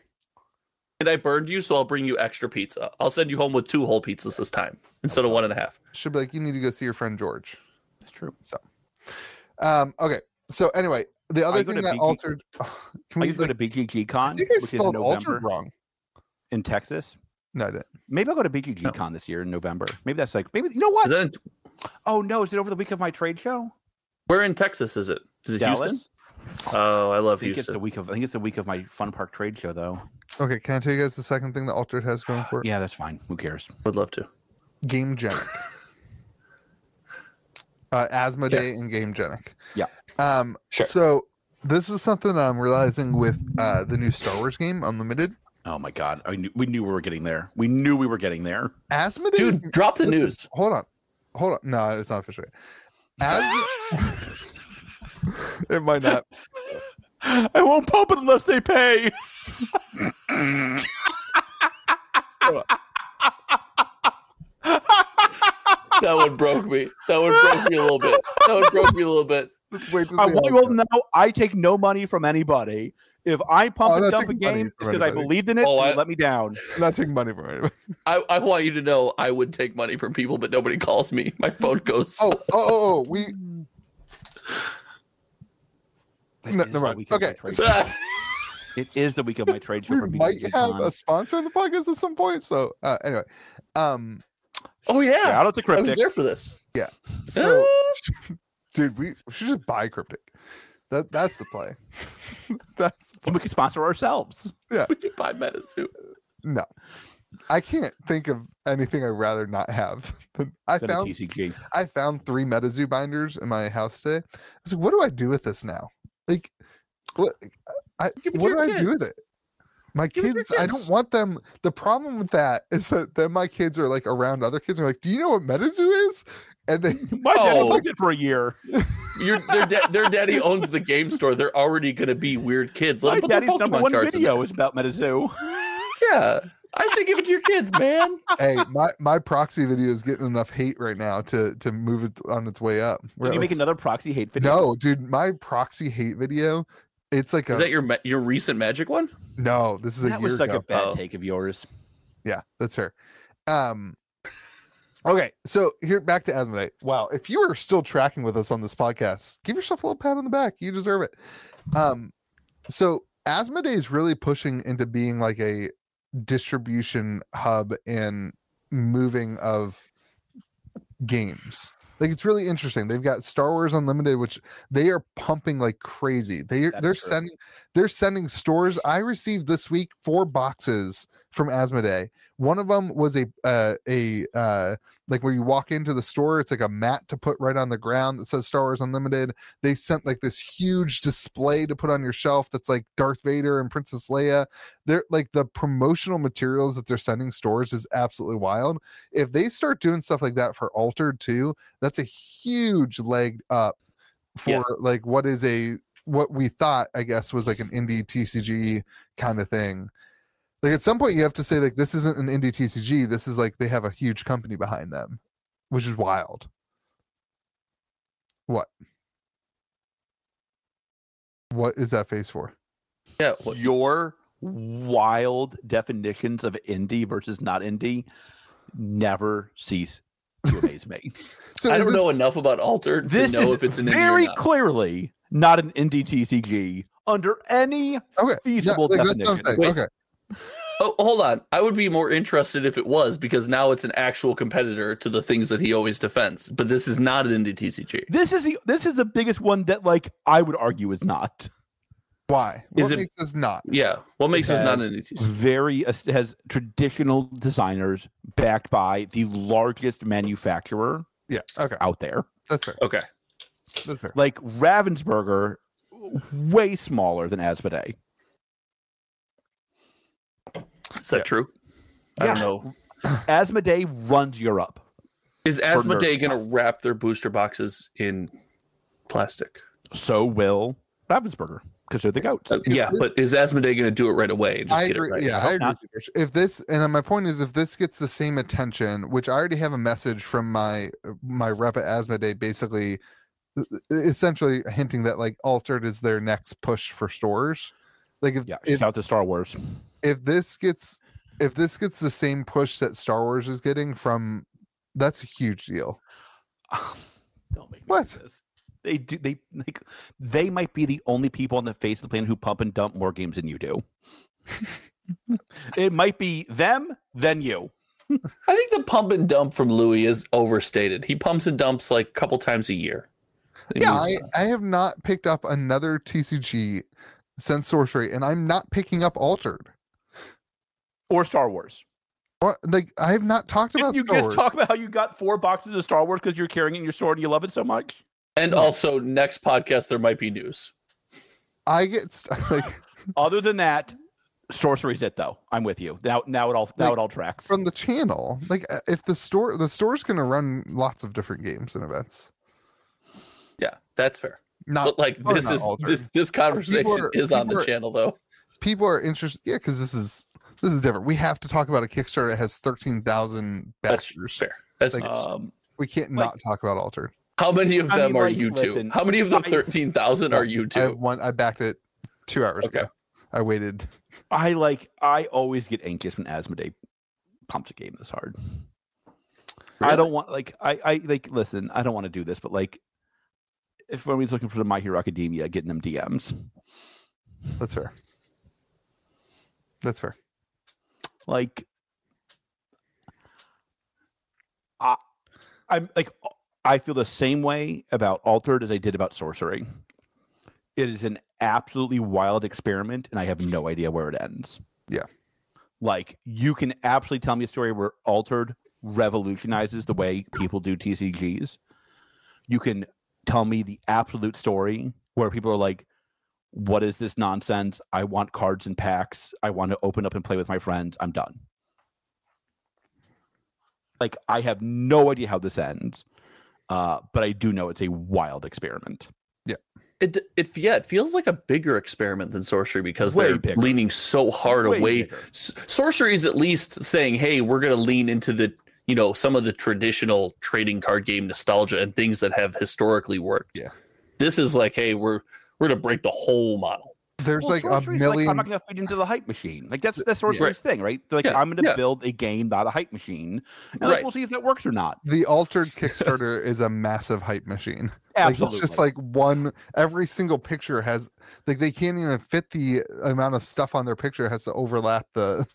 B: and I burned you, so I'll bring you extra pizza. I'll send you home with two whole pizzas this time instead of one and a half.
C: She'll be like, "You need to go see your friend George."
A: That's true.
C: Um. Okay. So anyway, the other
A: you go
C: thing
A: to
C: that
A: BG
C: altered.
A: I
C: Can we?
A: used to go
C: like-
A: to BGG
C: I
A: Con,
C: think
A: which
C: I
A: is in
C: spelled altered
A: November
C: wrong.
A: in Texas.
C: No, I didn't.
A: Maybe I'll go to BGG
B: No.
A: Con this year in November. Maybe that's like maybe you know what?
B: Is that in,
A: oh no, is it over the week of my trade show?
B: where in Texas is it? Is it
A: Dallas?
B: Houston? Oh, I
A: I
B: love
A: think it's the
B: Houston.
A: week of I think it's the week of my Fun Park trade show though.
C: Okay, can I tell you guys the second thing that altered has going for it?
A: Yeah, that's fine. Who cares?
B: Would love to.
C: Game Genic. uh, Asmodee and Game Genic.
A: Yeah.
C: Um,
B: Sure.
C: So this is something I'm realizing with uh, the new Star Wars game, Unlimited.
A: Oh my god. I knew we knew we were getting there. We knew we were getting there.
C: Asmodee.
B: Dude, drop the news.
C: Hold on. Hold on. No, it's not official. yet. As- it might not.
A: I won't pump it unless they pay.
B: That one broke me. That one broke me a little bit. That one broke me a little bit.
C: Let's wait to see.
A: I
C: how
A: want
C: it
A: you all
C: goes.
A: to know I take no money from anybody. If I pump
C: Oh,
A: and
C: that's
A: dump a
C: taking money
A: game, it's
C: from
A: because I
C: anybody.
A: believed in it
B: Oh,
A: and it
B: I-
A: let me down.
C: I'm not taking money from anybody.
B: I, I want you to know I would take money from people, but nobody calls me. My phone goes.
C: Oh, oh, oh, oh we
A: That
C: No,
A: is
C: never
A: the
C: mind.
A: week of my
C: Okay.
A: trade show.
B: Ah.
A: It is the week of my trade show.
C: we
A: for me,
C: might
A: Jason.
C: have a sponsor in the podcast at some point. So uh, anyway, um,
B: oh yeah,
A: Shout out to
B: I was
A: Cryptic.
B: there for this.
C: so
B: Ah.
C: dude, we, we should just buy cryptic. That that's the play. that's
A: And we could sponsor ourselves.
B: we could buy Metazoo.
C: no. I can't think of anything I'd rather not have. than- I
A: Then a
C: found
A: TCG.
C: I found three MetaZoo binders in my house today. I was like, what do I do with this now? Like, what? I,
B: Give it to
C: what do
B: your
C: I do with
B: kids.
C: it? My
B: Give it
C: kids,
B: to your
C: I don't
B: kids.
C: want them. The problem with that is that then my kids are like around other kids. And are like, do you know what MetaZoo is? And they,
A: My dad
B: Oh.
A: liked it for a year.
B: Your their, da- their daddy owns the game store. They're already gonna be weird kids.
A: My
B: Let them put their
A: daddy's number
B: Pokemon
A: one
B: cards. In there.
A: video is about MetaZoo.
B: Yeah, I say give it to your kids, man.
C: hey, my, my proxy video is getting enough hate right now to to move it on its way up. We're
A: Did you
C: at,
A: make
C: like,
A: another proxy hate video?
C: No, dude, my proxy hate video. It's like a
B: Is that your ma- your recent Magic one?
C: no. This is a
A: that
C: year
A: was such
C: ago.
A: a bad
B: Oh.
A: take of yours.
C: Yeah, that's fair. Um Okay, so here back to Asmodee. Wow, if you are still tracking with us on this podcast, give yourself a little pat on the back. You deserve it. Um so Asmodee is really pushing into being like a distribution hub and moving of games. Like it's really interesting. They've got Star Wars Unlimited, which they are pumping like crazy. They
A: That
C: they're
A: is true.
C: sending they're sending stores. I received this week four boxes from Asmodee. One of them was a uh, a uh, like where you walk into the store, it's like a mat to put right on the ground that says Star Wars Unlimited. They sent like this huge display to put on your shelf that's like Darth Vader and Princess Leia. They're like the promotional materials that they're sending stores is absolutely wild. If they start doing stuff like that for Altered too, that's a huge leg up for
B: Yeah.
C: like what is a what we thought I guess was like an indie TCG kind of thing like at some point you have to say like this isn't an indie TCG. This is like they have a huge company behind them, which is wild. What? What is that face for?
B: Yeah. What,
A: Your wild definitions of indie versus not indie never cease to amaze me.
C: So
B: I
C: is
B: don't
C: this-
B: know enough about Altered to
A: this
B: know
A: is
B: if it's an indie or
A: very
B: not.
A: clearly not an indie TCG under any
C: Okay,
A: feasible
C: like, that's what I'm
A: definition.
C: saying.
B: Wait.
C: Okay,
B: Oh, hold on. I would be more interested if it was because now it's an actual competitor to the things that he always defends. But this is not an indie TCG.
A: This is the this is the biggest one that like I would argue is not
C: why? What
B: Is it-
C: makes this not?
B: Yeah. What makes this not
A: has
B: an indie TCG?
A: very es- has traditional designers backed by the largest manufacturer
C: Yeah. Okay,
A: out there.
C: that's fair.
B: Okay.
C: That's fair.
A: Like Ravensburger, way smaller than Asmodee.
B: Is that
C: Yeah.
B: true? I don't
A: Yeah.
B: know.
A: Asmodee runs Europe.
B: Is
A: nerd
B: Asmodee going to wrap their booster boxes in plastic?
A: So will Ravensburger because they're the goats.
B: Uh, yeah, but is Asmodee going to do it right away and just
C: I
B: get
C: agree.
B: it right?
C: yeah,
A: I
C: I
A: hope
C: agree.
A: not.
C: with you, Rich. If this and my point is, if this gets the same attention, which I already have a message from my my rep at Asthma Day, basically, e- essentially hinting that like Altered is their next push for stores. Like if
A: Yeah,
C: if,
A: shout out to Star Wars.
C: if this gets if this gets the same push that Star Wars is getting from, that's a huge deal.
A: Don't make me do
C: What?
A: this. They do. They like. They might be the only people on the face of the planet who pump and dump more games than you do. it might be them, then you.
B: I think the pump and dump from Louis is overstated. He pumps and dumps like a couple times a year. He
C: Yeah,
B: moves
C: I,
B: on.
C: I have not picked up another TCG since Sorcery, and I'm not picking up Altered.
A: Or Star Wars.
C: Or, like I have not talked about.
A: Didn't you
C: Star
A: just
C: Wars.
A: talk about how you got four boxes of Star Wars because you're carrying it in your sword and you love it so much?
B: and also, next podcast, there might be news.
C: I get st- like
A: Other than that, sorcery's it though. I'm with you. Now, now it all now
C: Like,
A: it all tracks.
C: from the channel. Like uh, if the store the store's gonna run lots of different games and events.
B: Yeah, that's fair.
C: Not
B: but like
C: probably
B: this
C: not
B: is
C: altered.
B: this this conversation
C: are-
B: is on the
C: people are-
B: channel though.
C: people are interested. Yeah, because this is this is different. We have to talk about a Kickstarter that has thirteen thousand
B: That's
C: backers.
B: fair. That's
C: Like,
B: um,
C: We can't
A: like-
C: not talk about Altered.
B: how many of
A: I
B: them
A: mean,
B: are
A: like,
B: you two?
A: listen,
B: How many of the
A: I-
B: thirteen thousand are you
C: I have
B: two?
C: one. I backed it two hours
B: Okay.
C: ago. I waited.
A: I like. I always get anxious when Asmodee pumps a game this hard. I
B: Really?
A: don't want like I I like listen. I don't want to do this, but like if when we was looking for the My Hero Academia, getting them DMs,
C: That's fair. That's fair.
A: like I I'm like I feel the same way about Altered as I did about Sorcery. It is an absolutely wild experiment, and I have no idea where it ends.
C: Yeah.
A: like you can absolutely tell me a story where Altered revolutionizes the way people do TCGs. You can tell me the absolute story where people are like, what is this nonsense? I want cards and packs. I want to open up and play with my friends. I'm done. Like, I have no idea how this ends, uh, but I do know it's a wild experiment.
B: It, it yeah, it feels like a bigger experiment than sorcery because
A: Way
B: they're
A: bigger.
B: leaning so hard
A: Way
B: away.
A: bigger.
B: S- sorcery is at least saying, "Hey, we're going to lean into the you know some of the traditional trading card game nostalgia and things that have historically worked."
C: Yeah.
B: this is like, "Hey, we're we're going to break the whole model."
C: There's
A: Well,
C: like a
A: sorcery's
C: million.
A: I'm not going to feed into the hype machine. Like that's that's sorcery's thing, right? They're like
B: Yeah,
A: I'm going to
B: yeah.
A: build a game, not a hype machine. And like,
B: Right.
A: we'll see if that works or not.
C: the altered Kickstarter is a massive hype machine.
A: Absolutely.
C: Like it's just like one every single picture has like they can't even fit the amount of stuff on their picture has to overlap the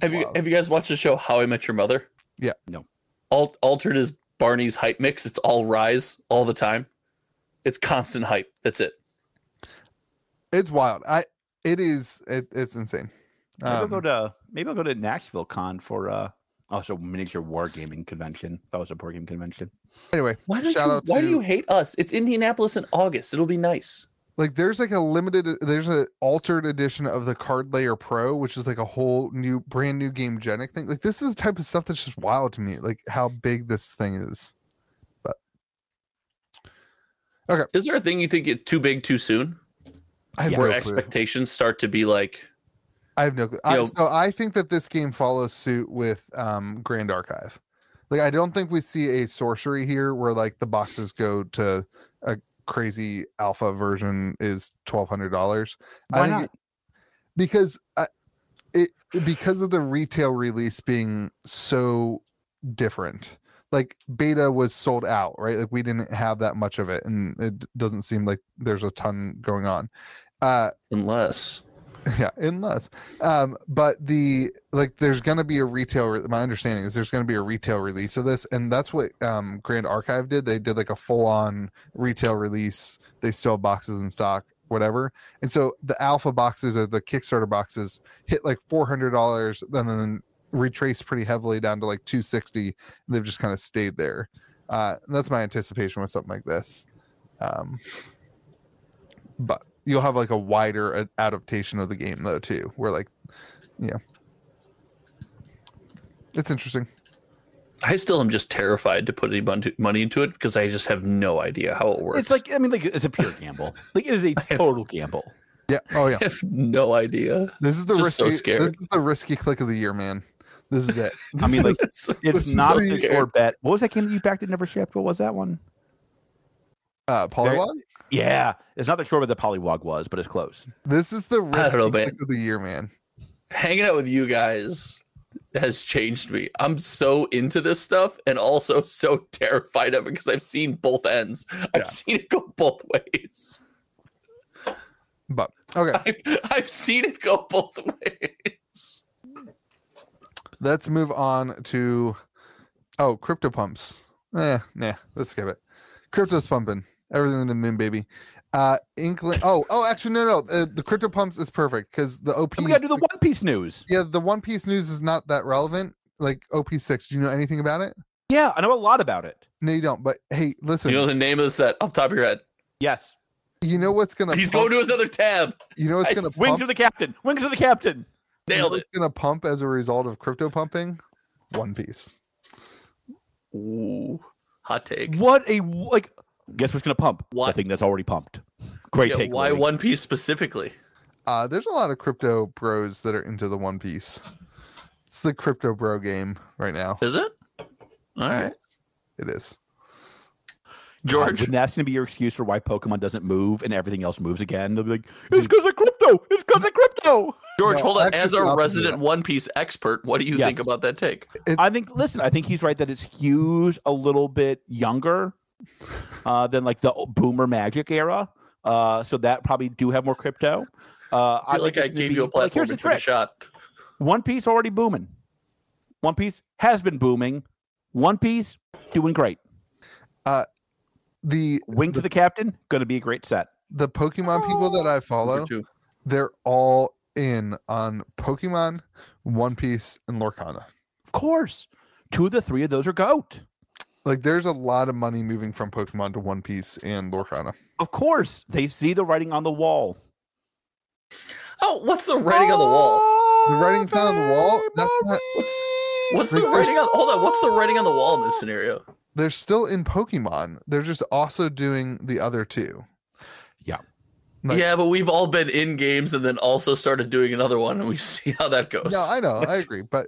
B: Have you
C: Wow.
B: have you guys watched the show How I Met Your Mother?
C: Yeah.
A: No.
B: Al- altered is Barney's hype mix. It's all rise all the time. It's constant hype. That's it.
C: it's wild. I it is it, it's insane.
A: maybe I'll go
C: Um,
A: to maybe I'll go to Nashville Con for uh also miniature wargaming convention. That was a board game convention.
C: anyway,
B: Why do
C: shout
B: you,
C: out
B: why
C: to
B: do you hate us? It's Indianapolis in August. It'll be nice.
C: like there's like a limited there's a altered edition of the card layer pro which is like a whole new brand new game genic thing like this is the type of stuff that's just wild to me like how big this thing is
B: Is there a thing you think it too big too soon?
C: i have
A: Yeah.
C: no
B: Where
C: clue.
B: expectations start to be like
C: I have no clue. I,
B: know-
C: so I think that this game follows suit with um, Grand Archive. Like I don't think we see a sorcery here where like the boxes go to a crazy alpha version is twelve hundred dollars.
A: Why
C: I think
A: not?
C: it- because I, it because of the retail release being so different. Like beta was sold out, right? Like we didn't have that much of it, and it doesn't seem like there's a ton going on. Uh,
B: unless
C: yeah unless um but the like there's gonna be a retail re- my understanding is there's gonna be a retail release of this and that's what um grand archive did they did like a full-on retail release they still have boxes in stock whatever and so the alpha boxes or the kickstarter boxes hit like $400 and then retraced pretty heavily down to like 260 and they've just kind of stayed there uh and that's my anticipation with something like this um but you'll have like a wider a- adaptation of the game though too where like yeah it's interesting
B: I still am just terrified to put any mon- money into it because I just have no idea how it works.
A: It's like I mean, like it's a pure gamble. like it is a total gamble.
C: yeah oh yeah
B: I have no idea.
C: this is the
B: Just so
C: risky
B: scared.
C: this is the risky click of the year man this is it
A: I mean, like
B: It's-
C: This
A: it's
C: is
A: not a
C: like-
A: secure bet. What was that game that you backed that never shipped? What was that one?
C: uh polywog
A: Yeah, it's not that sure what the polywog was, but it's close.
C: this is the
B: I don't
C: risky
B: know, man.
C: click of the year man
B: hanging out with you guys has changed me. I'm so into this stuff and also so terrified of it because I've seen both ends.
C: Yeah.
B: I've seen it go both ways.
C: but okay
B: I've, I've seen it go both ways.
C: let's move on to oh crypto pumps eh, nah let's skip it crypto's pumping everything in the moon baby uh inkling oh oh actually no no uh, the crypto pumps is perfect because the op
A: And we got to do the One Piece news.
C: yeah the one piece news is not that relevant like op6 do you know anything about it
A: Yeah, I know a lot about it.
C: no you don't but hey listen
B: You know the name of the set off the top of your head.
A: Yes,
C: what's gonna
B: He's
C: pump,
B: going to his other tab.
C: you know what's
B: I-
C: gonna
A: wings
C: pump,
A: to the captain. Wings to the captain.
C: you know
B: Nailed it.
C: what's gonna pump as a result of crypto pumping one piece
B: Ooh, hot take.
A: What a like. Guess what's gonna pump?
B: What?
A: The thing that's already pumped. Great
B: Yeah,
A: take.
B: why
A: Lori.
B: One Piece specifically?
C: uh there's a lot of crypto bros that are into the one piece it's the crypto bro game right now Uh,
B: Is it? All right.
C: Yes, it is
B: George.
A: Uh, Wouldn't that's going to be your excuse for why Pokemon doesn't move and everything else moves again? They'll be like, it's because of crypto. It's because of crypto.
B: George,
C: No,
B: hold on.
C: actually,
B: As
C: I'll do
B: our
C: that.
B: resident One Piece expert, what do you think
A: Yes.
B: about that take?
A: I think, listen, I think he's right that it's Hughes a little bit younger uh, than like the boomer magic era. Uh, so that probably do have more crypto. Uh,
B: I feel
A: think
B: like I
A: it's gonna
B: gave
A: be-
B: you a
A: but, like,
B: platform
A: here's the
B: and took a
A: trick.
B: shot.
A: One Piece already booming. One Piece has been booming. One Piece doing great.
C: the
A: Wing to the captain, going to be a great set.
C: the Pokemon people that I follow,
B: Number two.
C: they're all in on Pokemon, One Piece, and Lorcana.
A: Of course, two of the three of those are goat.
C: Like there's a lot of money moving from Pokemon to One Piece and Lorcana.
A: Of course, they see the writing on the wall.
B: Oh, what's the writing on the wall?
A: Oh,
C: The writing's not on the wall. That's not
B: What's, what's the
C: Like, there's-
B: writing on? Hold on. What's the writing on the wall in this scenario?
C: they're still in Pokemon. They're just also doing the other two. Like-
B: yeah, but we've all been in games and then also started doing another one, and we see how that goes.
C: No, I know, I agree. But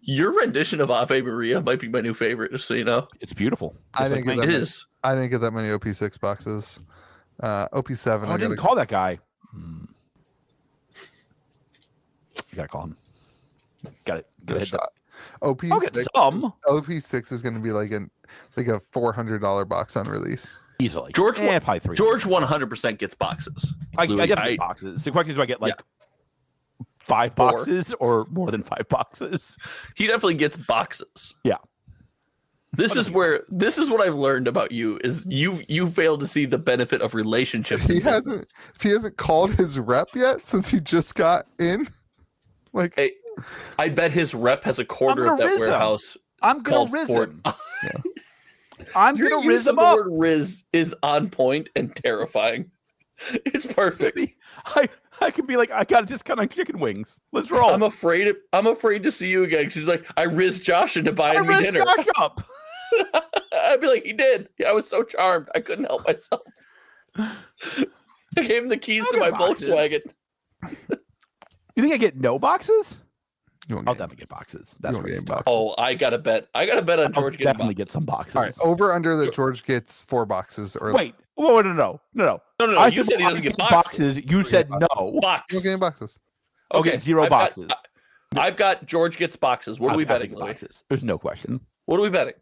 B: Your rendition of Ave Maria might be my new favorite, just so you know.
A: It's beautiful.
C: I
A: Just
C: didn't
A: mine.
C: get
B: It
C: that.
B: is.
C: I didn't get that many OP6 boxes. Uh OP7.
A: Oh, I didn't
C: gotta-
A: call that guy. Hmm. You gotta call him. Got it.
C: get a shot. OP
A: I'll get
C: six,
A: some
C: OP six is going to be like an like a four hundred dollar box on release.
A: easily.
B: George
A: eh,
B: wa-
A: probably three.
B: George 100% gets boxes.
A: I, I
B: Louis,
A: definitely
B: I-
A: get boxes. The question is, do I get
B: Yeah.
A: like five
B: Four.
A: boxes or more than five boxes?
B: He definitely gets boxes.
A: Yeah.
B: This is where this is what I've learned about you is you you fail to see the benefit of relationships.
C: He
B: in business.
C: hasn't if he hasn't called his rep yet since he just got in. Like
B: Hey, I bet his rep has a quarter
A: I'm
B: of that
A: gonna riz him.
B: warehouse.
A: I'm gonna
B: called
A: riz
B: Fort-
A: him. I'm
B: Your
A: gonna
B: use
A: riz
B: of
A: him
B: the
A: up.
B: word "riz" is on point and terrifying. It's perfect.
A: I I can be like, I gotta just cut on chicken wings. Let's roll.
B: I'm afraid. Of, I'm afraid to see you again. 'cause She's like, I rizzed Josh into
A: I
B: buying me
A: riz
B: dinner.
A: Josh up.
B: I'd be like, he did. I was so charmed, I couldn't help myself. I gave him the keys
A: I'll
B: to my
A: get boxes.
B: Volkswagen.
A: You think I get no boxes?
C: you won't
A: I'll
C: get-
A: definitely get boxes. That's
C: won't
A: what
C: get
A: it's
C: any
A: about.
B: Oh, I got to bet. I got to bet on
A: I'll
B: George getting
A: definitely
B: boxes.
A: get some boxes.
C: all right. Over under that George gets four boxes or
A: Wait. Whoa, no, no, no, no.
B: No, no, no.
A: I
B: you said he
A: I
B: doesn't get boxes.
A: boxes. You said no.
B: Box.
C: you'll get any boxes.
A: Okay, zero
B: I've got-
A: boxes.
B: I've got George gets boxes. What are
A: I'm
B: we
A: happy
B: betting,
A: with
B: Louis?
A: Boxes. There's no question.
B: What are we betting?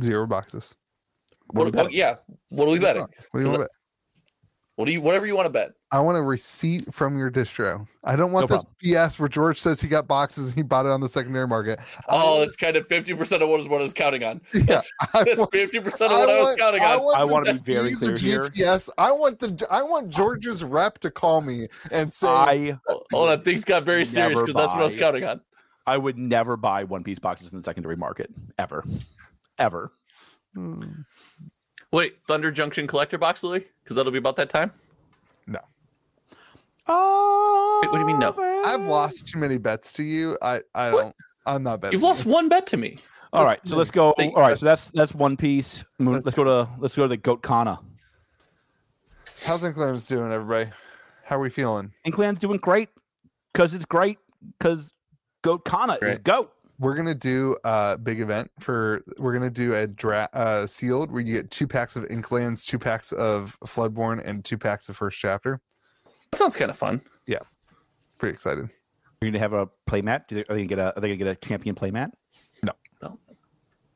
C: Zero boxes.
A: What are we
B: What- what-
A: betting?
B: yeah. What are we betting?
C: What do you
B: Is
C: want?
B: it-
C: to bet?
B: What do you? Whatever you want to bet.
C: I want a receipt from your distro. I don't want
A: No
C: this BS where George says he got boxes and he bought it on the secondary market.
B: Oh, that's kind of fifty percent of what is what I was counting on.
C: Yeah,
B: That's
C: I
B: that's
C: want-
B: fifty percent of what I, was counting on.
A: I
C: the-
A: wanna be very clear
C: the
A: here.
C: GTS. I want the I want George's rep to call me and say
A: I
B: Hold on, things got very serious
A: Never
B: because that's what I was
A: buy.
B: counting on.
A: I would never buy one piece boxes in the secondary market ever, ever.
C: "Hmm,
B: Wait, Thunder Junction collector box, Louis? Because that'll be about that time.
A: Oh,
B: what do you mean no?
C: I've lost too many bets to you. I I
B: What?
C: don't. I'm not betting.
B: You've lost one bet to me.
A: All right, so let's go.
B: They-
A: All right, so that's that's one piece. Moon-
C: That's-
A: Let's go to let's go to the goat kana.
C: How's Clemens doing, everybody? How are we feeling?
A: Inclan's doing great because it's great because goat kana is
B: Great.
A: goat.
C: We're gonna do a big event for. We're gonna do a draft uh, sealed where you get two packs of Inklands, two packs of Floodborn, and two packs of First Chapter.
B: That sounds kind of fun.
C: Pretty excited.
A: You're gonna have a playmat. Do they, are they gonna get a are they gonna get a champion playmat?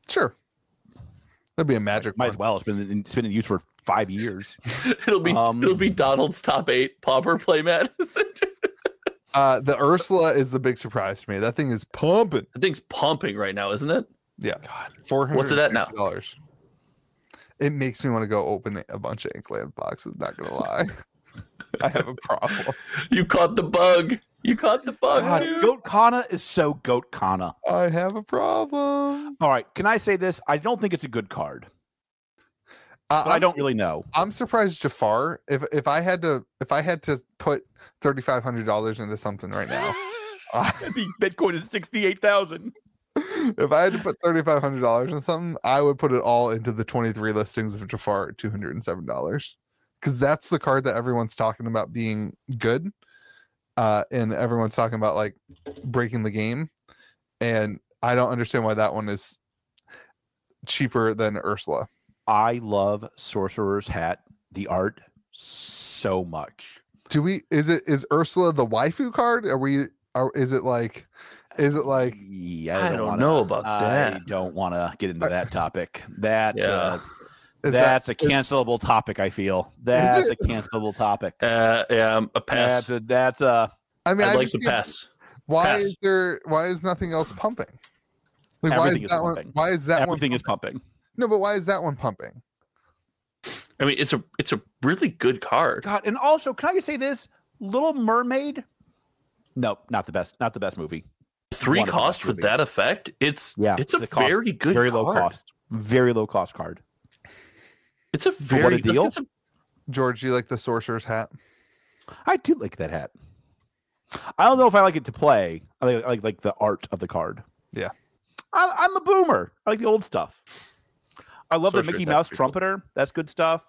C: Sure. That'd be a magic.
A: Might
C: one.
A: as well. It's been in, it's been in use for five years.
B: It'll be
A: Um,
B: it'll be Donald's top eight popper playmat.
C: Uh, the Ursula is the big surprise to me. That thing is pumping.
B: the thing's pumping right now, isn't it?
C: Yeah.
A: God.
C: Four hundred.
B: What's it at now?
C: Dollars. It makes me want to go open a bunch of Inkland boxes. Not gonna lie, I have a problem.
B: You caught the bug. You caught the bug.
A: God,
B: dude.
A: goat kana is so goat kana.
C: I have a problem.
A: All right, can I say this? I don't think it's a good card.
C: Uh,
A: But
C: I'm,
A: I don't really know.
C: I'm surprised Jafar. If if I had to if I had to put thirty five hundred dollars into something right now, uh, I,
A: Bitcoin is sixty eight thousand.
C: if I had to put thirty five hundred dollars in something, I would put it all into the twenty three listings of Jafar at two hundred and seven dollars, because that's the card that everyone's talking about being good, uh, and everyone's talking about like breaking the game, and I don't understand why that one is cheaper than Ursula.
A: I love Sorcerer's Hat, the art, so much.
C: Do we? Is it is Ursula the waifu card? Are we? Are is it like? Is it like?
A: yeah,
D: I don't know about
A: I
D: that.
A: don't want to get into that topic. That
B: Yeah.
A: uh,
C: Is
A: that's
C: that,
A: a
C: is-
A: cancelable topic. I feel that's a
C: it?
A: cancelable topic.
B: Uh, yeah, um, a pass.
A: That's a, that's a
C: I mean,
B: I'd
C: I
B: like
C: just
B: to
C: can't-
B: pass.
C: Why
B: pass.
C: is there? Why is nothing else pumping? Like, why
A: Everything
C: is
A: is
C: that one?
A: pumping.
C: Why is that
A: everything
C: one?
A: is pumping.
C: No, but why is that one pumping?
B: I mean, it's a it's a really good card.
A: God, and also, can I just say this? Little Mermaid. Nope, not the best. Not the best movie.
B: Three
A: One of the
B: cost
A: best
B: for
A: movies.
B: that effect. It's
A: Yeah,
B: it's a
A: the cost-
B: very good,
A: Very low
B: card.
A: cost. Very low cost card.
B: It's a
A: what
B: very
A: a deal.
B: It's a,
C: Oh, George, you like the sorcerer's hat?
A: I do like that hat. I don't know if I like it to play. I like I like, like the art of the card.
C: Yeah.
A: I, I'm a boomer. I like the old stuff. I love the
B: Sorcerer's
A: Mickey
B: Hat's
A: Mouse
B: pretty cool.
A: trumpeter. That's good stuff.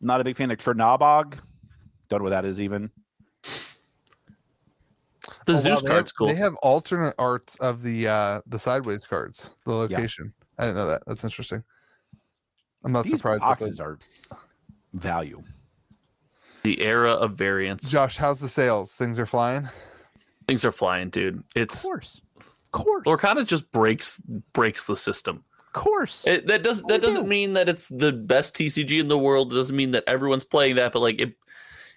A: Not a big fan of Chernabog. Don't know what that is even.
B: the
C: Oh, wow,
B: Zeus
C: they
B: card's
C: have,
B: cool.
C: They have alternate arts of the uh the sideways cards, the location. I didn't know that. That's interesting. I'm not
A: These
C: surprised. that
A: boxes
C: they-
A: are value.
B: the era of variants.
C: Josh, how's the sales? Things are flying.
B: Things are flying, dude.
A: Of
B: It's
A: course, of course,
B: Lorcana just breaks breaks the system.
A: of course.
B: It, that doesn't
A: Oh,
B: that doesn't
A: no.
B: mean that it's the best TCG in the world. It doesn't mean that everyone's playing that, but like it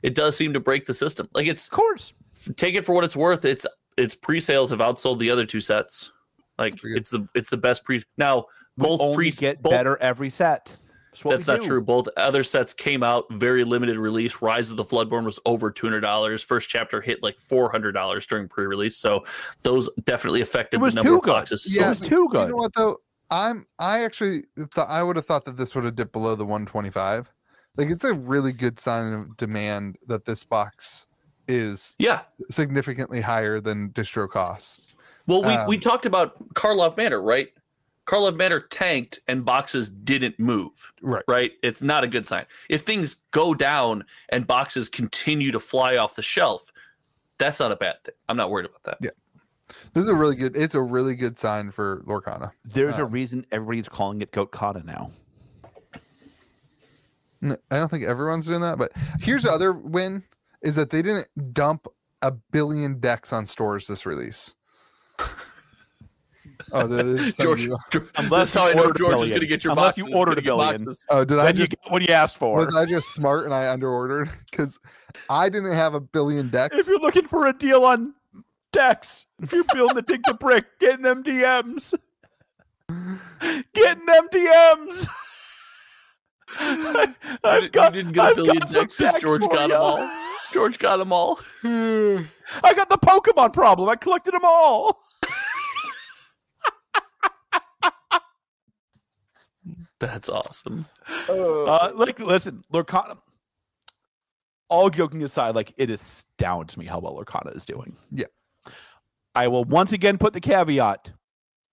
B: it does seem to break the system. Like it's
A: of course.
B: take it for what it's worth. It's its pre-sales have outsold the other two sets. Like
C: Pretty good.
B: it's the it's the best pre now
A: We
B: both
A: only
B: pre
A: get
B: both,
A: better every set. what
B: That's
A: we
B: not
A: do.
B: true. Both other sets came out very limited release. Rise of the Floodborn was over two hundred dollars. First chapter hit like four hundred dollars during pre-release. So those definitely
A: It
B: affected the
A: was
B: number
A: too
B: of
A: good.
B: boxes.
A: it
C: Yeah,
B: sold.
A: was too
C: You
A: good.
C: know what though? I'm I actually th- I would have thought that this would have dipped below the 125. Like it's a really good sign of demand that this box is
B: yeah.
C: significantly higher than distro costs.
B: Well, we, we
C: Um,
B: talked about Karlov Manor, right? Karlov Manor tanked and boxes didn't move,
C: Right.
B: right? It's not a good sign. If things go down and boxes continue to fly off the shelf, that's not a bad thing. I'm not worried about that.
C: Yeah. This is a really good it's a really good sign for Lorcana.
A: There's a
C: Um,
A: reason everybody's calling it Goat Kata now.
C: N- I don't think everyone's doing that, but here's the other win is that they didn't dump a billion decks on stores this release. oh, they- they just sent
B: George,
C: you-
B: George
A: Unless
B: that's how
A: you
B: I know
A: ordered a
B: George is
A: billion.
B: going to get your
A: Unless you
B: boxes.
A: ordered a
B: He's gonna get
A: billion.
B: boxes.
C: oh, did I
A: Then you
C: just
A: get what you asked for.
C: was I just smart and I underordered? Because I didn't have a billion
A: If
C: decks.
A: you're looking for a deal on decks, if you're feeling the dig the brick, getting them DMs. Getting them DMs. I-
B: You
A: I've
B: didn't-
A: got,
B: you didn't get a
A: I've
B: billion
A: got some
B: decks, just George
A: for
B: got 'em
A: ya.
B: all. George got them all.
A: I got the Pokemon problem. I collected them all.
B: That's awesome.
C: Oh,
A: Uh, like, listen, Lorcana. All joking aside, like it astounds me how well Lorcana is doing.
C: Yeah.
A: I will once again put the caveat: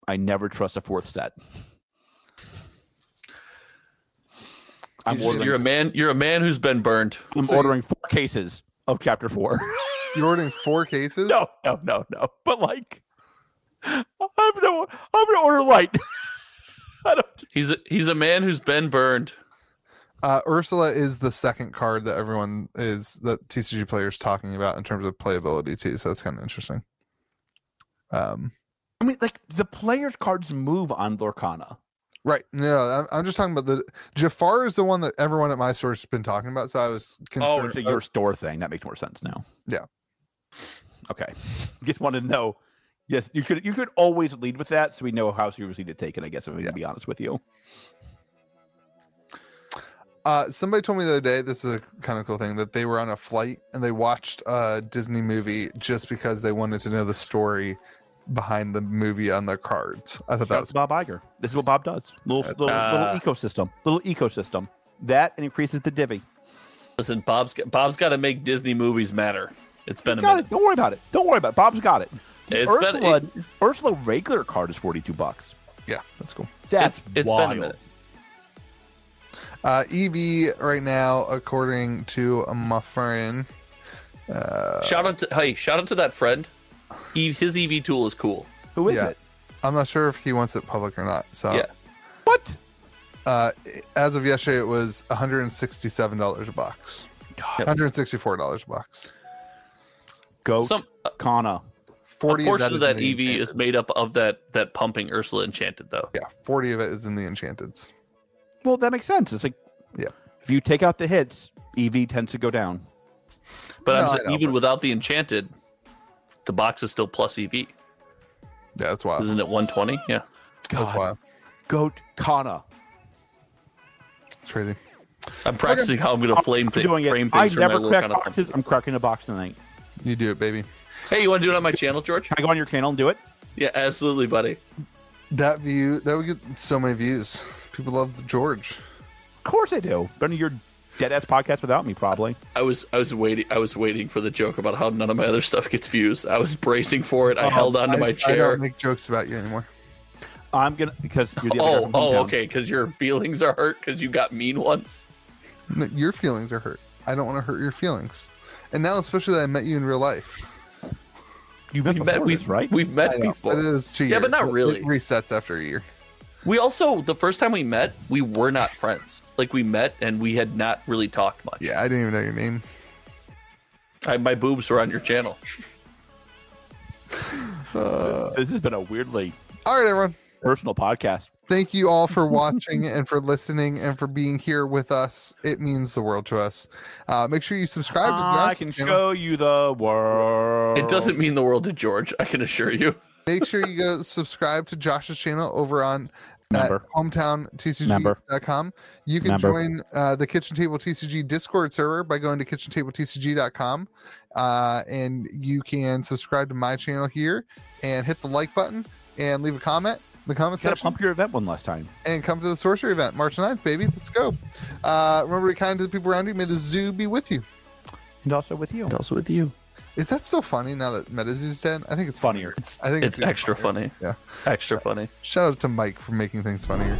A: I never trust a fourth set. I'm
B: You're, just-
A: ordering.
B: you're a man. You're a man who's been burned.
A: I'm
C: so you-
A: ordering four cases of Chapter Four.
C: you're ordering four cases.
A: no, no, no, no. But like, I'm gonna, I'm gonna order light. I don't.
B: He's a, he's a man who's been burned.
C: Uh, Ursula is the second card that everyone is that TCG players talking about in terms of playability too. So that's kind of interesting. Um,
A: I mean, like the players' cards move on Lorcana.
C: right? No, I'm, I'm just talking about the Jafar is the one that everyone at my source has been talking about. So I was
A: Oh,
C: concerned.
A: it's a
C: about-
A: your store thing. That makes more sense now.
C: Yeah.
A: Okay. Just want to know. Yes, you could you could always lead with that, so we know how seriously to take it. I guess if I'm
C: Yeah.
A: to be honest with you.
C: Uh, somebody told me the other day, this is a kind of cool thing, that they were on a flight and they watched a Disney movie just because they wanted to know the story behind the movie on their cards. I thought that
A: That's
C: was
A: Bob Iger. This is what Bob does. Little little,
B: Uh,
A: little ecosystem. Little ecosystem. That and increases the divvy.
B: Listen, Bob's Bob's got to make Disney movies matter. It's been a
A: Got it.
B: minute.
A: Don't worry about it. Don't worry about it. Bob's got it. The
B: It's been-
A: Ursula Ursula regular card is forty two bucks.
C: yeah, that's cool.
A: That's
B: it's been a
A: wild.
B: minute.
C: Uh, EV right now, according to my friend,
A: Uh,
B: shout out to hey, shout out to that friend. Eve, his EV tool is cool.
A: Who is
C: Yeah.
A: it?
C: I'm not sure if he wants it public or not. So
B: Yeah.
A: What?
C: Uh, as of yesterday, it was one hundred and sixty-seven dollars a box. One hundred and sixty-four dollars a box.
A: Goat
B: Some uh, a
A: Kana.
C: Forty of
B: portion of that
C: is in
B: EV
C: the
B: is
C: Enchanted.
B: made up of that that pumping Ursula enchanted though.
C: Yeah, forty of it is in the enchanteds.
A: Well, that makes sense. It's like,
C: Yeah.
A: if you take out the hits, EV tends to go down.
B: But
C: No,
B: I'm
C: I
B: saying
C: know,
B: even
C: but-
B: without the enchanted, the box is still plus EV.
C: Yeah, that's wild.
B: Isn't it 120? Yeah.
C: That's wild.
A: Goat Kana.
C: It's crazy.
B: I'm practicing how I'm going to flame thing,
A: doing
B: frame
A: it. I
B: things for my
A: never
B: little
A: crack
B: kind of
A: boxes. I'm cracking a box tonight.
C: You do it, baby.
B: Hey, you want to do it on my channel, George?
A: Can I go on your channel and do it?
B: Yeah, absolutely, buddy.
C: That view that would get so many views. People love the George.
A: Of course I do. Better than your dead ass podcast without me, probably.
B: I was I was waiting I was waiting for the joke about how none of my other stuff gets views. I was bracing for it. I held onto
C: I-
B: my
C: I
B: chair.
C: don't make jokes about you anymore.
A: I'm gonna because you're the other guy
B: oh,
A: from
B: oh,
A: hometown.
B: okay, because your feelings are hurt because you got mean ones.
C: No, Your feelings are hurt. I don't want to hurt your feelings. And now, especially that I met you in real life,
A: You met,
B: We
A: before
B: met we
A: this, right?
B: We've met before.
C: But it was two
B: Yeah, but
C: years.
B: not
C: It-
B: really.
C: It resets after a year.
B: We also the first time we met, we were not friends. Like we met and we had not really talked much.
C: Yeah, I didn't even know your name.
B: I, my boobs were on your channel.
A: this has been a weirdly
C: All right, everyone.
A: personal podcast.
C: Thank you all for watching and for listening and for being here with us. It means the world to us. Uh, make sure you subscribe.
B: Ah,
C: to
A: I
C: Josh's
A: can
C: channel.
A: show you the world.
B: It doesn't mean the world to George, I can assure you.
C: Make sure you go subscribe to Josh's channel over on uh, at
A: Member.
C: hometowntcg.com. You can
A: Member.
C: join uh, the Kitchen Table TCG Discord server by going to kitchentable.tcg.com. Uh, and you can subscribe to my channel here and hit the like button and leave a comment in the comment
A: Gotta
C: section
A: pump your event one last time.
C: and come to the sorcery event March 9th, baby. Let's go. Uh, remember to be kind to the people around you. May the zoo be with you.
A: And also with you.
B: Also with you.
C: Is that still funny now that MetaZoo's dead? I think it's
A: Funnier.
C: I think
B: It's
C: even
B: extra funny.
C: Yeah.
B: Extra funny.
C: Shout out to Mike for making things funnier.